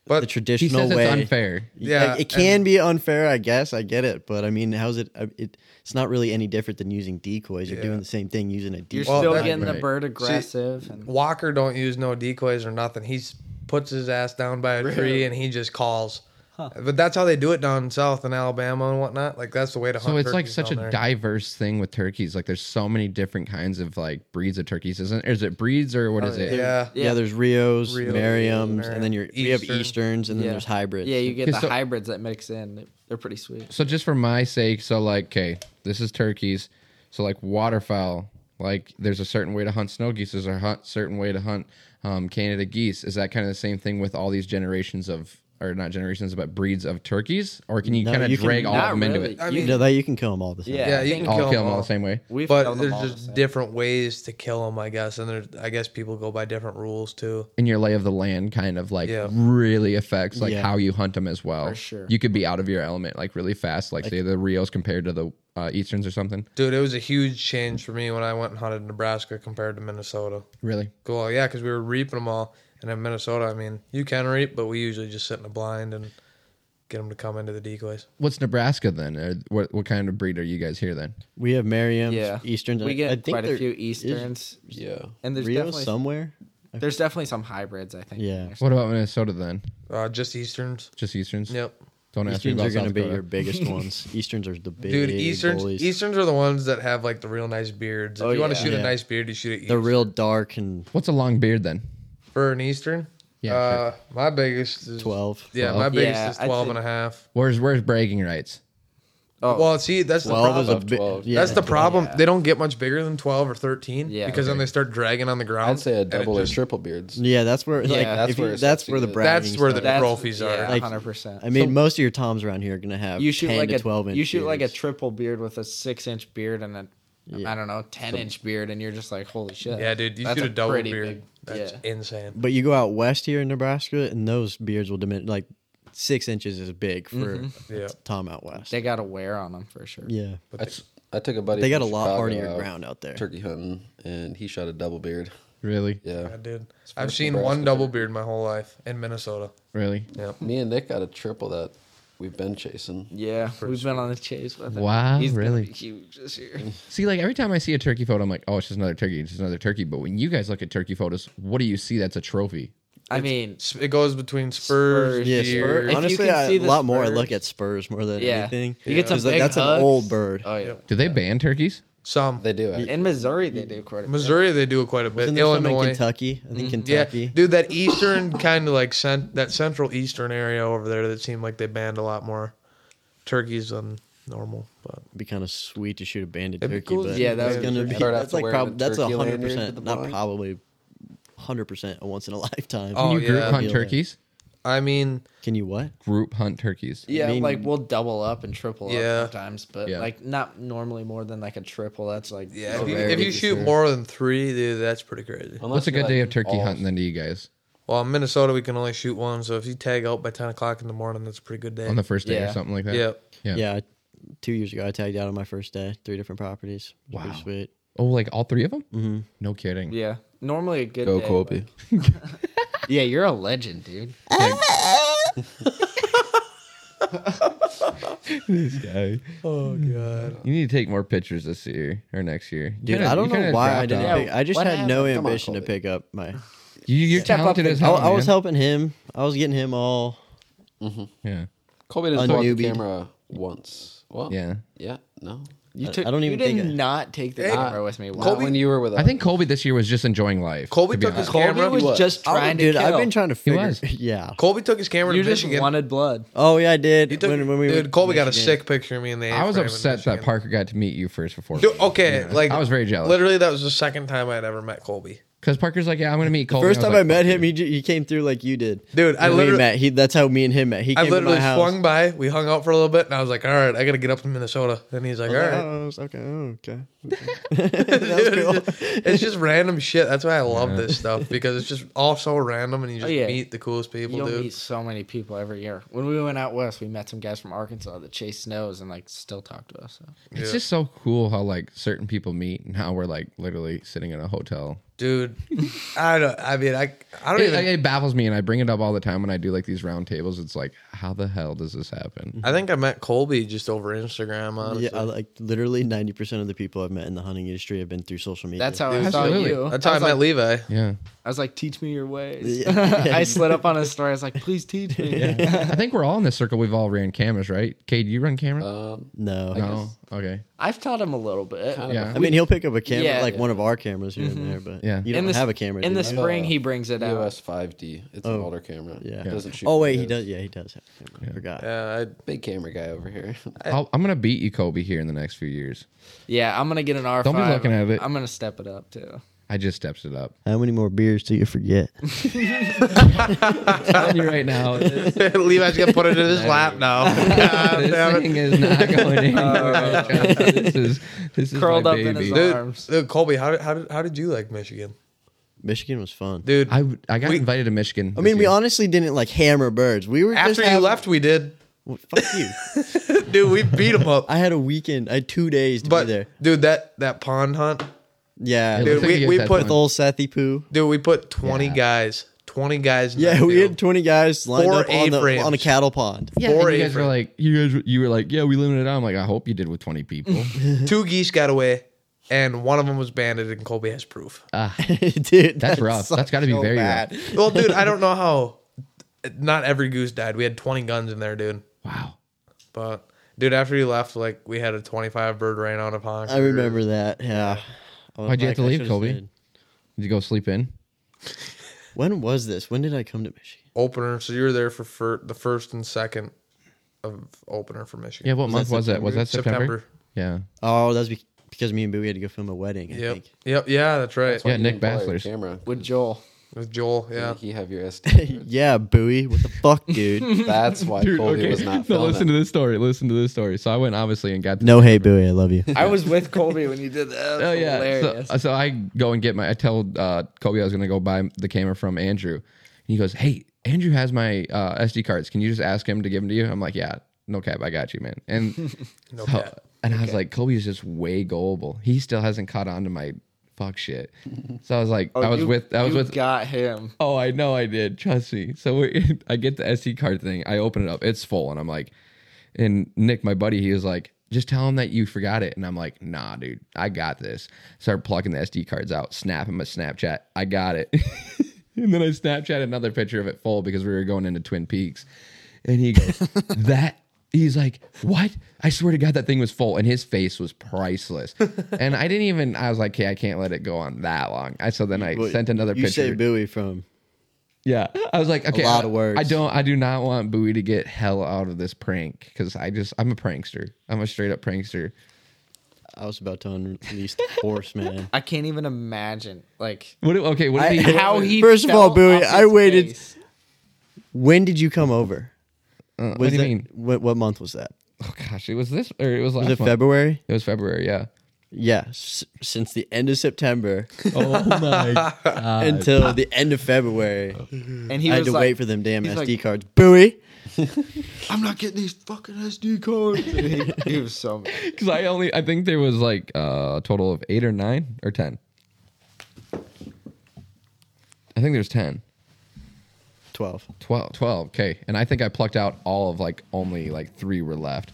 Speaker 2: the
Speaker 3: But
Speaker 1: He
Speaker 2: traditional
Speaker 1: says
Speaker 2: way,
Speaker 1: it's unfair.
Speaker 2: Yeah,
Speaker 3: Yeah,
Speaker 2: it can be unfair, I guess. I get it, but I mean, how's it, I- it? It's not really any different than using decoys. You're
Speaker 3: Yeah.
Speaker 2: doing the same thing using a
Speaker 4: you're
Speaker 2: decoy.
Speaker 3: Well,
Speaker 4: still
Speaker 3: that-
Speaker 4: getting the
Speaker 1: right.
Speaker 4: bird aggressive. and,
Speaker 3: Walker don't use no decoys or nothing. He s- puts his ass down by a tree and he just calls. But that's how they do it down south in Alabama and whatnot. Like that's the way to hunt.
Speaker 1: So it's like
Speaker 3: turkeys
Speaker 1: such a
Speaker 3: down there.
Speaker 1: diverse thing with turkeys. Like there's so many different kinds of like breeds of turkeys, isn't? Or is it breeds or what is it?
Speaker 3: yeah.
Speaker 2: yeah. there's Rios,
Speaker 3: Rios,
Speaker 2: Merriams, and then
Speaker 3: Merriam,
Speaker 2: you're, we have
Speaker 3: Eastern.
Speaker 2: Easterns, and then
Speaker 4: Yeah.
Speaker 2: there's hybrids.
Speaker 4: yeah, you get the
Speaker 1: so-
Speaker 4: hybrids that mix in. They're pretty sweet.
Speaker 1: So just for my sake, so like, okay, this is turkeys. So like waterfowl, like there's a certain way to hunt snow geese. There's a hunt, certain way to hunt um, Canada geese. Is that kind of the same thing with all these generations of or not generations, but breeds of turkeys, or can you
Speaker 2: No,
Speaker 1: kind of
Speaker 2: you can-
Speaker 1: drag all of
Speaker 4: Not
Speaker 1: them into
Speaker 4: really.
Speaker 1: it?
Speaker 3: I
Speaker 2: you
Speaker 3: mean,
Speaker 2: know that you can kill them all the time.
Speaker 6: Yeah.
Speaker 3: yeah,
Speaker 6: I
Speaker 3: you
Speaker 6: think
Speaker 3: can
Speaker 1: All
Speaker 3: kill,
Speaker 1: kill them
Speaker 3: them
Speaker 1: all the same way.
Speaker 6: We've
Speaker 3: But
Speaker 6: killed them all
Speaker 3: there's
Speaker 6: the
Speaker 3: just
Speaker 6: same.
Speaker 3: different ways to kill them, I guess, and there's I guess people go by different rules too.
Speaker 1: And your lay of the land kind of like
Speaker 3: Yeah.
Speaker 1: really affects like
Speaker 2: Yeah.
Speaker 1: how you hunt them as well.
Speaker 4: For sure.
Speaker 1: You could be out of your element like really fast, like, say the Rios compared to the uh, Easterns or something.
Speaker 3: Dude, it was a huge change for me when I went and hunted in Nebraska compared to Minnesota.
Speaker 1: Really?
Speaker 3: Cool, yeah, because we were reaping them all, and in Minnesota, I mean, you can reap, but we usually just sit in a blind and get them to come into the decoys.
Speaker 1: What's Nebraska then? Or what what kind of breed are you guys here then?
Speaker 2: We have Merriam,
Speaker 4: Yeah.
Speaker 2: Easterns.
Speaker 4: We get
Speaker 2: I think
Speaker 4: quite a
Speaker 2: there
Speaker 4: few
Speaker 2: is
Speaker 4: Easterns.
Speaker 5: Yeah.
Speaker 4: And there's
Speaker 2: Rio
Speaker 4: definitely
Speaker 2: somewhere.
Speaker 4: there's definitely some hybrids, I think.
Speaker 2: Yeah.
Speaker 1: What about Minnesota then?
Speaker 3: Uh, just Easterns.
Speaker 1: Just Easterns?
Speaker 3: Yep.
Speaker 1: Don't ask me
Speaker 2: Easterns
Speaker 1: about
Speaker 2: are going to
Speaker 1: South
Speaker 2: be
Speaker 1: Dakota.
Speaker 2: your biggest
Speaker 4: *laughs*
Speaker 2: ones. Easterns are the big
Speaker 3: Dude, Easterns
Speaker 2: bullies.
Speaker 3: Easterns are the ones that have like the real nice beards. If
Speaker 4: Oh,
Speaker 3: you want to
Speaker 4: yeah.
Speaker 3: shoot a
Speaker 2: Yeah.
Speaker 3: nice beard, you shoot it
Speaker 2: They're real dark and
Speaker 1: What's a long beard then?
Speaker 3: for an Eastern.
Speaker 1: Yeah,
Speaker 3: Uh, my biggest is
Speaker 2: 12.
Speaker 3: Yeah,
Speaker 1: 12.
Speaker 3: my biggest
Speaker 4: Yeah,
Speaker 3: is
Speaker 4: I'd
Speaker 3: 12
Speaker 4: say-
Speaker 3: and a half.
Speaker 1: Where's where's bragging rights?
Speaker 4: Oh,
Speaker 3: Well, see, that's the
Speaker 2: 12 is
Speaker 3: problem.
Speaker 2: a big.
Speaker 5: 12.
Speaker 2: Yeah.
Speaker 3: that's the problem.
Speaker 4: Yeah.
Speaker 3: They don't get much bigger than 12 or 13
Speaker 4: Yeah.
Speaker 3: because then they start dragging on the ground.
Speaker 5: I'd say a
Speaker 3: and it
Speaker 5: double or
Speaker 3: just-
Speaker 5: triple beards.
Speaker 2: Yeah, that's where. Like,
Speaker 4: that's
Speaker 2: if you-
Speaker 5: where
Speaker 2: that's
Speaker 5: it starts to
Speaker 2: where the
Speaker 5: get-
Speaker 2: bragging.
Speaker 3: That's where the
Speaker 2: starts.
Speaker 4: That's-
Speaker 3: trophies are.
Speaker 4: Yeah,
Speaker 2: Like,
Speaker 4: hundred percent.
Speaker 2: I mean, most of your toms around here are going to have
Speaker 4: You shoot
Speaker 2: 10
Speaker 4: like
Speaker 2: to
Speaker 4: a
Speaker 2: 12 inch.
Speaker 4: You shoot like a
Speaker 2: beards.
Speaker 4: triple beard with a six inch beard and a I don't know ten inch beard, and you're just like, holy shit.
Speaker 3: Yeah, dude, you
Speaker 4: That's
Speaker 3: shoot a double
Speaker 4: pretty
Speaker 3: beard.
Speaker 4: big-
Speaker 3: that's
Speaker 4: yeah.
Speaker 3: insane.
Speaker 2: But you go out west here in Nebraska, and those beards will diminish. Like six inches is big for a
Speaker 3: Yeah.
Speaker 2: tom out west.
Speaker 4: Mm-hmm. They got to wear on them for sure.
Speaker 2: yeah,
Speaker 5: I, t- I took a buddy.
Speaker 2: they got a
Speaker 5: from
Speaker 2: lot
Speaker 5: Chicago
Speaker 2: harder
Speaker 5: out
Speaker 2: ground out there.
Speaker 5: turkey hunting, and he shot a double beard.
Speaker 1: Really?
Speaker 5: Yeah.
Speaker 3: Yeah, dude. I've
Speaker 5: first
Speaker 3: seen
Speaker 5: Nebraska
Speaker 3: one double beard my whole life in Minnesota.
Speaker 1: Really?
Speaker 3: Yeah.
Speaker 5: Me and Nick got a triple that we've been chasing.
Speaker 4: Yeah, we've been on the chase with him.
Speaker 1: Wow,
Speaker 4: He's gonna
Speaker 1: really?
Speaker 4: be huge this year.
Speaker 2: *laughs*
Speaker 1: See, like every time I see a turkey photo, I'm like, oh, it's just another turkey. It's just another turkey. But when you guys look at turkey photos, what do you see that's a trophy?
Speaker 4: I mean,
Speaker 3: S- It goes between spurs,
Speaker 4: Spurs,
Speaker 2: Yeah,
Speaker 3: deer.
Speaker 4: If you
Speaker 2: honestly,
Speaker 4: can
Speaker 2: I-
Speaker 4: see
Speaker 2: a
Speaker 4: the
Speaker 2: lot more. I
Speaker 4: spurs-
Speaker 2: look at spurs more than
Speaker 4: Yeah.
Speaker 2: anything.
Speaker 4: You get some
Speaker 2: 'Cause that-
Speaker 4: big
Speaker 2: That's an
Speaker 4: hugs.
Speaker 2: old bird.
Speaker 4: oh yeah,
Speaker 1: Do they ban turkeys?
Speaker 3: Some.
Speaker 5: They do. Actually.
Speaker 4: in Missouri they do quite a bit.
Speaker 3: Missouri, they do it quite a bit.
Speaker 2: Isn't there some in
Speaker 3: Illinois.
Speaker 2: Kentucky? I think
Speaker 3: Yeah,
Speaker 2: Kentucky.
Speaker 3: dude, that eastern *laughs* kind of like cent- that central eastern area over there that seemed like they banned a lot more turkeys than normal. But
Speaker 2: It'd be kind of sweet to shoot a banded
Speaker 3: That'd be
Speaker 2: turkey,
Speaker 3: cool
Speaker 2: but
Speaker 3: to
Speaker 4: Yeah, that
Speaker 2: it's
Speaker 4: would
Speaker 2: gonna
Speaker 5: be
Speaker 2: be
Speaker 5: pretty cool.
Speaker 2: that's like
Speaker 5: Wear
Speaker 2: prob-
Speaker 5: the
Speaker 2: that's a
Speaker 5: turkey
Speaker 2: hundred
Speaker 5: lanyard to the
Speaker 2: percent, not
Speaker 5: blind.
Speaker 2: probably, hundred percent a once in a *laughs* lifetime.
Speaker 3: Oh,
Speaker 1: Can you group
Speaker 3: yeah.
Speaker 1: hunt
Speaker 2: Feel that.
Speaker 1: turkeys?
Speaker 3: I mean,
Speaker 2: Can you what?
Speaker 1: Group hunt turkeys.
Speaker 4: Yeah,
Speaker 2: I mean-
Speaker 4: like we'll double up and triple
Speaker 3: Yeah.
Speaker 4: up sometimes, but
Speaker 1: Yeah.
Speaker 4: like not normally more than like a triple. That's like
Speaker 3: yeah,
Speaker 4: so
Speaker 3: if you,
Speaker 4: rare
Speaker 3: if
Speaker 4: to
Speaker 3: you
Speaker 4: see.
Speaker 3: shoot more than three, dude, that's pretty crazy.
Speaker 5: Unless
Speaker 1: What's a
Speaker 5: you,
Speaker 1: good
Speaker 5: like,
Speaker 1: day of turkey
Speaker 5: all-
Speaker 1: hunting then to you guys
Speaker 3: Well, in Minnesota, we can only shoot one, so if you tag out by ten o'clock in the morning, that's a pretty good day.
Speaker 1: on the first day or
Speaker 4: Yeah.
Speaker 1: something like that?
Speaker 3: yeah,
Speaker 1: Yeah.
Speaker 2: Yeah. I- two years ago I tagged out on my first day, three different properties. It was
Speaker 1: Wow.
Speaker 2: Pretty sweet.
Speaker 1: Oh, like all three of them? Mm-hmm. No kidding.
Speaker 4: Yeah, normally a good
Speaker 5: Go
Speaker 1: *laughs*
Speaker 4: day,
Speaker 5: Kobe.
Speaker 4: but- Yeah, you're a legend, dude.
Speaker 1: This guy.
Speaker 3: Oh god.
Speaker 1: You need to take more pictures this year or next year. You
Speaker 2: Dude,
Speaker 1: kinda-
Speaker 2: I
Speaker 1: you
Speaker 2: don't know
Speaker 1: kinda
Speaker 2: why I
Speaker 1: dropped
Speaker 2: didn't.
Speaker 1: off.
Speaker 2: pick, I just
Speaker 4: What
Speaker 2: had no
Speaker 5: happened? Come on,
Speaker 2: ambition to
Speaker 5: Colby.
Speaker 2: pick up *laughs* my.
Speaker 1: You, you're
Speaker 4: Step up
Speaker 1: talented
Speaker 4: the-
Speaker 1: as
Speaker 2: I,
Speaker 1: hell.
Speaker 2: I was
Speaker 1: man.
Speaker 2: helping him. I was getting him all.
Speaker 1: Yeah.
Speaker 5: Colby doesn't hold the
Speaker 2: Unnewbie.
Speaker 5: camera once. Well,
Speaker 1: Yeah.
Speaker 5: yeah, no.
Speaker 4: You
Speaker 2: I don't even
Speaker 4: you did
Speaker 2: think I-
Speaker 4: not take the camera with me. Wow.
Speaker 5: Not when you were with us.
Speaker 1: I think Colby this year was just enjoying life.
Speaker 3: Colby
Speaker 1: to be
Speaker 3: took his
Speaker 1: honest.
Speaker 4: Kobe
Speaker 3: camera.
Speaker 4: was
Speaker 5: What?
Speaker 4: just
Speaker 2: Oh,
Speaker 4: trying
Speaker 2: dude,
Speaker 4: to kill.
Speaker 2: I've been trying to figure.
Speaker 1: was.
Speaker 2: *laughs* Yeah.
Speaker 3: Colby took his camera
Speaker 4: You
Speaker 3: to
Speaker 4: just
Speaker 3: Michigan.
Speaker 4: wanted blood.
Speaker 2: Oh yeah, I did.
Speaker 3: he took,
Speaker 2: when, when we went
Speaker 3: dude,
Speaker 2: to
Speaker 3: Colby got a
Speaker 2: Michigan.
Speaker 3: sick picture of me in the.
Speaker 1: I was
Speaker 3: A-frame in
Speaker 1: upset that
Speaker 3: Michigan.
Speaker 1: Parker got to meet you first before.
Speaker 3: Dude, oh. okay, like
Speaker 1: I was very jealous.
Speaker 3: Literally, that was the second time I'd ever met Colby.
Speaker 1: Because Parker's like, yeah, I'm gonna meet Colby.
Speaker 2: First
Speaker 1: was
Speaker 2: time
Speaker 1: like,
Speaker 2: I met
Speaker 1: "Fuck
Speaker 2: him,
Speaker 1: you."
Speaker 2: he, ju- he came through like you did.
Speaker 3: Dude, I
Speaker 2: And we
Speaker 3: literally-
Speaker 2: met. He, that's how me and him met. He
Speaker 3: I
Speaker 2: came to
Speaker 3: literally
Speaker 2: my house.
Speaker 3: swung by. We hung out for a little bit, and I was like, "All right, I got to get up to Minnesota." And he's like, "All
Speaker 2: *laughs*
Speaker 3: right."
Speaker 2: Oh, it's okay. Oh, okay. that was cool.
Speaker 3: it's just random shit. That's why I love this stuff because it's just all so random,
Speaker 2: Oh,
Speaker 3: and you just
Speaker 4: yeah.
Speaker 3: meet the coolest people,
Speaker 4: You'll
Speaker 3: dude.
Speaker 4: meet so many people every year. When we went out west, we met some guys from Arkansas that chased snows and like still talk to us. So.
Speaker 1: It's
Speaker 3: Yeah.
Speaker 1: just so cool how like certain people meet and how we're like literally sitting in a hotel.
Speaker 3: Dude, I don't. I mean, I I don't
Speaker 1: It,
Speaker 3: even.
Speaker 1: it baffles me, and I bring it up all the time when I do like these round tables. It's like, how the hell does this happen?
Speaker 3: I think I met Colby just over Instagram. Honestly,
Speaker 2: Yeah, I, like literally ninety percent of the people I've met in the hunting industry have been through social media.
Speaker 4: That's how I
Speaker 1: Absolutely.
Speaker 4: saw you.
Speaker 3: that's how I,
Speaker 4: was
Speaker 3: met
Speaker 4: like,
Speaker 3: Levi. *laughs*
Speaker 1: Yeah,
Speaker 4: I was like, teach me your ways.
Speaker 2: Yeah. *laughs*
Speaker 4: *laughs* I slid up on his story. I was like, please teach me.
Speaker 1: I think we're all in this circle. We've all ran cameras, right? Kay, do you run camera?
Speaker 3: Uh,
Speaker 5: Um,
Speaker 2: No,
Speaker 1: no. Okay.
Speaker 4: I've taught him a little bit.
Speaker 5: kind
Speaker 1: Yeah.
Speaker 5: Of
Speaker 2: I mean he'll pick up a camera,
Speaker 4: Yeah,
Speaker 2: like
Speaker 4: yeah.
Speaker 2: one of our cameras here and there, but
Speaker 1: Mm-hmm. Yeah.
Speaker 2: you
Speaker 4: In
Speaker 2: don't
Speaker 4: the s-
Speaker 2: have a camera.
Speaker 4: In
Speaker 2: do
Speaker 4: the
Speaker 2: you?
Speaker 4: spring, he brings it
Speaker 5: a
Speaker 4: out.
Speaker 5: US 5D. It's an older camera.
Speaker 2: Oh. yeah.
Speaker 5: It doesn't shoot.
Speaker 2: oh wait, he
Speaker 5: videos.
Speaker 2: does. Yeah, he does. Have a camera. I forgot.
Speaker 3: Yeah,
Speaker 5: Big camera guy over here. *laughs*
Speaker 1: I'll, I'm gonna beat you, Kobe, here in the next few years.
Speaker 4: Yeah, I'm gonna get an R5.
Speaker 1: Don't be looking at it.
Speaker 4: I'm gonna step it up too.
Speaker 5: I just steps it
Speaker 3: *laughs*
Speaker 5: up.
Speaker 2: How many more beers do you forget?
Speaker 1: telling you right
Speaker 3: *laughs*
Speaker 1: now, this,
Speaker 3: Levi's gonna put it in his lap now. *laughs* God damn
Speaker 1: this
Speaker 3: it.
Speaker 1: thing is not going anywhere. Johnson. this is this is
Speaker 4: Curled
Speaker 1: my
Speaker 4: up
Speaker 1: baby.
Speaker 4: in his
Speaker 3: Dude,
Speaker 4: arms.
Speaker 3: dude, Colby, how did, how did how did you like Michigan,
Speaker 2: Michigan was fun.
Speaker 3: dude?
Speaker 1: I w- I got invited to Michigan.
Speaker 2: I mean, we honestly didn't like hammer birds. We were just
Speaker 3: after you
Speaker 2: having-
Speaker 3: left, we did,
Speaker 2: Well, fuck
Speaker 3: *laughs*
Speaker 2: you.
Speaker 3: dude. We beat
Speaker 2: *laughs*
Speaker 3: him up.
Speaker 2: I had a weekend. I had two days to
Speaker 3: But
Speaker 2: be there.
Speaker 3: dude, that that pond hunt,
Speaker 2: Yeah,
Speaker 1: Dude,
Speaker 3: dude.
Speaker 1: Looks like you
Speaker 3: We,
Speaker 1: get
Speaker 3: we
Speaker 1: that
Speaker 3: put
Speaker 2: with old Sethy poo.
Speaker 3: dude, we put twenty guys, twenty guys. In
Speaker 2: Yeah,
Speaker 3: that
Speaker 2: we
Speaker 3: field.
Speaker 2: had twenty guys lined
Speaker 3: Four
Speaker 2: up on, the,
Speaker 3: A-frames.
Speaker 2: on a cattle pond.
Speaker 1: *laughs* yeah,
Speaker 3: four
Speaker 1: and you guys were
Speaker 3: apron.
Speaker 1: like, you guys, you were like, yeah, we limited it out. I'm like, I hope you did with 20 people.
Speaker 3: two geese got away, and one of them was banded, and Colby has proof.
Speaker 1: Ah,
Speaker 2: Dude,
Speaker 1: That's rough. That's gotta be very rough.
Speaker 2: rough.
Speaker 3: Well, dude, I don't know how. Not every goose died. We had twenty guns in there, dude.
Speaker 1: wow.
Speaker 3: But dude, after you left, like we had a twenty-five bird rain on a pond.
Speaker 2: I remember that. Yeah. I was
Speaker 1: Why'd you have to
Speaker 2: I
Speaker 1: leave,
Speaker 2: should've
Speaker 1: Kobe?
Speaker 2: stayed.
Speaker 1: Did you go sleep in?
Speaker 2: When was this? When did I come to Michigan?
Speaker 3: opener. So you were there for, fir- the first and second of opener for Michigan.
Speaker 1: Yeah, what month was that?
Speaker 2: September?
Speaker 1: Was that September? Yeah.
Speaker 2: Oh, that's be- because me and Boo had to go film a wedding. I
Speaker 3: Yep.
Speaker 2: think. *laughs*
Speaker 3: Yep. Yeah, that's right.
Speaker 1: Yeah,
Speaker 5: You
Speaker 1: Nick
Speaker 5: didn't borrow your
Speaker 1: Bassler's.
Speaker 5: camera.
Speaker 4: with Joel.
Speaker 3: With Joel. Yeah.
Speaker 5: He have your
Speaker 1: *laughs*
Speaker 5: SD. card?
Speaker 2: Yeah, Bowie. What the fuck, dude?
Speaker 5: That's why Colby was not
Speaker 1: *laughs* No,
Speaker 5: filming.
Speaker 1: listen to this story. Listen to this story. So I went obviously and got the
Speaker 2: no, hey, Bowie. I love you.
Speaker 4: *laughs* I was with Colby when you did that. That's
Speaker 1: Oh yeah.
Speaker 4: hilarious.
Speaker 1: So, so I go and get my. I tell uh, Kobe I was gonna go buy the camera from Andrew. And he goes, "Hey, Andrew has my uh, SD cards. Can you just ask him to give them to you?" I'm like, "Yeah, no cap, I got you, man."
Speaker 4: *laughs*
Speaker 1: And
Speaker 3: No
Speaker 1: so-
Speaker 3: cap.
Speaker 1: and I was like, Kobe is just way gullible. He still hasn't caught on to my fuck shit. So I was like, I was
Speaker 4: Oh, You-
Speaker 1: with, I was
Speaker 4: you
Speaker 1: with.
Speaker 4: got him.
Speaker 1: Oh, I know I did. Trust me. So we, *laughs* I get the SD card thing. I open it up. It's full, and I'm like, and Nick, my buddy, he was like, just tell him that you forgot it. And I'm like, nah, dude, I got this. Start plucking the SD cards out, snap him a Snapchat. I got it. *laughs* and then I Snapchat another picture of it full because we were going into Twin Peaks. And he
Speaker 2: *laughs*
Speaker 1: goes, that. He's like, what? I swear to God, that thing was full, and his face was
Speaker 2: *laughs*
Speaker 1: priceless. and I didn't even. I was like, okay, I can't let it go on that long. I so then *laughs* I
Speaker 2: Well,
Speaker 1: sent another
Speaker 2: You
Speaker 1: picture.
Speaker 2: say Bowie from
Speaker 1: Yeah, I was like, okay,
Speaker 2: lot
Speaker 1: I-
Speaker 2: of words.
Speaker 1: I don't, I do not want Bowie to get hell out of this prank because I just, I'm a prankster. I'm a straight up prankster.
Speaker 2: I was about to unleash the horse, man.
Speaker 4: I can't even imagine like
Speaker 1: What? do- Okay, what did he?
Speaker 4: how he.
Speaker 2: First of
Speaker 4: fell
Speaker 2: all, Bowie,
Speaker 4: off his
Speaker 2: I waited-
Speaker 4: face.
Speaker 2: When did you come over?
Speaker 1: uh, what
Speaker 2: Was
Speaker 1: do you
Speaker 2: that-
Speaker 1: mean?
Speaker 2: What, what month was that?
Speaker 1: Oh gosh, it was this or it was last
Speaker 2: Was it
Speaker 1: month.
Speaker 2: February?
Speaker 1: It was February. Yeah.
Speaker 2: Yeah, s- since the end of September
Speaker 1: Oh my.
Speaker 2: *laughs* until the end of February,
Speaker 4: and he
Speaker 2: I
Speaker 4: was
Speaker 2: had to
Speaker 4: like,
Speaker 2: wait for them damn
Speaker 4: he's
Speaker 2: SD
Speaker 4: like-
Speaker 2: cards. Bowie.
Speaker 4: I'm not getting these fucking
Speaker 1: *laughs*
Speaker 4: SD cards. And he, he was so mad.
Speaker 1: Because I only, I think there was like uh, a total of eight or nine or ten. I think there's ten.
Speaker 2: 12.
Speaker 1: 12, 12 okay and i think i plucked out all of like only like three were left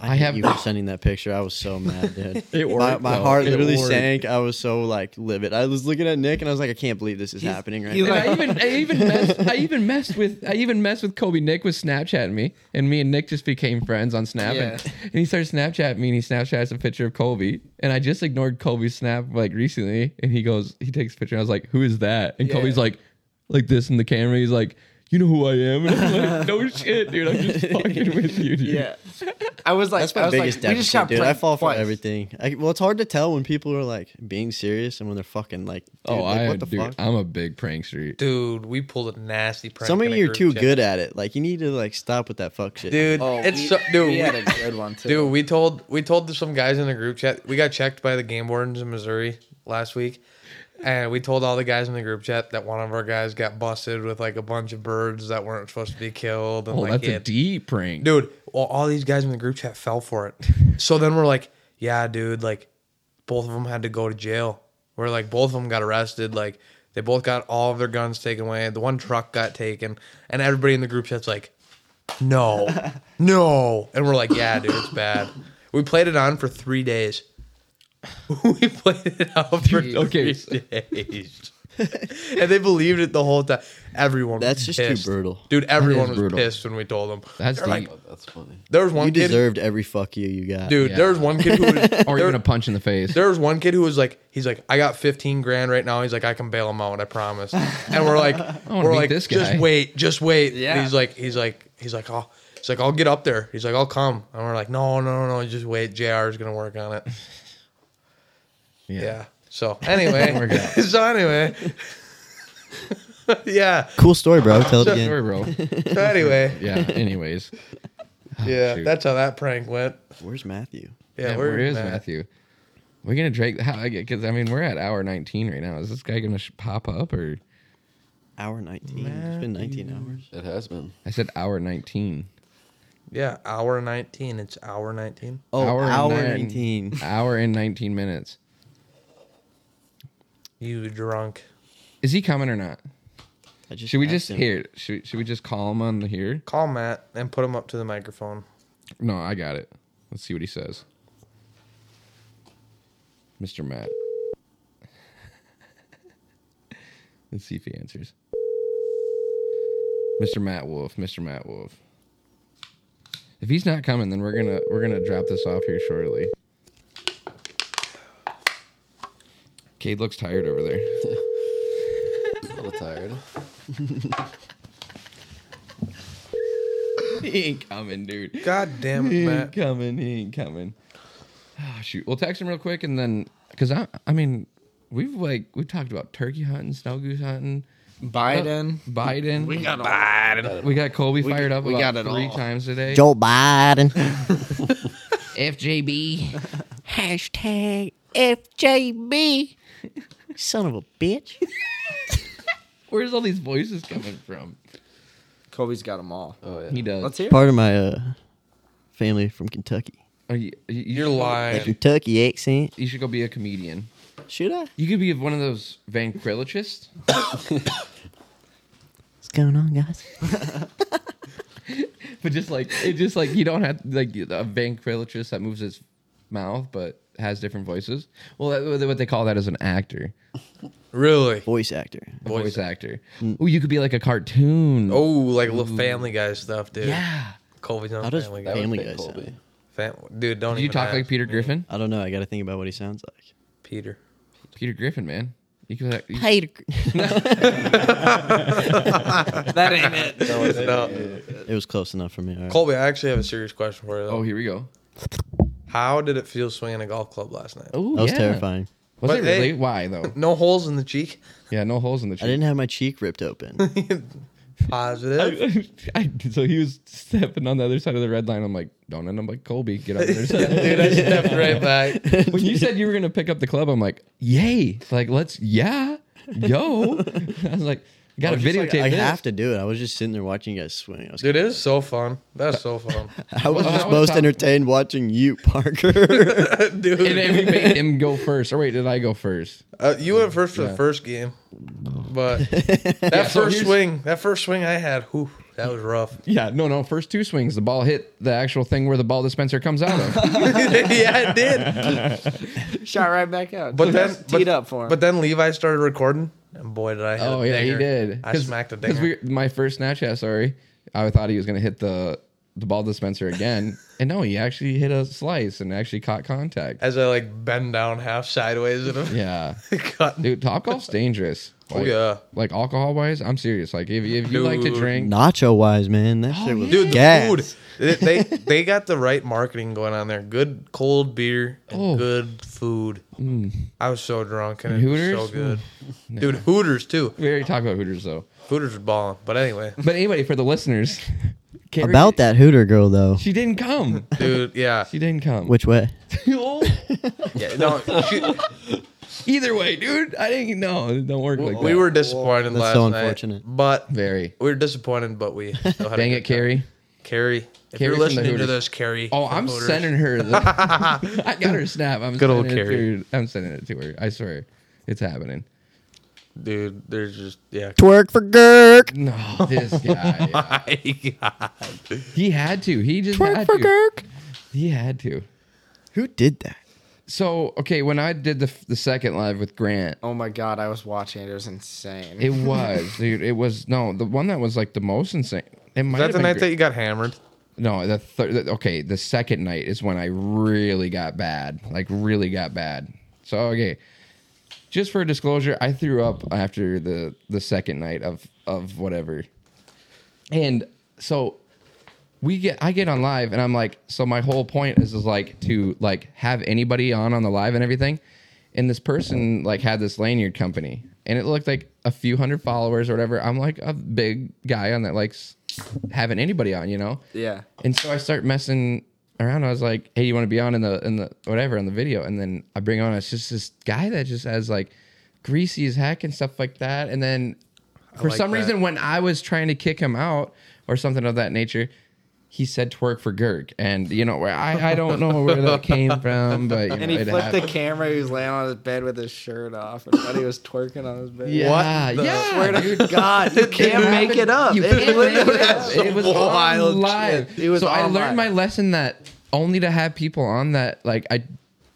Speaker 2: I,
Speaker 1: have-
Speaker 2: have you for sending that picture. I was so mad, dude.
Speaker 1: It
Speaker 2: my
Speaker 1: worked,
Speaker 2: my
Speaker 1: though.
Speaker 2: heart
Speaker 1: It
Speaker 2: literally
Speaker 1: worked.
Speaker 2: sank. I was so like livid. I was looking at Nick and I was like, I can't believe this is happening right
Speaker 4: he
Speaker 2: now.
Speaker 1: And I even I even messed I even messed with I even messed with Kobe. Nick was Snapchatting me, and me and Nick just became friends on Snap. And,
Speaker 4: Yeah.
Speaker 1: and he started Snapchatting me, and he Snapchats a picture of Kobe. And I just ignored Kobe's snap like recently, and he goes, he takes a picture. And I was like, who is that? And Kobe's
Speaker 4: Yeah.
Speaker 1: like, like this in the camera. He's like, you know who I am? And I'm like, no shit, dude. I'm just fucking with you, dude.
Speaker 4: Yeah. I was like,
Speaker 2: That's
Speaker 4: I
Speaker 2: my
Speaker 4: was
Speaker 2: biggest
Speaker 4: like, we
Speaker 2: like,
Speaker 4: just got
Speaker 2: dude. I
Speaker 4: pranked
Speaker 2: fall for
Speaker 4: twice.
Speaker 2: everything. I, well, it's hard to tell when people are like being serious and when they're fucking like, dude,
Speaker 1: Oh,
Speaker 2: like,
Speaker 1: I
Speaker 2: what the
Speaker 1: dude,
Speaker 2: fuck?
Speaker 1: I'm a big prankster.
Speaker 3: Dude, we pulled a nasty prank.
Speaker 2: Some of
Speaker 3: in a
Speaker 2: you are
Speaker 3: group
Speaker 2: too
Speaker 3: chat.
Speaker 2: good at it. Like, you need to like stop with that fuck shit.
Speaker 3: Dude,
Speaker 4: Oh,
Speaker 3: it's
Speaker 4: we,
Speaker 3: so, dude.
Speaker 4: *laughs* we
Speaker 3: we-
Speaker 2: *laughs*
Speaker 4: had a good one too.
Speaker 3: Dude, we told we told some guys in the group chat. We got checked by the game wardens in Missouri last week, and we told all the guys in the group chat that one of our guys got busted with like a bunch of birds that weren't supposed to be killed. And
Speaker 1: Oh,
Speaker 3: like,
Speaker 1: that's
Speaker 3: he
Speaker 1: a
Speaker 3: had-
Speaker 1: deep prank.
Speaker 3: dude. Well, all these guys in the group chat fell for it. So then we're like, yeah, dude. Like, both of them had to go to jail. We're like, both of them got arrested. Like, they both got all of their guns taken away. The one truck got taken, and everybody in the group chat's like, no, no. And we're like, yeah, dude, it's bad. We played it on for three days. *laughs* we played it out for
Speaker 1: Dude, okay.
Speaker 3: three days. and they believed it the whole time. Everyone
Speaker 2: That's
Speaker 3: was
Speaker 2: just too
Speaker 3: pissed.
Speaker 2: brutal.
Speaker 3: Dude, everyone
Speaker 1: is
Speaker 3: was
Speaker 1: brutal.
Speaker 3: pissed when we told them.
Speaker 1: That's
Speaker 3: They're like,
Speaker 1: deep.
Speaker 5: Oh, that's funny.
Speaker 3: there was one
Speaker 2: you
Speaker 3: kid,
Speaker 2: deserved every fuck you you got.
Speaker 3: dude.
Speaker 1: Yeah.
Speaker 3: There was one kid who was,
Speaker 1: *laughs* or
Speaker 3: there,
Speaker 1: even a punch in the face.
Speaker 3: there was one kid who was like, he's like, I got 15 grand right now. He's like, I can bail him out, I promise. And
Speaker 1: *laughs*
Speaker 3: we're like,
Speaker 1: wanna
Speaker 3: we're
Speaker 1: meet
Speaker 3: like,
Speaker 1: this
Speaker 3: just
Speaker 1: guy."
Speaker 3: wait, just wait. And
Speaker 4: Yeah.
Speaker 3: he's like, he's like, he's like, oh, he's like, I'll get up there. He's like,
Speaker 1: *laughs*
Speaker 3: I'll come. And we're like, no, no, no, no, just wait. Jr. is gonna work on it. Yeah. So
Speaker 1: *laughs*
Speaker 3: anyway, *laughs* so anyway, yeah.
Speaker 2: Cool story, bro. Tell it
Speaker 1: Sorry,
Speaker 2: again.
Speaker 1: bro.
Speaker 3: So anyway,
Speaker 1: *laughs* Yeah. Anyways,
Speaker 3: yeah.
Speaker 1: Shoot.
Speaker 3: That's how that prank went.
Speaker 2: Where's Matthew?
Speaker 3: Yeah.
Speaker 1: Yeah,
Speaker 3: we're-
Speaker 1: where is
Speaker 3: man.
Speaker 1: Matthew? We're gonna Drake. How *laughs* I because I mean we're at hour nineteen right now. Is this guy gonna sh- pop up or?
Speaker 2: Hour 19. It's been 19 hours.
Speaker 1: It has been. I said hour nineteen.
Speaker 3: Yeah. Hour nineteen. It's hour nineteen.
Speaker 2: Oh, hour,
Speaker 1: and nine-
Speaker 2: 19.
Speaker 1: *laughs* hour and nineteen minutes.
Speaker 3: You drunk?
Speaker 1: Is he coming or not?
Speaker 2: I just
Speaker 1: Should we
Speaker 2: asked
Speaker 1: just
Speaker 2: him.
Speaker 1: here? Should should we just call him on the here?
Speaker 3: Call Matt and put him up to the microphone.
Speaker 1: No, I got it. Let's see what he says. Mr. Matt. *laughs* Let's see if he answers. Mr. Matt Wolf, Mr. Matt Wolf. If he's not coming, then we're gonna we're gonna drop this off here shortly. Cade looks tired over there. *laughs* A little tired. he ain't coming, dude.
Speaker 3: God damn it,
Speaker 1: He
Speaker 3: Matt.
Speaker 1: ain't coming. He ain't coming. Ah, shoot. We'll text him real quick and then, because I, I mean, we've like, we've talked about turkey hunting, snow goose hunting,
Speaker 4: Biden.
Speaker 1: Biden. We got,
Speaker 4: Biden.
Speaker 1: we got Colby fired up
Speaker 4: we
Speaker 1: about
Speaker 4: got it
Speaker 1: three
Speaker 4: all.
Speaker 1: times today.
Speaker 2: Joe Biden.
Speaker 4: *laughs*
Speaker 1: FJB.
Speaker 2: Hashtag FJB. Son of a bitch.
Speaker 1: Where's all these voices coming from?
Speaker 4: Kobe's got them all.
Speaker 1: Oh, yeah. He does.
Speaker 4: Let's hear. it.
Speaker 2: Part of my uh, family from Kentucky.
Speaker 1: Are you, you- you
Speaker 3: You're
Speaker 1: should go-
Speaker 2: That
Speaker 3: lying.
Speaker 2: Kentucky accent.
Speaker 1: You should go be a comedian.
Speaker 2: Should I?
Speaker 1: You could be one of those ventriloquists.
Speaker 2: What's going on, guys?
Speaker 1: But just like it, just like you don't have like a ventriloquist that moves his mouth but has different voices. Well, that, what they call that is an actor,
Speaker 3: Really?
Speaker 2: Voice actor.
Speaker 1: a voice, actor. Oh, you could be like a cartoon.
Speaker 3: Oh, like little Family Guy stuff, dude.
Speaker 1: yeah.
Speaker 3: Colby's on
Speaker 2: How does
Speaker 3: Family Guy.
Speaker 2: Family Guy sound?
Speaker 3: Fam- dude, don't
Speaker 1: Do you
Speaker 3: even
Speaker 1: talk
Speaker 3: ask
Speaker 1: like Peter
Speaker 3: me.
Speaker 1: Griffin?
Speaker 2: I don't know. I got to think about what he sounds like.
Speaker 3: Peter.
Speaker 1: Peter Griffin, man. You could. Like, you-
Speaker 2: Peter.
Speaker 4: That ain't
Speaker 2: *laughs*
Speaker 4: it.
Speaker 3: No, it's not.
Speaker 2: It was close enough for me. all right.
Speaker 3: Colby, I actually have a serious question for you. Though.
Speaker 1: oh, here we go.
Speaker 3: How did it feel swinging a golf club last night?
Speaker 1: Oh,
Speaker 2: That was
Speaker 1: yeah.
Speaker 2: terrifying.
Speaker 1: Was
Speaker 3: But
Speaker 1: it
Speaker 3: hey-
Speaker 1: really? Why though?
Speaker 3: No holes in the cheek.
Speaker 1: Yeah, no holes in the
Speaker 2: I
Speaker 1: tree.
Speaker 2: didn't have my cheek ripped *laughs* open.
Speaker 3: Positive.
Speaker 1: *laughs* I, so he was stepping on the other side of the red line. I'm like, don't end up like Colby. Get on the
Speaker 2: *laughs*
Speaker 1: other side. *laughs*
Speaker 3: Dude, I stepped right back.
Speaker 1: when you said you were gonna pick up the club, I'm like, yay! Like, let's, yeah, yo. *laughs* I was like, I gotta
Speaker 2: I was just
Speaker 1: videotape
Speaker 2: like, I
Speaker 1: this.
Speaker 2: have to do it. I was just sitting there watching you guys swing. I was,
Speaker 3: Dude, it is so fun. That's so
Speaker 1: *laughs*
Speaker 3: fun.
Speaker 2: *laughs* I was
Speaker 1: Well,
Speaker 2: just
Speaker 1: I was
Speaker 2: most
Speaker 1: talking-
Speaker 2: entertained watching you, *laughs*
Speaker 3: *laughs*
Speaker 2: Parker.
Speaker 1: And
Speaker 3: Dude,
Speaker 1: then we made him go first. Or wait, did I go first?
Speaker 3: uh, you went first for the first game,
Speaker 1: *laughs*
Speaker 3: but that
Speaker 1: so
Speaker 3: first
Speaker 1: here's-
Speaker 3: swing, that first swing I had, whew, that was rough. *laughs*
Speaker 1: Yeah, no, no. First two swings, the ball hit the actual thing where the ball dispenser comes out
Speaker 3: *laughs*
Speaker 1: of.
Speaker 3: yeah, it did.
Speaker 4: Shot right back out.
Speaker 3: But then,
Speaker 4: Just
Speaker 3: but,
Speaker 4: teed up for him.
Speaker 3: but then Levi started recording, and boy, did I! Hit
Speaker 1: oh
Speaker 3: a
Speaker 1: yeah, he
Speaker 3: dinger.
Speaker 1: did.
Speaker 3: I smacked a
Speaker 1: Because
Speaker 3: dinger.
Speaker 1: we, my first Snapchat story, I thought he was gonna hit the the ball dispenser
Speaker 3: *laughs*
Speaker 1: again, and no, he actually hit a slice and actually caught contact.
Speaker 3: As I like bend down half sideways at *laughs* him,
Speaker 1: Yeah,
Speaker 3: cut.
Speaker 1: dude, Top Golf's dangerous.
Speaker 3: Oh
Speaker 1: Like-
Speaker 3: yeah,
Speaker 1: like alcohol wise, I'm serious. Like if, if you like to
Speaker 3: Dude.
Speaker 1: drink,
Speaker 2: Nacho wise, man, that shit was
Speaker 3: Oh, dude,
Speaker 2: gas.
Speaker 3: the food. They, they they got the right marketing going on there. Good cold beer and
Speaker 1: Oh. Mm.
Speaker 3: good food. I was so drunk and,
Speaker 1: And
Speaker 3: it was
Speaker 1: Hooters? Mm.
Speaker 3: so good, dude. Hooters too.
Speaker 1: we already talked about Hooters though.
Speaker 3: Hooters was balling.
Speaker 1: *laughs*
Speaker 3: But anyway,
Speaker 1: But anyway, for the
Speaker 3: *laughs*
Speaker 1: listeners, Carrie-
Speaker 2: About that Hooter girl though,
Speaker 1: she didn't
Speaker 3: *laughs*
Speaker 1: come.
Speaker 3: dude, yeah,
Speaker 1: She didn't come.
Speaker 2: which way?
Speaker 3: *laughs* yeah. No, she,
Speaker 1: Either way, dude, I didn't know. It don't work like
Speaker 3: we
Speaker 1: that.
Speaker 3: were disappointed
Speaker 2: That's
Speaker 3: last
Speaker 2: so
Speaker 3: night.
Speaker 2: unfortunate.
Speaker 3: But
Speaker 1: very.
Speaker 3: we were disappointed, but we still had
Speaker 1: Dang
Speaker 3: a
Speaker 1: it,
Speaker 3: good time.
Speaker 1: Carrie.
Speaker 3: Carrie. If
Speaker 1: Carrie
Speaker 3: you're
Speaker 1: from the
Speaker 3: listening to
Speaker 1: Hooters.
Speaker 3: this, Carrie.
Speaker 1: Oh,
Speaker 3: from
Speaker 1: I'm
Speaker 3: Hooters,
Speaker 1: sending her.
Speaker 3: *laughs*
Speaker 1: The, I got her snap. I'm
Speaker 3: Good
Speaker 1: sending
Speaker 3: old
Speaker 1: it to
Speaker 3: Carrie.
Speaker 1: her. I'm sending it to her. I swear, it's happening.
Speaker 3: dude. There's just yeah. *laughs*
Speaker 2: Twerk for Girk.
Speaker 1: No, this guy.
Speaker 3: My God.
Speaker 1: he had to. He just
Speaker 2: Twerk
Speaker 1: had
Speaker 2: for
Speaker 1: to.
Speaker 2: Girk.
Speaker 1: He had to.
Speaker 2: Who did that?
Speaker 1: So okay, when I did the the second live with Grant,
Speaker 4: oh my god, I was watching it. It was insane.
Speaker 3: *laughs*
Speaker 1: It was, dude. It was no the one that was like the most insane. It might
Speaker 3: Is that
Speaker 1: have
Speaker 3: the
Speaker 1: been
Speaker 3: night that
Speaker 1: Gre-
Speaker 3: you got hammered?
Speaker 1: no the third. Okay, the second night is when I really got bad, like really got bad. So okay, just for disclosure, I threw up after the the second night of of whatever, and so we get I get on live and I'm like, so my whole point is is like to like have anybody on on the live and everything, and this person like had this lanyard company and it looked like a few hundred followers or whatever i'm like a big guy on that likes having anybody on you know
Speaker 4: Yeah.
Speaker 1: and so i start messing around i was like hey you want to be on in the in the whatever on the video and then i bring on it's just this guy that just has like greasy as heck and stuff like that and then for
Speaker 3: like
Speaker 1: some
Speaker 3: that.
Speaker 1: reason when i was trying to kick him out or something of that nature he said twerk for Gerg, and you know where I, I don't know where that came from, but you know,
Speaker 4: *laughs* And he
Speaker 1: it
Speaker 4: flipped the
Speaker 1: happened.
Speaker 4: camera. He was laying on his bed with his shirt off. And thought he was twerking on his bed.
Speaker 1: Yeah,
Speaker 3: the-
Speaker 1: yeah,
Speaker 4: Swear
Speaker 1: dude.
Speaker 4: to *laughs* God, you can't
Speaker 1: It
Speaker 4: make it
Speaker 1: happened.
Speaker 4: up.
Speaker 1: You
Speaker 4: It
Speaker 1: can't
Speaker 4: literally-
Speaker 1: make it up. It was
Speaker 4: wild
Speaker 1: on live.
Speaker 4: shit. It was
Speaker 1: so I
Speaker 4: on live.
Speaker 1: learned my lesson that only to have people on that like I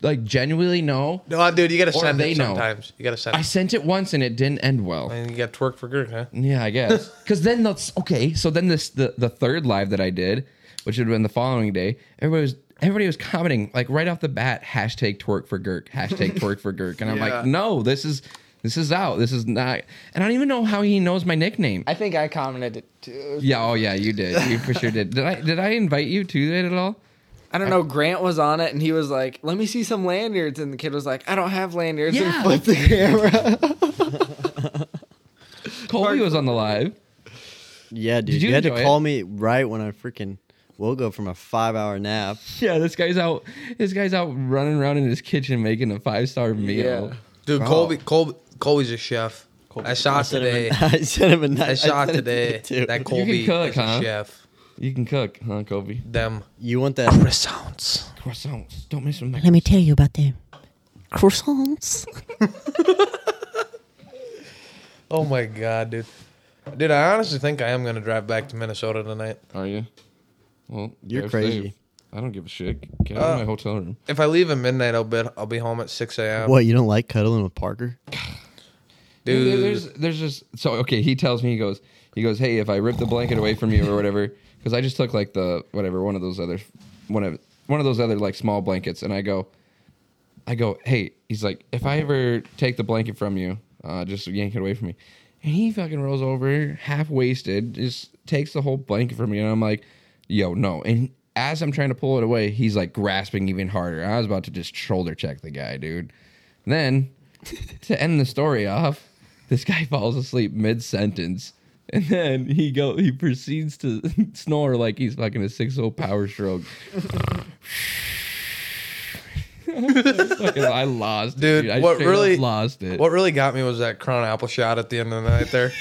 Speaker 1: like genuinely know.
Speaker 3: No, dude, you gotta
Speaker 1: Or
Speaker 3: send
Speaker 1: they
Speaker 3: it
Speaker 1: know.
Speaker 3: sometimes. You gotta send
Speaker 1: I
Speaker 3: it.
Speaker 1: sent it once and it didn't end well.
Speaker 3: And you gotta twerk for good, huh?
Speaker 1: Yeah, I guess. Because then that's okay. So then this the the third live that I did, which would have been the following day, everybody was. Everybody was commenting like right off the bat, hashtag twerk for Girk,
Speaker 4: *laughs*
Speaker 1: hashtag twerk for Girk, and I'm
Speaker 4: Yeah.
Speaker 1: like, no, this is this is out, this is not, and I don't even know how he knows my nickname.
Speaker 4: I think I commented it too.
Speaker 1: Yeah, oh yeah, you did. You for sure did. Did I did I invite you to that at all?
Speaker 4: I don't know. Grant was on it, and he was like, "Let me see some lanyards," and the kid was like, "I don't have lanyards." And
Speaker 1: Yeah.
Speaker 4: flipped the camera.
Speaker 1: *laughs* Colby was on the live.
Speaker 2: Yeah, dude.
Speaker 1: you
Speaker 2: you had to
Speaker 1: enjoy it?
Speaker 2: call me right when I freaking woke up from a five hour nap.
Speaker 1: Yeah, this guy's out this guy's out running around in his kitchen making a five star meal.
Speaker 4: Yeah.
Speaker 3: Dude, Colby, Colby, Colby's a chef. I saw
Speaker 2: *laughs*
Speaker 3: today.
Speaker 2: I sent him
Speaker 1: *laughs*
Speaker 2: a nice.
Speaker 3: I saw
Speaker 2: sent him
Speaker 3: today
Speaker 2: too.
Speaker 3: that Colby
Speaker 1: cook,
Speaker 3: is a
Speaker 1: huh?
Speaker 3: chef.
Speaker 1: You can cook, huh, Colby?
Speaker 3: Them
Speaker 2: You want that?
Speaker 3: croissants.
Speaker 1: Croissants. Don't mess with my
Speaker 6: Let me tell you about them croissants.
Speaker 3: Oh my god, dude. Dude, I honestly think I am gonna drive back to Minnesota tonight.
Speaker 1: Are you? Well,
Speaker 2: You're
Speaker 1: drive
Speaker 2: crazy.
Speaker 1: safe. I don't give a shit. Get out of my hotel room.
Speaker 3: If I leave at midnight, I'll be I'll be home at six a.m.
Speaker 2: *laughs* What you don't like cuddling with Parker?
Speaker 1: There-
Speaker 3: Dude,
Speaker 1: There's there's just so okay. He tells me he goes he goes hey if I rip the blanket away from you or whatever because I just took like the whatever one of those other one of one of those other like small blankets and I go I go hey he's like if I ever take the blanket from you uh, just yank it away from me and he fucking rolls over half wasted just takes the whole blanket from me and I'm like yo no and as I'm trying to pull it away he's like grasping even harder I was about to just shoulder check the guy dude then *laughs* to end the story off, this guy *laughs* falls asleep mid sentence. And then he go he proceeds to *laughs* snore like he's fucking a six oh power stroke. Fucking, I lost
Speaker 3: Dude,
Speaker 1: it. Dude, I
Speaker 3: what
Speaker 1: straight up
Speaker 3: really-
Speaker 1: lost it.
Speaker 3: what really got me was that Crown Apple shot at the end of the
Speaker 1: *laughs*
Speaker 3: night there.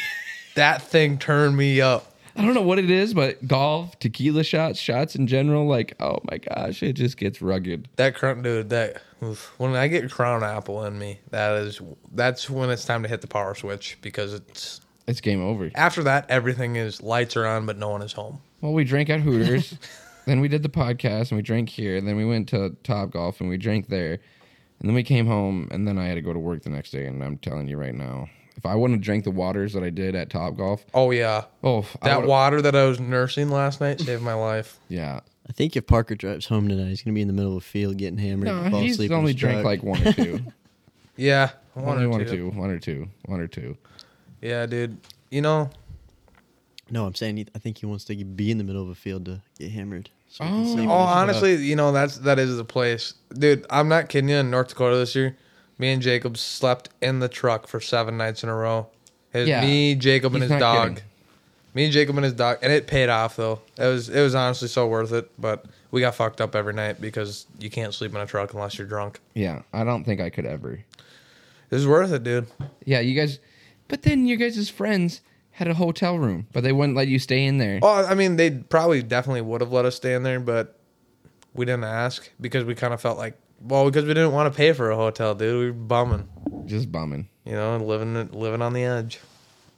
Speaker 3: that thing turned me up.
Speaker 1: I don't know what it is, but golf, tequila shots, shots in general, like, oh my gosh, it just gets rugged.
Speaker 3: That Crown, dude. That oof. when I get Crown Apple in me, that is that's when it's time to hit the power switch because it's
Speaker 1: It's game over.
Speaker 3: after that everything is lights are on but no one is home.
Speaker 1: Well, we drank at
Speaker 3: *laughs*
Speaker 1: Hooters, then we did the podcast, and we drank here, and then we went to Top Golf, and we drank there, and then we came home, and then I had to go to work the next day. And I'm telling you right now, if I wouldn't have drank the waters that I did at Top Golf,
Speaker 3: Oh yeah,
Speaker 1: oh, I
Speaker 3: that
Speaker 1: would've-
Speaker 3: water that I was nursing last night saved my life.
Speaker 1: yeah,
Speaker 2: I think if Parker drives home tonight, he's gonna be in the middle of a field getting hammered.
Speaker 1: no,
Speaker 2: and fall
Speaker 1: he's
Speaker 2: asleep in
Speaker 1: only
Speaker 2: his
Speaker 1: drank
Speaker 2: truck.
Speaker 1: like one or two,
Speaker 3: Yeah, *laughs* one
Speaker 1: only
Speaker 3: or,
Speaker 1: one or
Speaker 3: two.
Speaker 1: two, one or two, one or two.
Speaker 3: Yeah, dude. You know,
Speaker 2: No, I'm saying he, I think he wants to be in the middle of a field to get hammered. So he can
Speaker 1: Oh.
Speaker 2: sleep in his
Speaker 3: oh,
Speaker 2: truck.
Speaker 3: honestly, you know that's that is the place, dude. I'm not kidding you. In North Dakota this year, me and Jacob slept in the truck for seven nights in a row. It was
Speaker 1: Yeah.
Speaker 3: me, Jacob, and
Speaker 1: He's
Speaker 3: his
Speaker 1: not
Speaker 3: dog.
Speaker 1: kidding.
Speaker 3: Me and Jacob and his dog, and it paid off though. It was it was honestly so worth it. But we got fucked up every night because you can't sleep in a truck unless you're drunk.
Speaker 1: Yeah, I don't think I could ever.
Speaker 3: It was worth it, dude.
Speaker 1: Yeah, you guys, but then you guys' friends had a hotel room, but they wouldn't let you stay in there.
Speaker 3: Oh, I mean, they probably definitely would have let us stay in there, but we didn't ask because we kind of felt like, well, because we didn't want to pay for a hotel, dude. We were bumming,
Speaker 1: Just bumming.
Speaker 3: you know, and living living on the edge.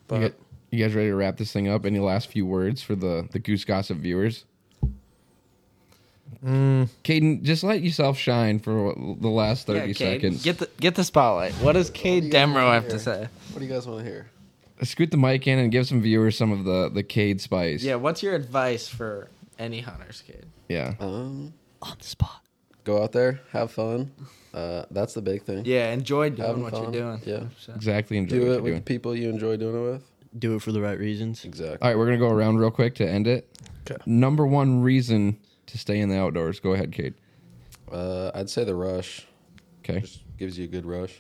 Speaker 3: But
Speaker 1: You, gu- you guys ready to wrap this thing up? Any last few words for the the Goose Gossip viewers?
Speaker 5: Mm.
Speaker 1: Caden, just let yourself shine for the last
Speaker 4: Yeah,
Speaker 1: *laughs* thirty
Speaker 4: Cade,
Speaker 1: seconds.
Speaker 4: Get the get the spotlight. What does Cade Demro have to say?
Speaker 5: What do you guys want to hear?
Speaker 1: Scoot the mic in and give some viewers some of the the Cade spice.
Speaker 4: Yeah, what's your advice for any hunters, Cade?
Speaker 1: yeah.
Speaker 5: Um,
Speaker 6: On the spot.
Speaker 5: go out there, have fun. Uh, that's the big thing.
Speaker 4: Yeah, enjoy doing
Speaker 5: Having
Speaker 4: what
Speaker 5: fun.
Speaker 4: you're doing.
Speaker 5: Yeah.
Speaker 4: So-
Speaker 1: exactly. Enjoy
Speaker 5: Do
Speaker 1: what
Speaker 5: it
Speaker 1: you're
Speaker 5: with the
Speaker 1: doing.
Speaker 5: people you enjoy doing it with.
Speaker 2: do it for the right reasons.
Speaker 5: Exactly.
Speaker 1: All right, we're gonna go around real quick to end it.
Speaker 3: 'Kay.
Speaker 1: Number one reason to stay in the outdoors. Go ahead, Cade.
Speaker 5: Uh, I'd say the rush.
Speaker 1: Okay.
Speaker 5: Just gives you a good rush.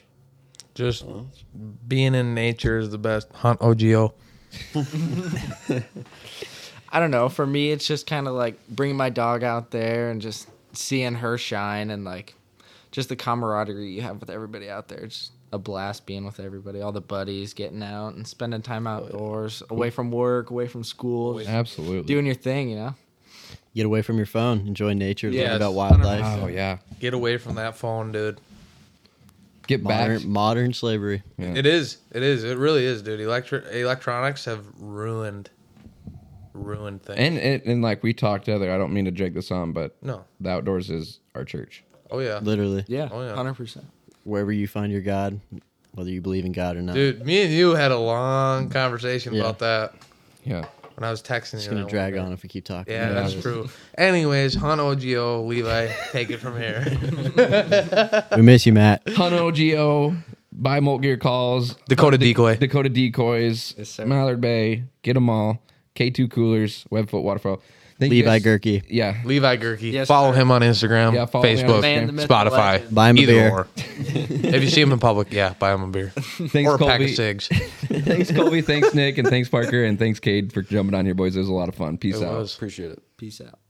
Speaker 3: Just being in nature is the best. Hunt OGO.
Speaker 4: I don't know. For me, it's just kind of like bringing my dog out there and just seeing her shine and like just the camaraderie you have with everybody out there. It's just a blast being with everybody, all the buddies, getting out and spending time
Speaker 3: Oh,
Speaker 4: outdoors, away from work, away from school, just
Speaker 1: Absolutely.
Speaker 4: doing your thing, you know?
Speaker 2: Get away from your phone. Enjoy nature.
Speaker 3: Yes,
Speaker 2: learn about wildlife.
Speaker 1: oh yeah.
Speaker 3: Get away from that phone, dude.
Speaker 1: Get back.
Speaker 2: Modern, modern slavery.
Speaker 1: Yeah.
Speaker 3: It is. It is. It really is, dude. Electri- electronics have ruined, ruined things.
Speaker 1: And, and and like we talked other, I don't mean to drag this on, but
Speaker 3: no.
Speaker 1: the outdoors is our church.
Speaker 3: Oh yeah.
Speaker 2: Literally.
Speaker 4: Yeah,
Speaker 3: Oh, yeah.
Speaker 4: 100%.
Speaker 2: Wherever you find your God, whether you believe in God or not.
Speaker 3: Dude, me and you had a long conversation
Speaker 2: Yeah.
Speaker 3: about that
Speaker 1: Yeah.
Speaker 3: when I was texting
Speaker 2: It's
Speaker 3: you.
Speaker 2: gonna
Speaker 3: that
Speaker 2: drag
Speaker 3: one day.
Speaker 2: on if we keep talking.
Speaker 3: Yeah,
Speaker 2: about
Speaker 3: that's
Speaker 2: it.
Speaker 3: true. Anyways, Hunt OGO, Levi, take it from here.
Speaker 2: *laughs* We miss you, Matt.
Speaker 1: Hunt OGO, buy Molt Gear calls,
Speaker 3: Dakota decoy.
Speaker 1: Dakota decoys,
Speaker 4: Yes, sir.
Speaker 1: Mallard Bay, get them all. K2 coolers, Webfoot waterfall. Thank you
Speaker 2: Levi
Speaker 1: guys-
Speaker 2: Gerke.
Speaker 1: Yeah.
Speaker 3: Levi Gerke.
Speaker 4: Yes,
Speaker 3: follow
Speaker 4: sir.
Speaker 3: him on Instagram,
Speaker 1: Yeah, follow me on
Speaker 3: Facebook,
Speaker 1: Man,
Speaker 4: the myth, the
Speaker 3: Spotify.
Speaker 4: legend.
Speaker 2: Buy him a beer.
Speaker 4: *laughs*
Speaker 3: if you see him in public, yeah, buy him a beer
Speaker 1: Thanks,
Speaker 3: or a pack of
Speaker 1: Colby.
Speaker 2: *laughs*
Speaker 3: cigs.
Speaker 1: thanks, *laughs* Colby. Thanks, Nick. And thanks, Parker. And thanks, Cade, for jumping on here, boys. It was a lot of fun. Peace
Speaker 3: It
Speaker 1: out.
Speaker 3: was.
Speaker 5: Appreciate it.
Speaker 4: Peace out.